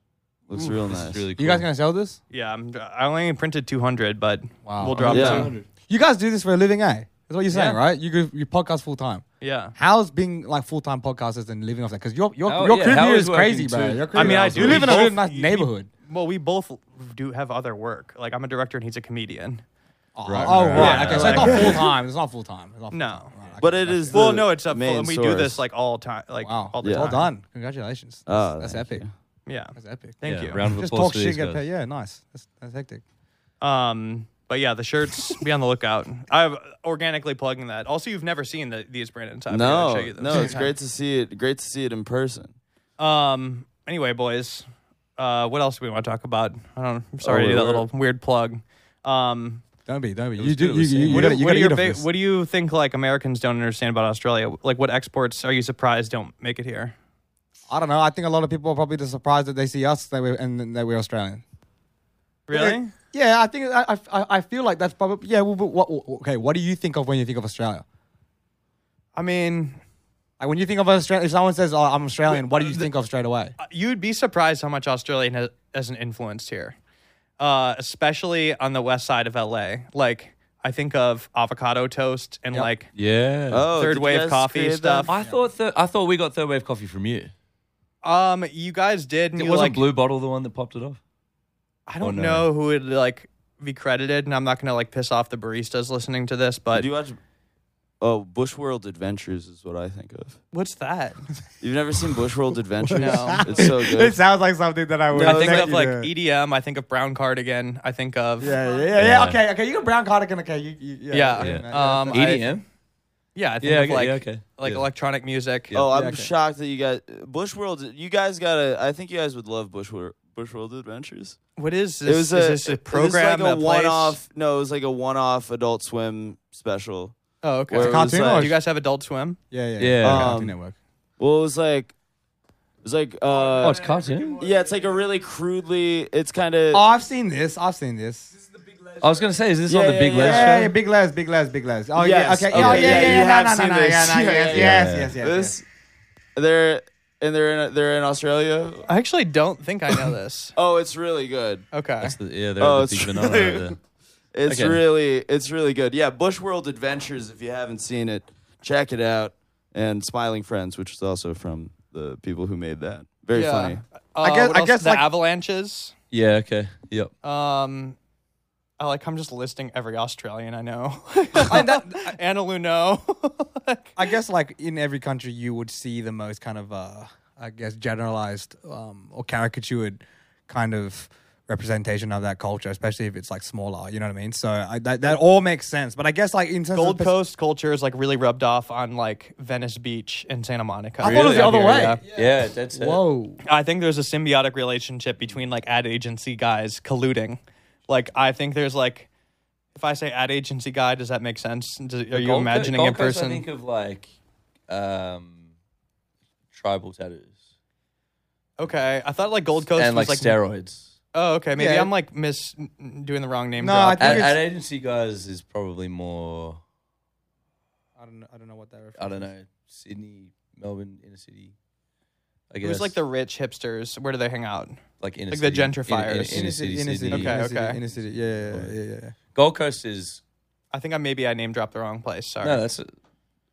[SPEAKER 4] Looks real
[SPEAKER 2] this
[SPEAKER 4] nice.
[SPEAKER 2] is really. Cool.
[SPEAKER 3] You guys gonna sell this?
[SPEAKER 1] Yeah, I'm, I only printed 200, but
[SPEAKER 3] Wow.
[SPEAKER 1] we'll drop
[SPEAKER 4] Yeah.
[SPEAKER 1] some.
[SPEAKER 3] You guys do this for a living, eh? That's what you're saying,
[SPEAKER 1] Yeah.
[SPEAKER 3] right? You go, you podcast full time.
[SPEAKER 1] Yeah.
[SPEAKER 3] How's being like full time podcasters and living off that? Because your your,
[SPEAKER 2] How-
[SPEAKER 3] your
[SPEAKER 2] yeah, how
[SPEAKER 3] career
[SPEAKER 2] is
[SPEAKER 3] is crazy,
[SPEAKER 2] working
[SPEAKER 3] bro.
[SPEAKER 2] too?
[SPEAKER 3] Your career
[SPEAKER 1] I mean, I
[SPEAKER 3] is-
[SPEAKER 1] do.
[SPEAKER 3] You live in a
[SPEAKER 1] We
[SPEAKER 3] really
[SPEAKER 1] both-
[SPEAKER 3] nice
[SPEAKER 1] we-
[SPEAKER 3] neighborhood.
[SPEAKER 1] Well, we both do have other work. Like I'm a director and he's a comedian.
[SPEAKER 3] Oh,
[SPEAKER 2] Right,
[SPEAKER 3] oh,
[SPEAKER 2] right,
[SPEAKER 3] right.
[SPEAKER 1] right,
[SPEAKER 3] okay, so
[SPEAKER 1] right.
[SPEAKER 3] it's not full time. It's not full time.
[SPEAKER 1] No.
[SPEAKER 4] But it is
[SPEAKER 1] Well,
[SPEAKER 4] the
[SPEAKER 1] no, it's up.
[SPEAKER 4] main
[SPEAKER 1] and we do
[SPEAKER 4] source.
[SPEAKER 1] this like all time. Like
[SPEAKER 3] Wow.
[SPEAKER 1] all the
[SPEAKER 4] Yeah.
[SPEAKER 1] time.
[SPEAKER 3] Well done. Congratulations. That's,
[SPEAKER 4] Oh,
[SPEAKER 3] that's
[SPEAKER 4] thank
[SPEAKER 3] epic.
[SPEAKER 4] you.
[SPEAKER 1] Yeah.
[SPEAKER 3] That's epic.
[SPEAKER 1] Thank
[SPEAKER 2] Yeah,
[SPEAKER 1] you.
[SPEAKER 2] Round of
[SPEAKER 3] Just
[SPEAKER 2] applause
[SPEAKER 3] talk
[SPEAKER 2] for
[SPEAKER 3] shit,
[SPEAKER 2] these
[SPEAKER 3] get paid.
[SPEAKER 2] guys.
[SPEAKER 3] Yeah, nice. That's, that's hectic.
[SPEAKER 1] Um, but yeah, the shirts. be on the lookout. I'm organically plugging that. Also, you've never seen the, these Brandon. So I figured I'd
[SPEAKER 4] No,
[SPEAKER 1] show you them
[SPEAKER 4] no, it's
[SPEAKER 1] sometime.
[SPEAKER 4] great to see it. Great to see it in person.
[SPEAKER 1] Um. Anyway, boys, uh, what else do we want to talk about? I don't. I'm sorry
[SPEAKER 4] Oh,
[SPEAKER 1] to do that
[SPEAKER 4] we're-
[SPEAKER 1] little weird plug. Um.
[SPEAKER 3] Don't be, don't be.
[SPEAKER 2] was
[SPEAKER 3] You do.
[SPEAKER 2] good, it
[SPEAKER 3] You,
[SPEAKER 2] was
[SPEAKER 3] you,
[SPEAKER 2] sick.
[SPEAKER 3] you
[SPEAKER 1] what,
[SPEAKER 3] gotta,
[SPEAKER 1] do,
[SPEAKER 3] you
[SPEAKER 1] what,
[SPEAKER 3] gotta
[SPEAKER 1] are
[SPEAKER 3] eat
[SPEAKER 1] your
[SPEAKER 3] off
[SPEAKER 1] fa-
[SPEAKER 3] this.
[SPEAKER 1] what do you think like Americans don't understand about Australia? Like what exports are you surprised don't make it here?
[SPEAKER 3] I don't know. I think a lot of people are probably just surprised that they see us that we're, and that we're Australian.
[SPEAKER 1] Really?
[SPEAKER 3] Yeah, I think I, I, I feel like that's probably yeah. Well, but what, okay, what do you think of when you think of Australia?
[SPEAKER 1] I mean,
[SPEAKER 3] Like when you think of Australia, if someone says, "Oh, I'm Australian," what do you think of straight away?
[SPEAKER 1] Uh, you'd be surprised how much Australian has, has an influence here, uh, especially on the west side of LA. Like I think of avocado toast and
[SPEAKER 3] Yep.
[SPEAKER 1] like
[SPEAKER 2] Yeah.
[SPEAKER 4] Oh,
[SPEAKER 1] Third
[SPEAKER 4] did you
[SPEAKER 1] wave
[SPEAKER 4] guys
[SPEAKER 1] coffee
[SPEAKER 4] create
[SPEAKER 1] stuff.
[SPEAKER 4] that?
[SPEAKER 2] I thought that I thought we got third wave coffee from you.
[SPEAKER 1] um you guys did. And
[SPEAKER 2] It
[SPEAKER 1] you,
[SPEAKER 2] wasn't
[SPEAKER 1] like,
[SPEAKER 2] Blue Bottle the one that popped it off.
[SPEAKER 4] Oh,
[SPEAKER 1] I don't
[SPEAKER 2] no.
[SPEAKER 1] know who would like be credited, and I'm not gonna like piss off the baristas listening to this, but
[SPEAKER 4] Did you watch? Oh, Bushworld Adventures is what I think of.
[SPEAKER 1] what's that?
[SPEAKER 4] You've never seen Bushworld Adventures?
[SPEAKER 1] No.
[SPEAKER 4] It's so good.
[SPEAKER 3] It sounds like something that I would.
[SPEAKER 1] I think
[SPEAKER 3] expect
[SPEAKER 1] of
[SPEAKER 3] you
[SPEAKER 1] like
[SPEAKER 3] to-
[SPEAKER 1] EDM. I think of Brown Cardigan. I think of yeah,
[SPEAKER 3] yeah, yeah, yeah,
[SPEAKER 2] Yeah.
[SPEAKER 3] yeah. Okay, okay. You got brown cardigan. Okay, you, you, yeah,
[SPEAKER 1] Yeah.
[SPEAKER 2] Yeah.
[SPEAKER 1] Um,
[SPEAKER 3] that's-
[SPEAKER 1] I-
[SPEAKER 2] EDM.
[SPEAKER 1] I think
[SPEAKER 2] Yeah,
[SPEAKER 1] of
[SPEAKER 2] okay,
[SPEAKER 1] like
[SPEAKER 2] yeah, okay.
[SPEAKER 1] like
[SPEAKER 2] Yeah.
[SPEAKER 1] electronic music.
[SPEAKER 4] Oh, I'm
[SPEAKER 3] Yeah, okay.
[SPEAKER 4] shocked that you guys Bushworld. You guys gotta. I think you guys would love Bushworld Bushworld Adventures.
[SPEAKER 1] What is
[SPEAKER 4] it
[SPEAKER 1] this?
[SPEAKER 4] was a,
[SPEAKER 1] is this a program?
[SPEAKER 4] It was
[SPEAKER 1] place?
[SPEAKER 4] like a, one-off. No, it was like a one-off Adult Swim special.
[SPEAKER 1] Oh, okay.
[SPEAKER 4] Where
[SPEAKER 3] a cartoon
[SPEAKER 4] it was
[SPEAKER 3] or-
[SPEAKER 4] like,
[SPEAKER 1] Do you guys have Adult Swim?
[SPEAKER 3] yeah, yeah,
[SPEAKER 2] Yeah.
[SPEAKER 3] yeah.
[SPEAKER 4] Um,
[SPEAKER 3] Cartoon Network.
[SPEAKER 4] Well, it was like. It was like.
[SPEAKER 2] Oh,
[SPEAKER 4] Uh,
[SPEAKER 2] it's cartoon.
[SPEAKER 4] yeah, it's like a really crudely. It's kind of.
[SPEAKER 3] Oh, I've seen this. I've seen this.
[SPEAKER 2] I was gonna say, is this not
[SPEAKER 4] Yeah,
[SPEAKER 2] the Big
[SPEAKER 4] yeah,
[SPEAKER 2] Les
[SPEAKER 3] Yeah,
[SPEAKER 2] show?
[SPEAKER 3] yeah, big les, big les, big les. Oh
[SPEAKER 4] Yes,
[SPEAKER 3] yeah, okay. Oh
[SPEAKER 4] okay,
[SPEAKER 3] yeah,
[SPEAKER 4] yeah,
[SPEAKER 3] yeah,
[SPEAKER 4] you
[SPEAKER 3] yeah.
[SPEAKER 4] have
[SPEAKER 3] No, no,
[SPEAKER 4] seen
[SPEAKER 3] no, no,
[SPEAKER 4] this.
[SPEAKER 3] yeah, no,
[SPEAKER 4] Yeah,
[SPEAKER 3] yes,
[SPEAKER 4] yeah,
[SPEAKER 2] yeah.
[SPEAKER 3] yes, yes, yes.
[SPEAKER 4] this. They're and they're in they're in Australia.
[SPEAKER 1] I actually don't think I know this.
[SPEAKER 4] Oh, it's really good.
[SPEAKER 1] Okay.
[SPEAKER 2] That's the, yeah, they're
[SPEAKER 4] Oh,
[SPEAKER 2] the
[SPEAKER 4] it's
[SPEAKER 2] big
[SPEAKER 4] true.
[SPEAKER 2] banana over there.
[SPEAKER 4] It's
[SPEAKER 2] Okay.
[SPEAKER 4] really it's really good. Yeah, Bushworld Adventures. If you haven't seen it, check it out. And Smiling Friends, which is also from the people who made that. Very
[SPEAKER 2] Yeah.
[SPEAKER 4] funny.
[SPEAKER 1] I
[SPEAKER 3] guess-
[SPEAKER 1] guess,
[SPEAKER 3] I guess,
[SPEAKER 1] Uh, the
[SPEAKER 3] like-
[SPEAKER 1] avalanches.
[SPEAKER 2] Yeah. Okay. Yep.
[SPEAKER 1] Um, I like. I'm just listing every Australian I know. Anna Luno.
[SPEAKER 3] I guess like in every country, you would see the most kind of, uh, I guess, generalized um, or caricatured kind of representation of that culture, especially if it's like smaller. You know what I mean? So I, that that all makes sense. But I guess like in terms of
[SPEAKER 1] Gold
[SPEAKER 3] pers-
[SPEAKER 1] Coast culture is like really rubbed off on like Venice Beach and Santa Monica.
[SPEAKER 3] I thought it was the other way.
[SPEAKER 1] Yeah.
[SPEAKER 2] Yeah. That's it.
[SPEAKER 3] Whoa!
[SPEAKER 1] I think there's a symbiotic relationship between like ad agency guys colluding. Like I think there's like if I say ad agency guy, does that make sense? Does, are you
[SPEAKER 2] Gold Co-
[SPEAKER 1] imagining
[SPEAKER 2] Gold
[SPEAKER 1] in
[SPEAKER 2] Coast,
[SPEAKER 1] person?
[SPEAKER 2] I think of like um, tribal tattoos
[SPEAKER 1] okay, I thought like Gold Coast
[SPEAKER 2] and
[SPEAKER 1] was
[SPEAKER 2] like,
[SPEAKER 1] like
[SPEAKER 2] steroids.
[SPEAKER 1] oh okay maybe
[SPEAKER 3] Yeah.
[SPEAKER 1] I'm like miss n- n- doing the wrong name.
[SPEAKER 3] No,
[SPEAKER 1] drop.
[SPEAKER 3] I think
[SPEAKER 2] Ad,
[SPEAKER 3] it's-
[SPEAKER 2] ad agency guys is probably more.
[SPEAKER 3] I don't know, I don't know what that. Refers.
[SPEAKER 2] I don't know Sydney, Melbourne, inner city. I guess
[SPEAKER 1] Who's like the rich hipsters? Where do they hang out?
[SPEAKER 2] like, inner
[SPEAKER 1] like the
[SPEAKER 2] city, in- in-
[SPEAKER 1] gentrifiers.
[SPEAKER 2] inner city, Sydney.
[SPEAKER 1] Okay,
[SPEAKER 3] inner city,
[SPEAKER 1] okay.
[SPEAKER 3] inner city. Yeah, yeah, yeah, yeah, yeah.
[SPEAKER 2] Gold Coast is
[SPEAKER 1] I think I maybe I name dropped the wrong place. Sorry.
[SPEAKER 2] no. That's a-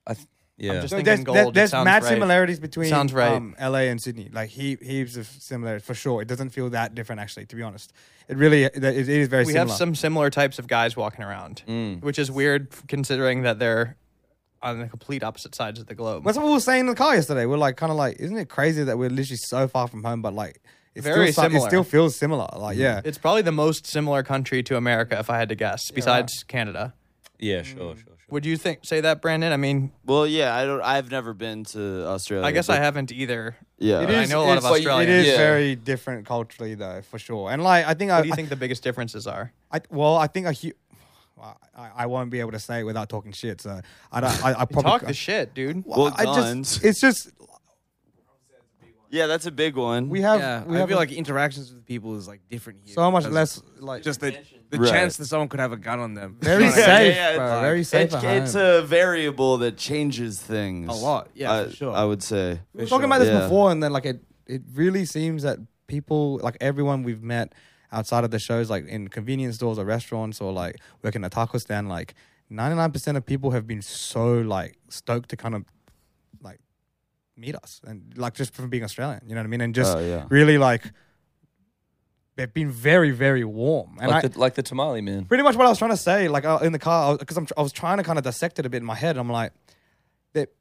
[SPEAKER 2] I th- yeah.
[SPEAKER 1] just-
[SPEAKER 3] So
[SPEAKER 1] thinking
[SPEAKER 3] there's
[SPEAKER 1] gold,
[SPEAKER 3] there-
[SPEAKER 1] it
[SPEAKER 3] there's
[SPEAKER 1] sounds
[SPEAKER 3] mad
[SPEAKER 1] right.
[SPEAKER 3] similarities between
[SPEAKER 1] Sounds right.
[SPEAKER 3] um, LA and Sydney. Like he, heaps of similarities for sure. It doesn't feel that different actually, to be honest. It really it, it is very
[SPEAKER 1] we
[SPEAKER 3] similar.
[SPEAKER 1] have some similar types of guys walking around,
[SPEAKER 3] Mm.
[SPEAKER 1] which is weird f- considering that they're on the complete opposite sides of the globe.
[SPEAKER 3] That's what we were saying in the car yesterday. We're like, kind of like, isn't it crazy that we're literally so far from home, but like, it's
[SPEAKER 1] Very
[SPEAKER 3] still, some-
[SPEAKER 1] similar.
[SPEAKER 3] It still feels similar. Like, yeah,
[SPEAKER 1] It's probably the most similar country to America, if I had to guess, besides Canada.
[SPEAKER 2] Yeah. Sure. Sure. Sure.
[SPEAKER 1] Would you think say that, Brandon? I mean,
[SPEAKER 4] Well, yeah, I don't. I've never been to Australia.
[SPEAKER 1] I guess
[SPEAKER 4] but-
[SPEAKER 1] I haven't either.
[SPEAKER 4] Yeah,
[SPEAKER 1] I know a lot of
[SPEAKER 3] it's- It
[SPEAKER 1] Australians.
[SPEAKER 3] is
[SPEAKER 2] Yeah.
[SPEAKER 3] very different culturally, though, for sure. And like, I think, I,
[SPEAKER 1] What do you think the biggest differences are?
[SPEAKER 3] I, well, I think a hu- I, I, I won't be able to say it without talking shit. So I don't. I, I probably
[SPEAKER 1] Talk the shit, dude.
[SPEAKER 4] Well,
[SPEAKER 3] I
[SPEAKER 4] guns.
[SPEAKER 3] just, it's just
[SPEAKER 4] yeah, that's a big one.
[SPEAKER 3] we
[SPEAKER 4] We
[SPEAKER 3] have
[SPEAKER 6] yeah,
[SPEAKER 3] we
[SPEAKER 6] I
[SPEAKER 3] have
[SPEAKER 6] feel like e- interactions with people is like different here.
[SPEAKER 3] so much
[SPEAKER 6] because
[SPEAKER 3] less like
[SPEAKER 6] Just the, the
[SPEAKER 4] Right.
[SPEAKER 6] chance that someone could have a gun on them.
[SPEAKER 3] very
[SPEAKER 4] Yeah,
[SPEAKER 3] safe,
[SPEAKER 4] yeah, yeah,
[SPEAKER 3] bro,
[SPEAKER 4] it's-
[SPEAKER 3] very safe.
[SPEAKER 4] it's,
[SPEAKER 3] at home.
[SPEAKER 4] it's a variable that changes things
[SPEAKER 6] A lot, yeah,
[SPEAKER 4] I,
[SPEAKER 6] for sure.
[SPEAKER 4] I would say.
[SPEAKER 3] We were talking about this
[SPEAKER 4] Yeah.
[SPEAKER 3] before, and then like it, it really seems that people, like everyone we've met outside of the shows, like in convenience stores or restaurants or like working at a taco stand, like ninety nine percent of people have been so like stoked to kind of like meet us and like just from being Australian, you know what I mean, and just
[SPEAKER 4] Oh, yeah.
[SPEAKER 3] really like they've been very very warm, and
[SPEAKER 2] like,
[SPEAKER 3] I,
[SPEAKER 2] the, like the tamale man.
[SPEAKER 3] pretty much what I was trying to say, like uh, in the car, because I'm tr- I was trying to kind of dissect it a bit in my head. And I'm like, that,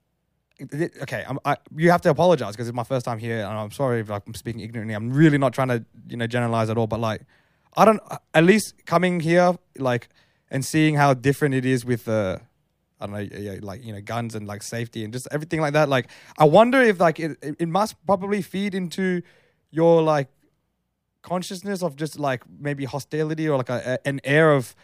[SPEAKER 3] that- okay, I'm, I, you have to apologize because it's my first time here, and I'm sorry if like, I'm speaking ignorantly. I'm really not trying to you know generalize at all, but like, I don't. At least coming here, like, and seeing how different it is with the. I don't know, yeah, yeah, like you know, guns and like safety and just everything like that. Like, I wonder if like it, it it must probably feed into your like consciousness of just like maybe hostility or like a, a- an air of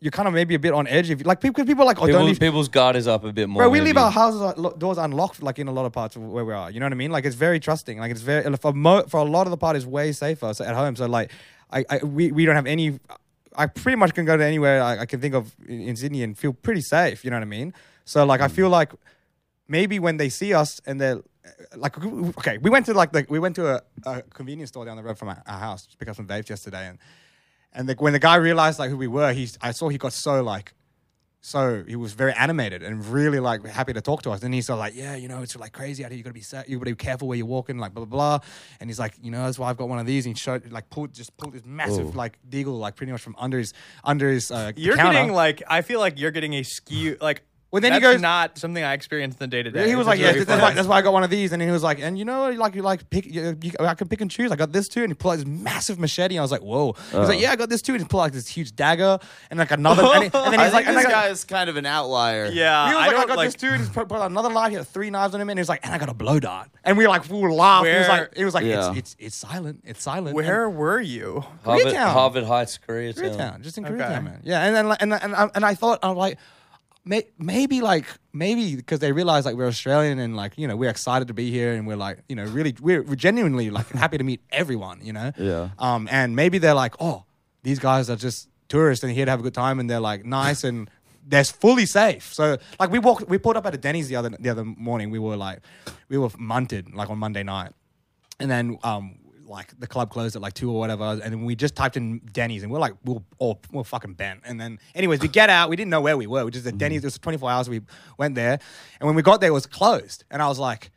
[SPEAKER 3] you're kind of maybe a bit on edge if you, like people people are like oh
[SPEAKER 2] People,
[SPEAKER 3] don't leave
[SPEAKER 2] people's guard is up a bit more.
[SPEAKER 3] bro we leave
[SPEAKER 2] maybe.
[SPEAKER 3] our houses uh, lo- doors unlocked like in a lot of parts of where we are you know what I mean like it's very trusting like it's very for mo- for a lot of the part is way safer so at home so like I, I we we don't have any I pretty much can go to anywhere I, I can think of in, in Sydney and feel pretty safe you know what I mean so like I
[SPEAKER 2] Mm.
[SPEAKER 3] feel like maybe when they see us and they're uh, like okay we went to like the, we went to a, a convenience store down the road from our, our house to pick up some vapes yesterday and and the, when the guy realized like who we were he i saw he got so like so he was very animated and really like happy to talk to us. And he's sort of like, yeah, you know, it's like crazy out here. You gotta be sa- you gotta be careful where you're walking, like blah blah blah. And he's like, you know, that's why I've got one of these. And he showed like pulled just pulled this massive like deagle like pretty much from under his under his uh,
[SPEAKER 1] You're
[SPEAKER 3] counter.
[SPEAKER 1] getting like I feel like you're getting a skew like.
[SPEAKER 3] Well, then he
[SPEAKER 1] that's
[SPEAKER 3] goes-
[SPEAKER 1] not something I experienced in the day to day.
[SPEAKER 3] He was like, yeah, that's why, that's why I got one of these. And then he was like, and you know, like you like pick, you, you, I can pick and choose. I got this too. And he pulled out this massive machete. And I was like, whoa. He was like, yeah, I got this too. And he pulled out this huge dagger and like another. And, he- and then
[SPEAKER 4] I
[SPEAKER 3] he's
[SPEAKER 4] think
[SPEAKER 3] like, and
[SPEAKER 4] this
[SPEAKER 3] I got-
[SPEAKER 4] guy is kind of an outlier.
[SPEAKER 1] yeah,
[SPEAKER 3] he was like, I,
[SPEAKER 1] don't,
[SPEAKER 3] got this dude. He's put, put another knife. He had three knives on him, and he was like, and I got a blow dart. And we were like, we were laughing. He was
[SPEAKER 1] Where-
[SPEAKER 3] like, it was like,
[SPEAKER 4] Yeah.
[SPEAKER 3] it's, it's it's silent. It's silent.
[SPEAKER 1] Where were you?
[SPEAKER 2] Harvard,
[SPEAKER 3] Koreatown.
[SPEAKER 2] Harvard Heights, Koreatown.
[SPEAKER 3] And Koreatown, just in Koreatown,
[SPEAKER 1] Okay.
[SPEAKER 3] man. Yeah, and then like, and and and- and I thought I'm like. may- Maybe like maybe because they realize like we're Australian and like you know we're excited to be here and we're like you know really we're, we're genuinely like happy to meet everyone you know
[SPEAKER 4] Yeah.
[SPEAKER 3] um and maybe they're like oh these guys are just tourists and here to have a good time and they're like nice and they're fully safe so like we walked we pulled up at a Denny's the other the other morning we were like we were munted like on Monday night and then um like the club closed at like two or whatever, and then we just typed in Denny's, and we're like, we'll all we're fucking bent. And then, anyways, we get out. We didn't know where we were, which is a Denny's. It was 24 hours. We went there, and when we got there, it was closed. And I was like,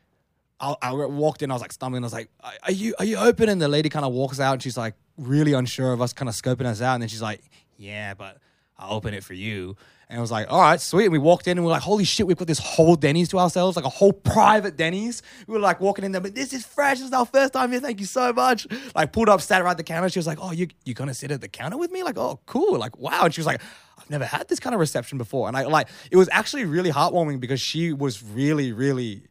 [SPEAKER 3] I, I walked in, I was like stumbling. I was like, "Are are you are you open?" And the lady kind of walks out, and she's like really unsure of us, kind of scoping us out. And then she's like, "Yeah, but I'll open it for you." And I was like, "All right, sweet." And we walked in, and we we're like, "Holy shit, we've got this whole Denny's to ourselves, like a whole private Denny's." We were like walking in there, but this is fresh. This is our first time here. Thank you so much. Like pulled up, sat around the counter. She was like, "Oh, you you gonna sit at the counter with me?" Like, "Oh, cool." Like, wow. And she was like. I've never had this kind of reception before. And I like it was actually really heartwarming because she was really, really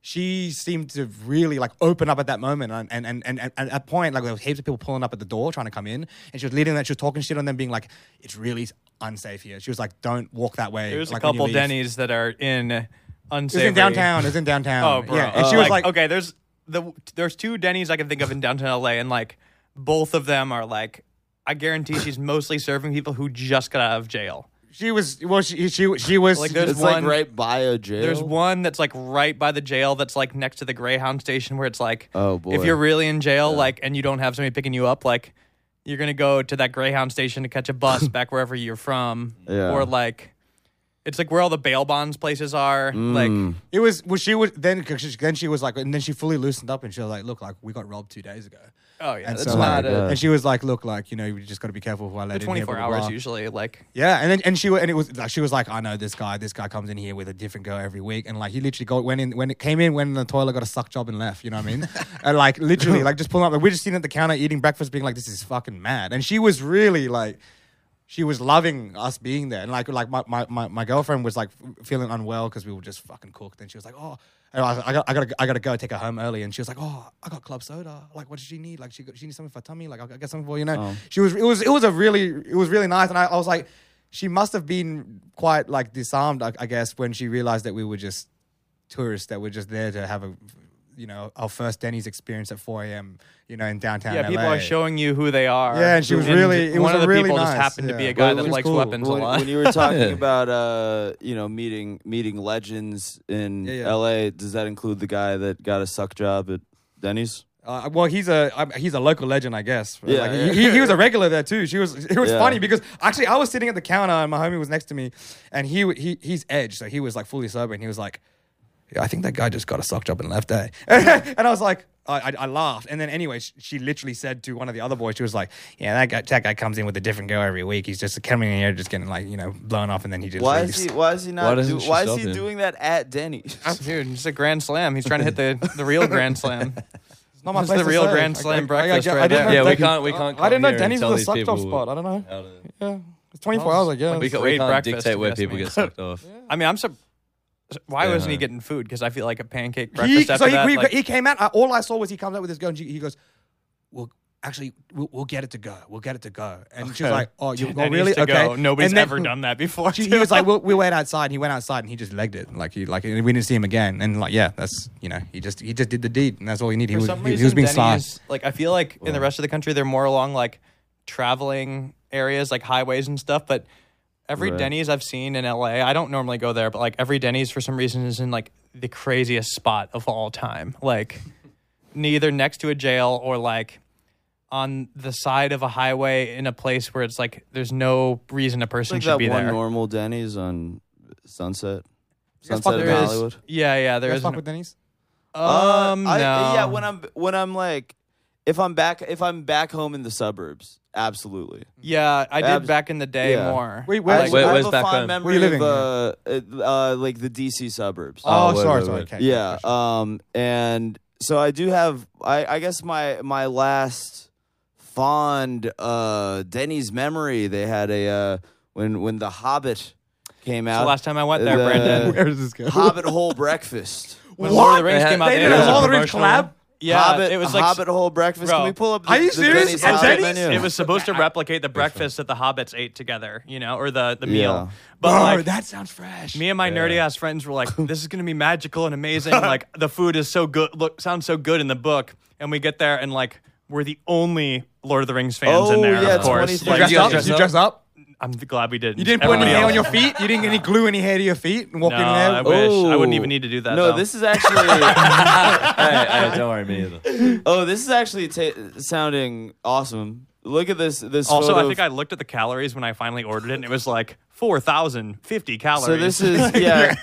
[SPEAKER 3] she seemed to really like open up at that moment and and and and, and at a point like there was heaps of people pulling up at the door trying to come in and she was leading that she was talking shit on them being like it's really unsafe here she was like don't walk that way
[SPEAKER 1] There's
[SPEAKER 3] like,
[SPEAKER 1] a
[SPEAKER 3] when you
[SPEAKER 1] couple
[SPEAKER 3] leave."
[SPEAKER 1] Denny's that are in
[SPEAKER 3] it was
[SPEAKER 1] unsavory.
[SPEAKER 3] in downtown it was in
[SPEAKER 1] Oh,
[SPEAKER 3] downtown
[SPEAKER 1] bro.
[SPEAKER 3] yeah and she was like,
[SPEAKER 1] okay, there's the there's two Denny's I can think of in downtown LA, and like both of them are like, I guarantee she's mostly serving people who just got out of jail.
[SPEAKER 3] she was well she she, she was
[SPEAKER 1] Like, there's
[SPEAKER 4] It's like
[SPEAKER 1] one-
[SPEAKER 4] right by a jail.
[SPEAKER 1] There's one that's like right by the jail that's like next to the Greyhound station where it's like,
[SPEAKER 4] Oh, boy.
[SPEAKER 1] if you're really in jail, like, and you don't have somebody picking you up, like, you're gonna go to that Greyhound station to catch a bus back wherever you're from,
[SPEAKER 4] Yeah.
[SPEAKER 1] or like, it's like where all the bail bonds places are,
[SPEAKER 3] Mm.
[SPEAKER 1] like.
[SPEAKER 3] It was well. She was then. 'cause she- Then she was like, and then she fully loosened up, and she was like, "Look, like we got robbed two days ago."
[SPEAKER 1] Oh, yeah,
[SPEAKER 3] and
[SPEAKER 1] that's not
[SPEAKER 3] like-
[SPEAKER 1] a-
[SPEAKER 3] And she was like, "Look, like you know, we just got to be careful who I let in." here,
[SPEAKER 1] 24
[SPEAKER 3] blah, blah,
[SPEAKER 1] hours
[SPEAKER 3] blah."
[SPEAKER 1] usually like
[SPEAKER 3] Yeah, and then and she wa- and it was like she was like, "I know this guy. This guy comes in here with a different girl every week, and like he literally got went in when it came in, went in the toilet, got a suck job, and left. You know what I mean? and like literally, like just pulling up. Like, we're just sitting at the counter eating breakfast, being like, "This is fucking mad." And she was really like she was loving us being there. And like like my my, my, my girlfriend was like f- feeling unwell because we were just fucking cooked. And she was like, oh. And I, was like, I, got, I gotta I gotta go take her home early, and she was like, "Oh, I got club soda. Like, what does she need? Like, she got, she needs something for her tummy. Like, I got something for you know."
[SPEAKER 1] Oh.
[SPEAKER 3] She was it was it was a really it was really nice, and I, I was like, she must have been quite like disarmed, I, I guess, when she realized that we were just tourists that were just there to have a you know our first Denny's experience at 4 a.m. You know in downtown.
[SPEAKER 1] yeah people
[SPEAKER 3] LA.
[SPEAKER 1] are showing you who they are
[SPEAKER 3] Yeah, and she was really- it
[SPEAKER 1] one
[SPEAKER 3] was
[SPEAKER 1] of
[SPEAKER 3] a
[SPEAKER 1] the
[SPEAKER 3] really
[SPEAKER 1] people just
[SPEAKER 3] nice,
[SPEAKER 1] happened to be
[SPEAKER 3] yeah.
[SPEAKER 1] a guy
[SPEAKER 3] Well, it
[SPEAKER 1] that
[SPEAKER 3] was
[SPEAKER 1] likes
[SPEAKER 3] cool.
[SPEAKER 1] weapons
[SPEAKER 4] when,
[SPEAKER 1] a lot
[SPEAKER 4] when you were talking
[SPEAKER 2] Yeah.
[SPEAKER 4] about uh, you know meeting meeting legends in
[SPEAKER 3] Yeah, yeah.
[SPEAKER 4] L.A., does that include the guy that got a suck job at Denny's?
[SPEAKER 3] Uh, well, he's a um, he's a local legend, I guess.
[SPEAKER 4] Yeah,
[SPEAKER 3] Like,
[SPEAKER 4] yeah.
[SPEAKER 3] He, he- he was a regular there too. She was it was
[SPEAKER 4] Yeah.
[SPEAKER 3] funny because actually I was sitting at the counter and my homie was next to me, and he w- he he's edge, so he was like fully sober, and he was like, "Yeah, "I think that guy just got a sock job and left." Eh? and I was like. I, I, I laughed, and then anyway, she, she literally said to one of the other boys, she was like, "Yeah, that guy, that guy comes in with a different girl every week. He's just coming in here, just getting like you know blown off, and then he just
[SPEAKER 4] Why
[SPEAKER 3] leaves."
[SPEAKER 4] is he? Why is he
[SPEAKER 2] Why
[SPEAKER 4] not?
[SPEAKER 2] doesn't
[SPEAKER 4] do,
[SPEAKER 2] she
[SPEAKER 4] why is
[SPEAKER 2] stop
[SPEAKER 4] he
[SPEAKER 2] him?
[SPEAKER 4] doing that at Denny's?
[SPEAKER 1] dude it's a grand slam he's trying to hit the, the real grand slam
[SPEAKER 3] It's not my
[SPEAKER 1] This is the
[SPEAKER 3] to
[SPEAKER 1] real
[SPEAKER 3] say.
[SPEAKER 1] Grand
[SPEAKER 3] I-
[SPEAKER 1] Slam
[SPEAKER 3] I- I- I-
[SPEAKER 1] breakfast
[SPEAKER 3] I- I
[SPEAKER 1] right
[SPEAKER 3] didn't
[SPEAKER 1] there.
[SPEAKER 3] know
[SPEAKER 2] Yeah, we
[SPEAKER 3] Denny's-
[SPEAKER 2] can't- we can't
[SPEAKER 3] I didn't
[SPEAKER 2] come here
[SPEAKER 3] know
[SPEAKER 2] and
[SPEAKER 3] Denny's
[SPEAKER 2] tell
[SPEAKER 3] was a
[SPEAKER 2] these
[SPEAKER 3] suck job
[SPEAKER 2] people-
[SPEAKER 3] spot. I don't know.
[SPEAKER 2] How to-
[SPEAKER 3] Yeah, it's twenty four hours. I guess
[SPEAKER 2] We, ca-
[SPEAKER 1] Great
[SPEAKER 2] we can't
[SPEAKER 1] breakfast,
[SPEAKER 2] dictate where
[SPEAKER 1] yes,
[SPEAKER 2] people
[SPEAKER 1] ma'am.
[SPEAKER 2] get sucked off.
[SPEAKER 1] i mean i'm surprised why
[SPEAKER 2] Yeah.
[SPEAKER 1] wasn't he getting food because i feel like a pancake
[SPEAKER 3] He,
[SPEAKER 1] breakfast
[SPEAKER 3] so
[SPEAKER 1] after
[SPEAKER 3] he,
[SPEAKER 1] that
[SPEAKER 3] we-
[SPEAKER 1] like,
[SPEAKER 3] he came out. uh, All I saw was he comes out with his girl, and she, he goes, "Well, actually, we'll, we'll get it to go. We'll get it to go." And she was like, "Oh, you
[SPEAKER 1] that
[SPEAKER 3] oh,
[SPEAKER 1] needs
[SPEAKER 3] really?
[SPEAKER 1] to
[SPEAKER 3] okay."
[SPEAKER 1] go. nobody's
[SPEAKER 3] And then-
[SPEAKER 1] ever done that before
[SPEAKER 3] She, he
[SPEAKER 1] too.
[SPEAKER 3] was like, we'll, "We wait outside." And he went outside, and he just legged it. Like he, like we didn't see him again. And like, yeah, that's you know, he just he just did the deed, and that's all he needed. He
[SPEAKER 1] For
[SPEAKER 3] was,
[SPEAKER 1] some
[SPEAKER 3] he,
[SPEAKER 1] reason,
[SPEAKER 3] he was being sly.
[SPEAKER 1] Denny's, Like I feel like in the rest of the country, they're more along like traveling areas, like highways and stuff. But every
[SPEAKER 4] Right.
[SPEAKER 1] Denny's I've seen in LA, I don't normally go there, but like every Denny's for some reason is in like the craziest spot of all time. Like neither next to a jail or like on the side of a highway in a place where it's like there's no reason a person
[SPEAKER 4] like
[SPEAKER 1] should
[SPEAKER 4] that
[SPEAKER 1] be
[SPEAKER 4] one
[SPEAKER 1] there.
[SPEAKER 4] normal Denny's on Sunset,
[SPEAKER 3] guys
[SPEAKER 4] Sunset
[SPEAKER 3] fuck
[SPEAKER 4] in
[SPEAKER 3] there is-
[SPEAKER 4] Hollywood.
[SPEAKER 1] Yeah, yeah,
[SPEAKER 3] You
[SPEAKER 1] there
[SPEAKER 3] guys
[SPEAKER 1] is.
[SPEAKER 3] fuck
[SPEAKER 1] an-
[SPEAKER 3] with Denny's.
[SPEAKER 4] Uh,
[SPEAKER 1] um,
[SPEAKER 4] I-
[SPEAKER 1] no.
[SPEAKER 4] yeah, when I'm when I'm like, if I'm back if I'm back home in the suburbs, absolutely.
[SPEAKER 1] yeah, I did
[SPEAKER 4] Abs-
[SPEAKER 1] back in the day
[SPEAKER 4] yeah.
[SPEAKER 1] more.
[SPEAKER 3] Wait,
[SPEAKER 4] I,
[SPEAKER 3] where-
[SPEAKER 4] I
[SPEAKER 2] Where-
[SPEAKER 4] have
[SPEAKER 2] where's
[SPEAKER 4] a
[SPEAKER 2] back
[SPEAKER 4] fond
[SPEAKER 2] home?
[SPEAKER 3] Where you
[SPEAKER 4] memory of
[SPEAKER 3] living?
[SPEAKER 4] uh, uh, like the DC suburbs.
[SPEAKER 3] Oh,
[SPEAKER 2] wait,
[SPEAKER 3] sorry,
[SPEAKER 2] wait,
[SPEAKER 3] sorry.
[SPEAKER 2] wait.
[SPEAKER 3] Okay,
[SPEAKER 4] yeah um and so i do have i i guess my my last fond uh denny's memory they had a uh when when the hobbit came
[SPEAKER 1] It's the
[SPEAKER 4] out
[SPEAKER 1] last time I went there,
[SPEAKER 4] the
[SPEAKER 1] Brandon.
[SPEAKER 3] Where is this going?
[SPEAKER 4] hobbit hole breakfast
[SPEAKER 1] When Lord of the
[SPEAKER 3] What?
[SPEAKER 1] Rings
[SPEAKER 2] They
[SPEAKER 1] came
[SPEAKER 2] had-
[SPEAKER 1] out,
[SPEAKER 3] They
[SPEAKER 1] they
[SPEAKER 3] did
[SPEAKER 1] had a
[SPEAKER 3] a Lord of the Rings
[SPEAKER 1] commercial.
[SPEAKER 3] collab.
[SPEAKER 1] Yeah,
[SPEAKER 4] hobbit,
[SPEAKER 1] it was like
[SPEAKER 4] hobbit hole breakfast
[SPEAKER 1] Bro.
[SPEAKER 4] can we pull up the,
[SPEAKER 3] Are you
[SPEAKER 4] the
[SPEAKER 3] serious?
[SPEAKER 4] denny's
[SPEAKER 3] At
[SPEAKER 4] hobbit
[SPEAKER 3] Denny's?
[SPEAKER 4] menu
[SPEAKER 1] it was supposed to replicate the breakfast that the hobbits ate together, you know, or the the meal.
[SPEAKER 4] Yeah.
[SPEAKER 1] But
[SPEAKER 3] Bro,
[SPEAKER 1] like
[SPEAKER 3] Oh, that sounds fresh.
[SPEAKER 1] me and my nerdy ass friends were like, "This is gonna be magical and amazing. like the food is so good. Look, sounds so good in the book." And we get there and like we're the only Lord of the Rings fans in
[SPEAKER 4] Oh,
[SPEAKER 1] there.
[SPEAKER 4] yeah,
[SPEAKER 1] of course,
[SPEAKER 4] 25
[SPEAKER 1] Like,
[SPEAKER 3] dress
[SPEAKER 2] you
[SPEAKER 3] up?
[SPEAKER 2] dress
[SPEAKER 3] Did you
[SPEAKER 2] up?
[SPEAKER 3] dress up?
[SPEAKER 1] I'm glad we didn't.
[SPEAKER 3] You didn't put any
[SPEAKER 1] Everybody
[SPEAKER 3] hair on your
[SPEAKER 1] else-
[SPEAKER 3] feet. You didn't any glue any hair to your feet and walk
[SPEAKER 1] No,
[SPEAKER 3] in there.
[SPEAKER 1] I wish I wouldn't
[SPEAKER 4] Oh.
[SPEAKER 1] even need to do that.
[SPEAKER 4] no
[SPEAKER 1] though.
[SPEAKER 4] this is actually
[SPEAKER 2] Hey, hey, don't worry, me either.
[SPEAKER 4] oh this is actually ta- sounding awesome look at this this
[SPEAKER 1] Also, I
[SPEAKER 4] photo
[SPEAKER 1] think I looked at the calories when I finally ordered it, and it was like four thousand fifty calories.
[SPEAKER 4] so this is yeah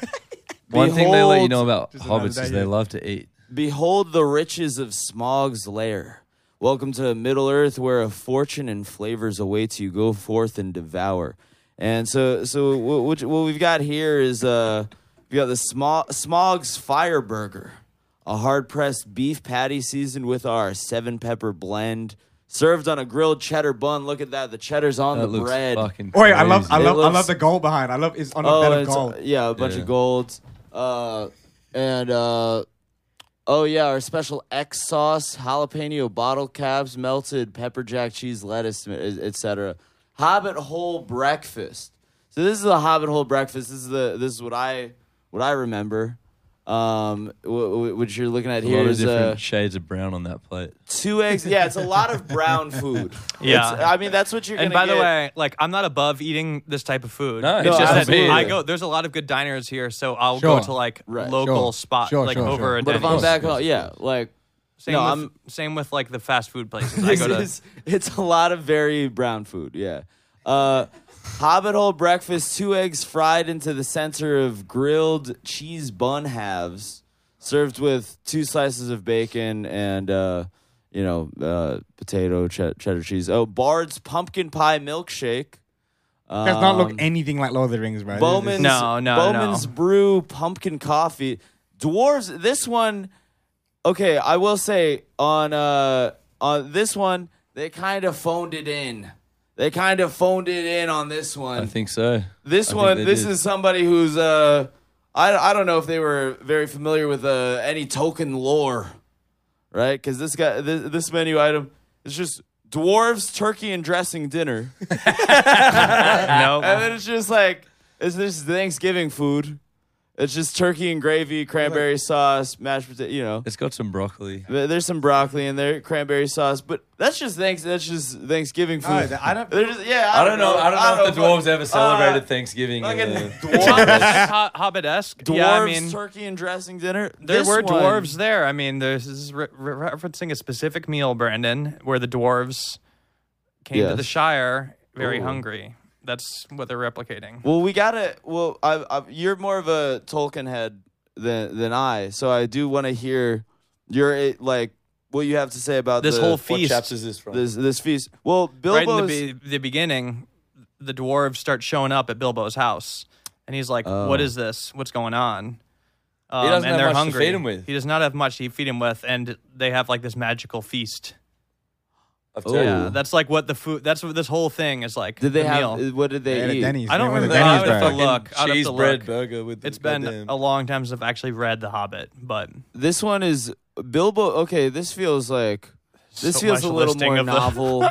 [SPEAKER 2] One thing they let you know
[SPEAKER 4] Behold-
[SPEAKER 2] about
[SPEAKER 3] another
[SPEAKER 2] hobbits
[SPEAKER 3] day
[SPEAKER 2] is
[SPEAKER 3] here.
[SPEAKER 2] they love to eat.
[SPEAKER 4] Behold the riches of Smog's lair. Welcome to Middle Earth, where a fortune and flavors awaits you. Go forth and devour. And so, so what, what you- what we've got here is uh, we got the Smog, Smog's Fire Burger, a hard pressed beef patty seasoned with our seven pepper blend, served on a grilled cheddar bun. Look at that, the cheddar's on
[SPEAKER 2] That
[SPEAKER 4] the
[SPEAKER 2] looks
[SPEAKER 4] bread.
[SPEAKER 2] fucking
[SPEAKER 3] Oh,
[SPEAKER 2] crazy.
[SPEAKER 3] yeah, I love, I
[SPEAKER 4] It
[SPEAKER 3] love, I
[SPEAKER 4] looks-
[SPEAKER 3] love the gold behind. I love it's uh, on a
[SPEAKER 4] Oh,
[SPEAKER 3] bed of
[SPEAKER 4] it's-
[SPEAKER 3] gold.
[SPEAKER 4] Yeah, a bunch
[SPEAKER 2] Yeah.
[SPEAKER 4] of golds. Uh, and uh, oh yeah, our special X sauce, jalapeno bottle caps, melted pepper jack cheese, lettuce, etc. Hobbit hole breakfast. So this is the Hobbit hole breakfast. This is the this is what I what I remember. Um, wh- wh- what you're looking at
[SPEAKER 2] a lot
[SPEAKER 4] here
[SPEAKER 2] of
[SPEAKER 4] is
[SPEAKER 2] different
[SPEAKER 4] uh,
[SPEAKER 2] shades of brown on that plate.
[SPEAKER 4] two eggs. Yeah, it's a lot of brown food.
[SPEAKER 1] Yeah.
[SPEAKER 4] It's- I mean that's what you're.
[SPEAKER 1] And
[SPEAKER 4] gonna
[SPEAKER 1] by the
[SPEAKER 4] get.
[SPEAKER 1] way, like I'm not above eating this type of food.
[SPEAKER 2] No,
[SPEAKER 1] it's
[SPEAKER 2] it's
[SPEAKER 1] just that
[SPEAKER 2] absolutely.
[SPEAKER 1] I go. There's a lot of good diners here, so I'll
[SPEAKER 3] Sure.
[SPEAKER 1] go to like
[SPEAKER 4] Right.
[SPEAKER 1] local
[SPEAKER 3] Sure.
[SPEAKER 1] spot,
[SPEAKER 3] Sure,
[SPEAKER 1] like
[SPEAKER 3] sure,
[SPEAKER 1] over
[SPEAKER 3] sure.
[SPEAKER 1] a
[SPEAKER 4] but if I'm
[SPEAKER 1] Denny's.
[SPEAKER 4] back home, yeah, like
[SPEAKER 1] Same,
[SPEAKER 4] no,
[SPEAKER 1] with,
[SPEAKER 4] I'm
[SPEAKER 1] same with like the fast food places. I go to.
[SPEAKER 4] It's- it's a lot of very brown food. Yeah. Uh, Hobbit hole breakfast: two eggs fried into the center of grilled cheese bun halves, served with two slices of bacon and uh, you know uh, potato ch- cheddar cheese. Oh, Bard's pumpkin pie milkshake. Um,
[SPEAKER 3] Does not look anything like Lord of the Rings, bro. This is-
[SPEAKER 4] Bowman's
[SPEAKER 1] No, no,
[SPEAKER 4] Bowman's
[SPEAKER 1] no.
[SPEAKER 4] Brew pumpkin coffee. Dwarves. This one, okay, I will say on uh on this one they kind of phoned it in. They kind of phoned it in on this
[SPEAKER 2] I
[SPEAKER 4] one.
[SPEAKER 2] think so.
[SPEAKER 4] This
[SPEAKER 2] I think
[SPEAKER 4] one,
[SPEAKER 2] they
[SPEAKER 4] this
[SPEAKER 2] did.
[SPEAKER 4] is somebody who's uh, I I don't know if they were very familiar with uh any token lore, right? Because this guy, this, this menu item is just dwarves, turkey, and dressing dinner. And
[SPEAKER 1] no, Oh.
[SPEAKER 4] then it's just like it's just Thanksgiving food. It's just turkey and gravy, cranberry sauce, mashed potato. You know,
[SPEAKER 2] It's got some broccoli.
[SPEAKER 4] There- there's some broccoli in there, cranberry sauce, but that's just thanks. That's just Thanksgiving food.
[SPEAKER 3] No, I don't-
[SPEAKER 4] They're just, yeah,
[SPEAKER 2] I don't know. I don't know if the dwarves
[SPEAKER 4] fuck-
[SPEAKER 2] ever celebrated
[SPEAKER 3] Ah,
[SPEAKER 4] Uh,
[SPEAKER 2] Thanksgiving. in
[SPEAKER 4] Fucking
[SPEAKER 2] the-
[SPEAKER 4] dwarves,
[SPEAKER 1] Hobbit esque.
[SPEAKER 4] Uh, dwarves
[SPEAKER 1] Yeah, I mean,
[SPEAKER 4] turkey and dressing dinner.
[SPEAKER 1] there
[SPEAKER 4] This
[SPEAKER 1] were
[SPEAKER 4] one-
[SPEAKER 1] dwarves there. I mean, this is re- re- referencing a specific meal, Brandon, where the dwarves came to
[SPEAKER 4] Yes.
[SPEAKER 1] the Shire very
[SPEAKER 4] Ooh.
[SPEAKER 1] hungry. That's what they're replicating.
[SPEAKER 4] Well, we gotta. Well, I, I, you're more of a Tolkien head than than I, so I do want to hear your eh, like what you have to say about
[SPEAKER 1] This
[SPEAKER 4] the-
[SPEAKER 1] whole
[SPEAKER 2] What
[SPEAKER 1] feast,
[SPEAKER 2] chapter is this from?
[SPEAKER 4] this this feast. Well,
[SPEAKER 1] right in
[SPEAKER 4] Bilbo's
[SPEAKER 1] the, be- the beginning, the dwarves start showing up at Bilbo's house, and he's like, "What
[SPEAKER 4] Oh.
[SPEAKER 1] is this? What's going on?" Um, and
[SPEAKER 2] doesn't have
[SPEAKER 1] they're
[SPEAKER 2] much to
[SPEAKER 1] hungry.
[SPEAKER 2] feed him with.
[SPEAKER 1] He does not have much to feed him with, and they have like this magical feast.
[SPEAKER 2] I've
[SPEAKER 4] Oh.
[SPEAKER 2] told you.
[SPEAKER 1] Yeah, that's like what the food. That's what this whole thing is like.
[SPEAKER 4] did they
[SPEAKER 1] the
[SPEAKER 4] have? uh,
[SPEAKER 1] meal.
[SPEAKER 4] What did
[SPEAKER 3] They had
[SPEAKER 4] they
[SPEAKER 3] a
[SPEAKER 4] eat?
[SPEAKER 3] Denny's.
[SPEAKER 1] I don't
[SPEAKER 3] They went to
[SPEAKER 1] remember. I
[SPEAKER 3] Denny's,
[SPEAKER 1] would have
[SPEAKER 3] bro.
[SPEAKER 1] to look. I'd have to
[SPEAKER 2] Cheese bread
[SPEAKER 1] look.
[SPEAKER 2] burger with.
[SPEAKER 1] It's
[SPEAKER 2] It's
[SPEAKER 1] been a long time since I've actually read The Hobbit, but
[SPEAKER 4] This one is Bilbo. Okay, this feels like this
[SPEAKER 1] So
[SPEAKER 4] feels
[SPEAKER 1] much
[SPEAKER 4] a little
[SPEAKER 1] listing
[SPEAKER 4] more
[SPEAKER 1] of the-
[SPEAKER 4] novel.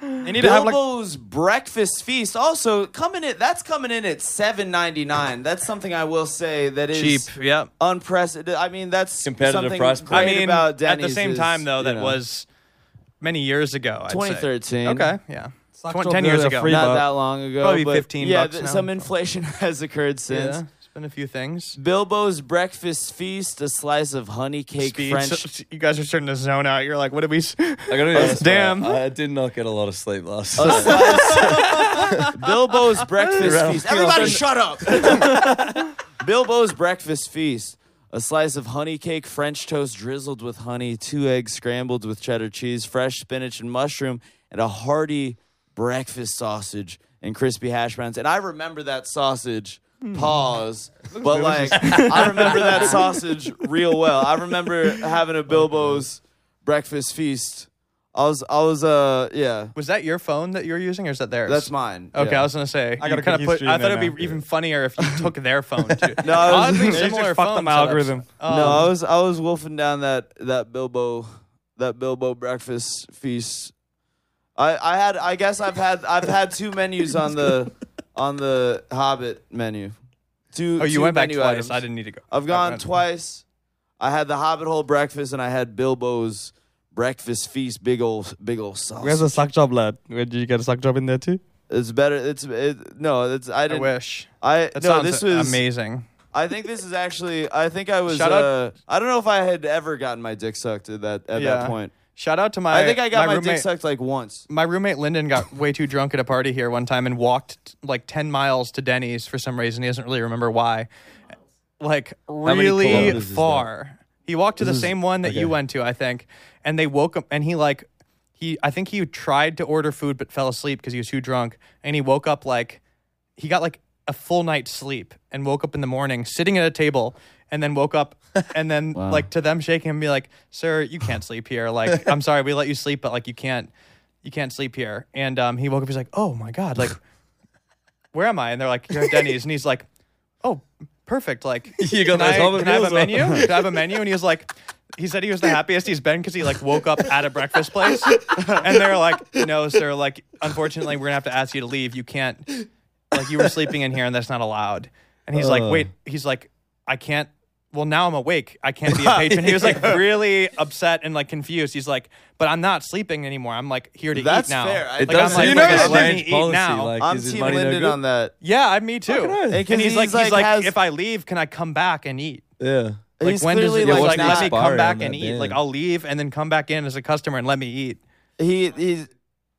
[SPEAKER 3] They need to have like
[SPEAKER 4] Bilbo's breakfast feast also coming in. That's coming in at seven ninety nine. That's something I will say that is
[SPEAKER 1] cheap. Yep.
[SPEAKER 4] unprecedented. I mean, that's
[SPEAKER 2] Competitive
[SPEAKER 4] something
[SPEAKER 2] price
[SPEAKER 4] great
[SPEAKER 2] point.
[SPEAKER 1] I mean,
[SPEAKER 4] about
[SPEAKER 1] at
[SPEAKER 4] Denny's
[SPEAKER 1] the same
[SPEAKER 4] is,
[SPEAKER 1] time though,
[SPEAKER 4] you
[SPEAKER 1] that
[SPEAKER 4] know,
[SPEAKER 1] was many years ago. I'd say.
[SPEAKER 4] 2013.
[SPEAKER 1] Okay. Yeah.
[SPEAKER 3] Sucked
[SPEAKER 1] Twen-
[SPEAKER 3] up
[SPEAKER 1] Ten
[SPEAKER 3] the-
[SPEAKER 1] years
[SPEAKER 3] the
[SPEAKER 1] ago.
[SPEAKER 3] free
[SPEAKER 4] Not
[SPEAKER 3] About-
[SPEAKER 4] that long ago,
[SPEAKER 1] probably
[SPEAKER 4] but
[SPEAKER 1] 15
[SPEAKER 4] Yeah,
[SPEAKER 1] bucks
[SPEAKER 4] th-
[SPEAKER 1] now.
[SPEAKER 4] some inflation has occurred since.
[SPEAKER 1] Yeah, it's been a few things.
[SPEAKER 4] Bilbo's breakfast feast, a slice of honey cake
[SPEAKER 1] Speed.
[SPEAKER 4] French.
[SPEAKER 1] So- you guys are starting to zone out. You're like, what did we? s-
[SPEAKER 2] I gotta be honest,
[SPEAKER 1] Damn. Oh,
[SPEAKER 2] I, I did not get a lot of sleep last
[SPEAKER 4] a
[SPEAKER 2] night.
[SPEAKER 4] slice- Bilbo's breakfast feast. Everybody, shut up. Bilbo's breakfast feast. A slice of honey cake, French toast drizzled with honey, two eggs scrambled with cheddar cheese, fresh spinach and mushroom, and a hearty breakfast sausage and crispy hash browns. And I remember that sausage.
[SPEAKER 1] Hmm.
[SPEAKER 4] Pause. But like, I remember that sausage real well. I remember having a Bilbo's breakfast feast. I was, I was, uh, yeah.
[SPEAKER 1] Was that your phone that you were using, or is that theirs?
[SPEAKER 4] That's mine.
[SPEAKER 1] Okay,
[SPEAKER 4] yeah.
[SPEAKER 1] I was gonna say. I
[SPEAKER 3] got
[SPEAKER 1] gotta
[SPEAKER 3] a
[SPEAKER 1] kind of put.
[SPEAKER 3] quick history
[SPEAKER 1] I
[SPEAKER 3] in
[SPEAKER 1] thought
[SPEAKER 3] there
[SPEAKER 1] it'd be
[SPEAKER 3] now.
[SPEAKER 1] even funnier if you took their phone too.
[SPEAKER 4] No, I
[SPEAKER 1] Oddly
[SPEAKER 4] was,
[SPEAKER 3] just
[SPEAKER 1] similar
[SPEAKER 3] fucked up
[SPEAKER 1] phone
[SPEAKER 3] my
[SPEAKER 1] setups.
[SPEAKER 3] algorithm.
[SPEAKER 1] Um,
[SPEAKER 4] no, I was I was wolfing down that that Bilbo that Bilbo breakfast feast. I I had I guess I've had I've had two menus on the on the Hobbit menu. Two.
[SPEAKER 1] Oh, you
[SPEAKER 4] two
[SPEAKER 1] went back
[SPEAKER 4] menu
[SPEAKER 1] twice.
[SPEAKER 4] items.
[SPEAKER 1] I didn't need to go.
[SPEAKER 4] I've gone
[SPEAKER 1] went-
[SPEAKER 4] twice. I had the Hobbit hole breakfast and I had Bilbo's breakfast feast. Big old big old sauce.
[SPEAKER 3] Where's the suck job, lad? Where did you get a suck job in there too?
[SPEAKER 4] it's better. It's it, no. It's I
[SPEAKER 1] I
[SPEAKER 4] didn't.
[SPEAKER 1] wish.
[SPEAKER 4] I
[SPEAKER 1] That
[SPEAKER 4] no.
[SPEAKER 1] sounds
[SPEAKER 4] This was
[SPEAKER 1] amazing.
[SPEAKER 4] I think this is actually. I think I was.
[SPEAKER 1] Shout out-
[SPEAKER 4] Uh, I don't know if I had ever gotten my dick sucked at that at
[SPEAKER 1] Yeah.
[SPEAKER 4] that point.
[SPEAKER 1] Shout out to my.
[SPEAKER 4] I think I got my,
[SPEAKER 1] roommate,
[SPEAKER 4] dick sucked like once.
[SPEAKER 1] My roommate Lyndon got way too drunk at a party here one time and walked like ten miles to Denny's for some reason. He doesn't really remember why. Like
[SPEAKER 2] many
[SPEAKER 1] really
[SPEAKER 2] kilometers is that?
[SPEAKER 1] far. He walked to the
[SPEAKER 4] This is-
[SPEAKER 1] same one that
[SPEAKER 4] okay.
[SPEAKER 1] you went to, I think, and they woke up and he like he I think he tried to order food but fell asleep because he was too drunk and he woke up like he got like a full night's sleep and woke up in the morning sitting at a table and then woke up and then
[SPEAKER 4] Wow.
[SPEAKER 1] like to them shaking him be like sir you can't sleep here like i'm sorry we let you sleep but like you can't you can't sleep here and um, he woke up he's like oh my god like where am i and they're like you're at denny's and he's like oh perfect like
[SPEAKER 2] You got
[SPEAKER 1] can,
[SPEAKER 2] those
[SPEAKER 1] I,
[SPEAKER 2] Hobbit
[SPEAKER 1] can I have a
[SPEAKER 2] meals, huh?
[SPEAKER 1] menu can i have a menu and he was like he said he was the happiest he's been because he like woke up at a breakfast place and they're like no sir like unfortunately we're gonna have to ask you to leave you can't like you were sleeping in here and that's not allowed and he's like wait he's like i can't well now i'm awake i can't be a patron he was like really upset and like confused he's like but i'm not sleeping anymore i'm like here to
[SPEAKER 4] That's
[SPEAKER 1] eat now
[SPEAKER 4] fair. I-
[SPEAKER 1] like,
[SPEAKER 4] It
[SPEAKER 1] i'm
[SPEAKER 4] does
[SPEAKER 1] like,
[SPEAKER 4] seem
[SPEAKER 1] "Look,
[SPEAKER 4] like a
[SPEAKER 1] just let me
[SPEAKER 2] strange
[SPEAKER 1] eat
[SPEAKER 2] policy,
[SPEAKER 1] now
[SPEAKER 2] like-
[SPEAKER 4] I'm
[SPEAKER 2] is his
[SPEAKER 4] team
[SPEAKER 2] money no
[SPEAKER 4] Linden
[SPEAKER 2] good?
[SPEAKER 4] on that.
[SPEAKER 1] yeah me too
[SPEAKER 2] Fucking oath.
[SPEAKER 1] and
[SPEAKER 4] Because
[SPEAKER 1] he's,
[SPEAKER 4] he's,
[SPEAKER 1] like
[SPEAKER 4] like,
[SPEAKER 1] he's like
[SPEAKER 4] has-
[SPEAKER 1] if i leave can i come back and eat
[SPEAKER 2] Yeah.
[SPEAKER 1] like
[SPEAKER 4] he's
[SPEAKER 1] when does
[SPEAKER 4] clearly
[SPEAKER 1] it,
[SPEAKER 2] Yeah,
[SPEAKER 1] like,
[SPEAKER 2] what's the
[SPEAKER 1] let me
[SPEAKER 2] expiry
[SPEAKER 1] come
[SPEAKER 2] on
[SPEAKER 1] back
[SPEAKER 2] that?
[SPEAKER 1] and eat
[SPEAKER 2] Yeah.
[SPEAKER 1] like i'll leave and then come back in as a customer and let me eat
[SPEAKER 4] He he's,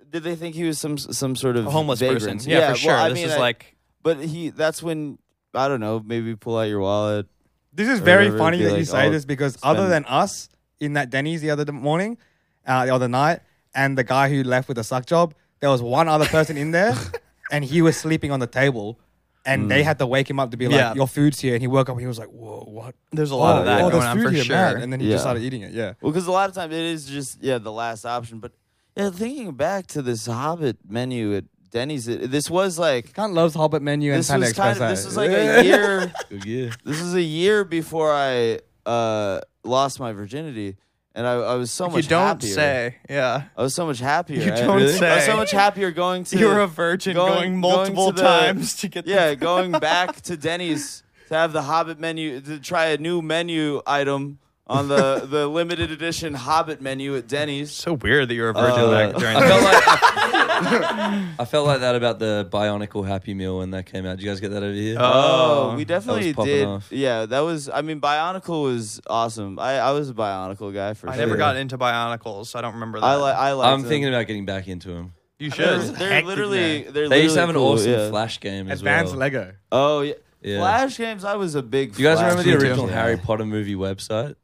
[SPEAKER 4] did they think he was some some sort of
[SPEAKER 1] a homeless
[SPEAKER 4] vagrant?
[SPEAKER 1] person yeah, for sure
[SPEAKER 4] well, I
[SPEAKER 1] this
[SPEAKER 4] mean,
[SPEAKER 1] is
[SPEAKER 4] I-
[SPEAKER 1] like
[SPEAKER 4] but he that's when I don't know. Maybe pull out your wallet.
[SPEAKER 3] This is
[SPEAKER 4] I
[SPEAKER 3] very
[SPEAKER 4] remember
[SPEAKER 3] funny
[SPEAKER 4] it'd be
[SPEAKER 3] that you
[SPEAKER 4] like,
[SPEAKER 3] say
[SPEAKER 4] oh,
[SPEAKER 3] this because
[SPEAKER 4] spend-
[SPEAKER 3] other than us in that Denny's the other d- morning, uh, the other night, and the guy who left with a suck job, there was one other person in there, and he was sleeping on the table, and they had to wake him up to be like,
[SPEAKER 1] Yeah.
[SPEAKER 3] "Your food's here," and he woke up and he was like, "Whoa, what?"
[SPEAKER 1] there's a lot of
[SPEAKER 4] yeah.
[SPEAKER 1] that
[SPEAKER 4] Oh,
[SPEAKER 1] going on for sure
[SPEAKER 3] man," And then he
[SPEAKER 4] Yeah.
[SPEAKER 3] just started eating it. Yeah.
[SPEAKER 4] Well, because a lot of times it is just yeah the last option. But yeah, thinking back to this Hobbit menu at Denny's, it, this was like
[SPEAKER 3] Can't loves Hobbit menu and
[SPEAKER 4] this
[SPEAKER 3] Panda
[SPEAKER 4] was
[SPEAKER 3] Express.
[SPEAKER 4] kind of this
[SPEAKER 3] eh?
[SPEAKER 4] was like a year.
[SPEAKER 2] Good year.
[SPEAKER 4] This was a year before I uh, lost my virginity, and I, I was so
[SPEAKER 1] you
[SPEAKER 4] much
[SPEAKER 1] don't
[SPEAKER 4] happier.
[SPEAKER 1] say yeah
[SPEAKER 4] I was so much happier.
[SPEAKER 1] You
[SPEAKER 4] I-
[SPEAKER 1] don't
[SPEAKER 2] Really?
[SPEAKER 4] I was so
[SPEAKER 1] say.
[SPEAKER 4] much happier going to.
[SPEAKER 1] you were a virgin going, multiple
[SPEAKER 4] to the-
[SPEAKER 1] times to get the
[SPEAKER 4] Yeah, going back to Denny's to have the Hobbit menu to try a new menu item on the the limited edition Hobbit menu at Denny's.
[SPEAKER 1] so weird that you're a virgin
[SPEAKER 2] Uh,
[SPEAKER 1] back during
[SPEAKER 2] I
[SPEAKER 1] that.
[SPEAKER 2] felt like I felt like that about the Bionicle Happy Meal when that came out. Did you guys get that over here?
[SPEAKER 4] Oh, we
[SPEAKER 2] was
[SPEAKER 4] definitely
[SPEAKER 2] popping
[SPEAKER 4] did.
[SPEAKER 2] off.
[SPEAKER 4] Yeah, that was. I mean, Bionicle was awesome. I, I was a Bionicle guy for
[SPEAKER 1] I
[SPEAKER 4] sure.
[SPEAKER 1] never got into Bionicles. I don't remember that.
[SPEAKER 4] I like. I like.
[SPEAKER 2] I'm thinking about getting back into him.
[SPEAKER 1] you should.
[SPEAKER 4] They're, they're literally. They're
[SPEAKER 2] They used to have an
[SPEAKER 4] literally cool,
[SPEAKER 2] awesome
[SPEAKER 4] yeah.
[SPEAKER 2] Flash game as
[SPEAKER 6] Advanced
[SPEAKER 2] well.
[SPEAKER 6] Lego.
[SPEAKER 4] Oh yeah.
[SPEAKER 2] Yeah.
[SPEAKER 4] Flash games. I was a big.
[SPEAKER 2] Do you guys
[SPEAKER 4] Flash
[SPEAKER 2] remember the
[SPEAKER 4] games
[SPEAKER 2] original
[SPEAKER 4] guy.
[SPEAKER 2] Harry Potter movie website?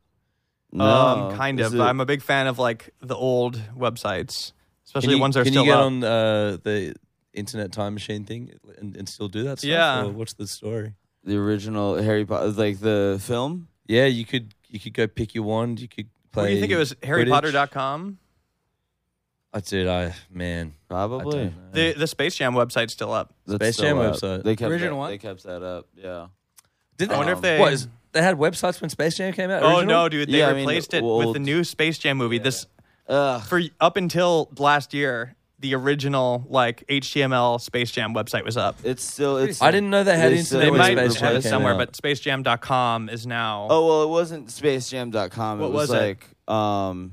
[SPEAKER 4] No,
[SPEAKER 1] um, kind
[SPEAKER 4] Is
[SPEAKER 1] of.
[SPEAKER 4] it-
[SPEAKER 1] but I'm a big fan of like the old websites, especially
[SPEAKER 2] you,
[SPEAKER 1] ones that are
[SPEAKER 2] can
[SPEAKER 1] still
[SPEAKER 2] you get
[SPEAKER 1] up.
[SPEAKER 2] on uh, the internet time machine thing and, and still do that stuff?
[SPEAKER 1] Yeah.
[SPEAKER 2] Or what's the story?
[SPEAKER 4] the original Harry Potter, like the film.
[SPEAKER 2] Yeah, you could you could go pick your wand. You could play.
[SPEAKER 1] what do you think it was?
[SPEAKER 2] Quidditch.
[SPEAKER 1] HarryPotter.com.
[SPEAKER 2] I did. I man. I don't
[SPEAKER 4] Probably.
[SPEAKER 2] know.
[SPEAKER 1] The the Space Jam website's still up.
[SPEAKER 4] That's
[SPEAKER 2] Space
[SPEAKER 4] still
[SPEAKER 2] Jam
[SPEAKER 4] up.
[SPEAKER 2] website.
[SPEAKER 4] They kept
[SPEAKER 3] Original
[SPEAKER 4] that,
[SPEAKER 3] one?
[SPEAKER 4] They kept that up. Yeah.
[SPEAKER 2] Did they,
[SPEAKER 1] I wonder if they.
[SPEAKER 2] What is? They had websites when Space Jam came out.
[SPEAKER 1] oh
[SPEAKER 2] original?
[SPEAKER 1] no, dude! They
[SPEAKER 4] Yeah, I mean,
[SPEAKER 1] replaced it with
[SPEAKER 4] old-
[SPEAKER 1] the new Space Jam movie. This
[SPEAKER 4] Ugh.
[SPEAKER 1] for up until last year, the original like HTML Space Jam website was up.
[SPEAKER 4] It's still. It's.
[SPEAKER 2] I didn't know they had
[SPEAKER 4] They
[SPEAKER 2] internet.
[SPEAKER 4] still-
[SPEAKER 3] uh,
[SPEAKER 1] They
[SPEAKER 4] It
[SPEAKER 2] when
[SPEAKER 1] might
[SPEAKER 2] Space Jam
[SPEAKER 1] have it
[SPEAKER 2] came
[SPEAKER 1] somewhere,
[SPEAKER 2] out.
[SPEAKER 1] but SpaceJam.com is now.
[SPEAKER 4] Oh well, it wasn't SpaceJam.com.
[SPEAKER 1] What
[SPEAKER 4] it was,
[SPEAKER 1] was it?
[SPEAKER 4] like um,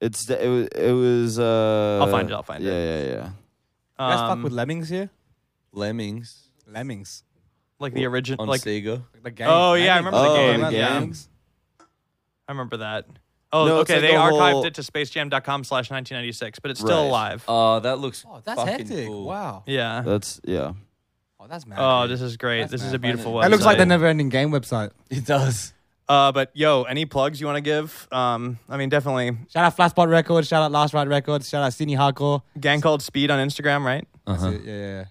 [SPEAKER 4] it's the- it was it was. Uh,
[SPEAKER 1] I'll find it, I'll find
[SPEAKER 4] yeah,
[SPEAKER 1] it.
[SPEAKER 4] Yeah, yeah,
[SPEAKER 3] You guys fuck
[SPEAKER 1] um,
[SPEAKER 3] with lemmings here.
[SPEAKER 2] Lemmings
[SPEAKER 3] Lemmings.
[SPEAKER 1] like the original,
[SPEAKER 2] on
[SPEAKER 1] like
[SPEAKER 2] Sega.
[SPEAKER 3] The game.
[SPEAKER 1] Oh, yeah, I remember
[SPEAKER 4] the Oh, game,
[SPEAKER 3] Remember
[SPEAKER 4] yeah.
[SPEAKER 3] Lemmings?
[SPEAKER 1] I remember that. Oh,
[SPEAKER 4] No, it's
[SPEAKER 1] okay.
[SPEAKER 4] like
[SPEAKER 1] they
[SPEAKER 4] a
[SPEAKER 1] archived
[SPEAKER 4] whole-
[SPEAKER 1] it to spacejam.com slash 1996, but it's still
[SPEAKER 4] Right.
[SPEAKER 1] alive.
[SPEAKER 2] Oh, that looks.
[SPEAKER 3] Oh, that's
[SPEAKER 2] fucking
[SPEAKER 3] hectic.
[SPEAKER 2] Cool.
[SPEAKER 3] Wow.
[SPEAKER 1] yeah.
[SPEAKER 4] That's yeah.
[SPEAKER 3] Oh, that's mad.
[SPEAKER 1] Oh, this is great. this is a beautiful website.
[SPEAKER 3] That looks like the never-ending game website.
[SPEAKER 2] It does.
[SPEAKER 1] Uh, but yo, any plugs you want to give? Um, I mean, definitely.
[SPEAKER 3] Shout out Flashbot Records. Shout out Last Ride Records. Shout out Sydney Hardcore.
[SPEAKER 1] Gang called Speed on Instagram, right?
[SPEAKER 3] That's it, Yeah, yeah, yeah.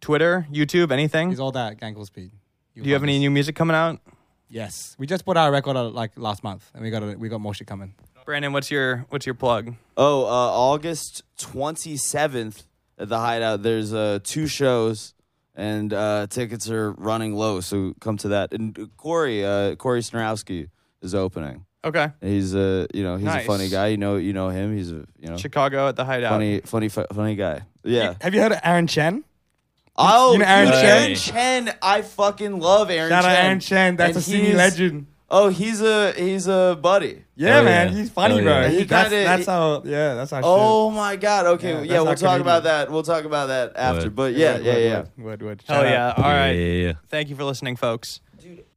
[SPEAKER 1] Twitter, YouTube, anything.
[SPEAKER 3] He's all that Gankle speed.
[SPEAKER 1] Do you have any new music coming out?
[SPEAKER 3] Yes, we just put out a record uh, like last month, and we got a, we got more shit coming.
[SPEAKER 1] Brandon, what's your what's your plug?
[SPEAKER 4] Oh, uh, August 27th at the Hideout, there's uh, two shows, and uh, tickets are running low, so come to that. And Corey, uh, Corey Snarowski is opening.
[SPEAKER 1] Okay,
[SPEAKER 4] He's a you know he's
[SPEAKER 1] Nice.
[SPEAKER 4] a funny guy. You know you know him. He's a you know
[SPEAKER 1] Chicago at the Hideout.
[SPEAKER 4] funny funny fu- funny guy. Yeah.
[SPEAKER 3] Have you heard of Aaron Chen?
[SPEAKER 4] Oh,
[SPEAKER 3] you know Aaron
[SPEAKER 4] dude,
[SPEAKER 3] Chen?
[SPEAKER 4] Aaron Chen. I fucking love Aaron
[SPEAKER 3] Shout
[SPEAKER 4] Chen.
[SPEAKER 3] out Aaron Chen. That's
[SPEAKER 4] And
[SPEAKER 3] a Sydney
[SPEAKER 4] he's-
[SPEAKER 3] legend.
[SPEAKER 4] Oh, he's a he's a buddy.
[SPEAKER 3] Yeah,
[SPEAKER 2] Hell
[SPEAKER 3] man,
[SPEAKER 2] yeah.
[SPEAKER 3] he's funny,
[SPEAKER 2] Hell
[SPEAKER 3] bro.
[SPEAKER 2] yeah.
[SPEAKER 3] He-
[SPEAKER 4] He
[SPEAKER 3] that's,
[SPEAKER 4] kinda-
[SPEAKER 3] that's how. Yeah, that's how.
[SPEAKER 4] Oh my God. Okay.
[SPEAKER 3] Yeah,
[SPEAKER 4] Yeah,
[SPEAKER 3] that's
[SPEAKER 4] we'll
[SPEAKER 3] our
[SPEAKER 4] talk about
[SPEAKER 3] comedian.
[SPEAKER 4] that. We'll talk about that after.
[SPEAKER 2] Word.
[SPEAKER 4] But
[SPEAKER 3] shit.
[SPEAKER 4] yeah, yeah, yeah.
[SPEAKER 3] Word, word.
[SPEAKER 1] Hell
[SPEAKER 3] Shout out.
[SPEAKER 1] yeah! All right.
[SPEAKER 2] Yeah.
[SPEAKER 1] Thank you for listening, folks.
[SPEAKER 4] Dude,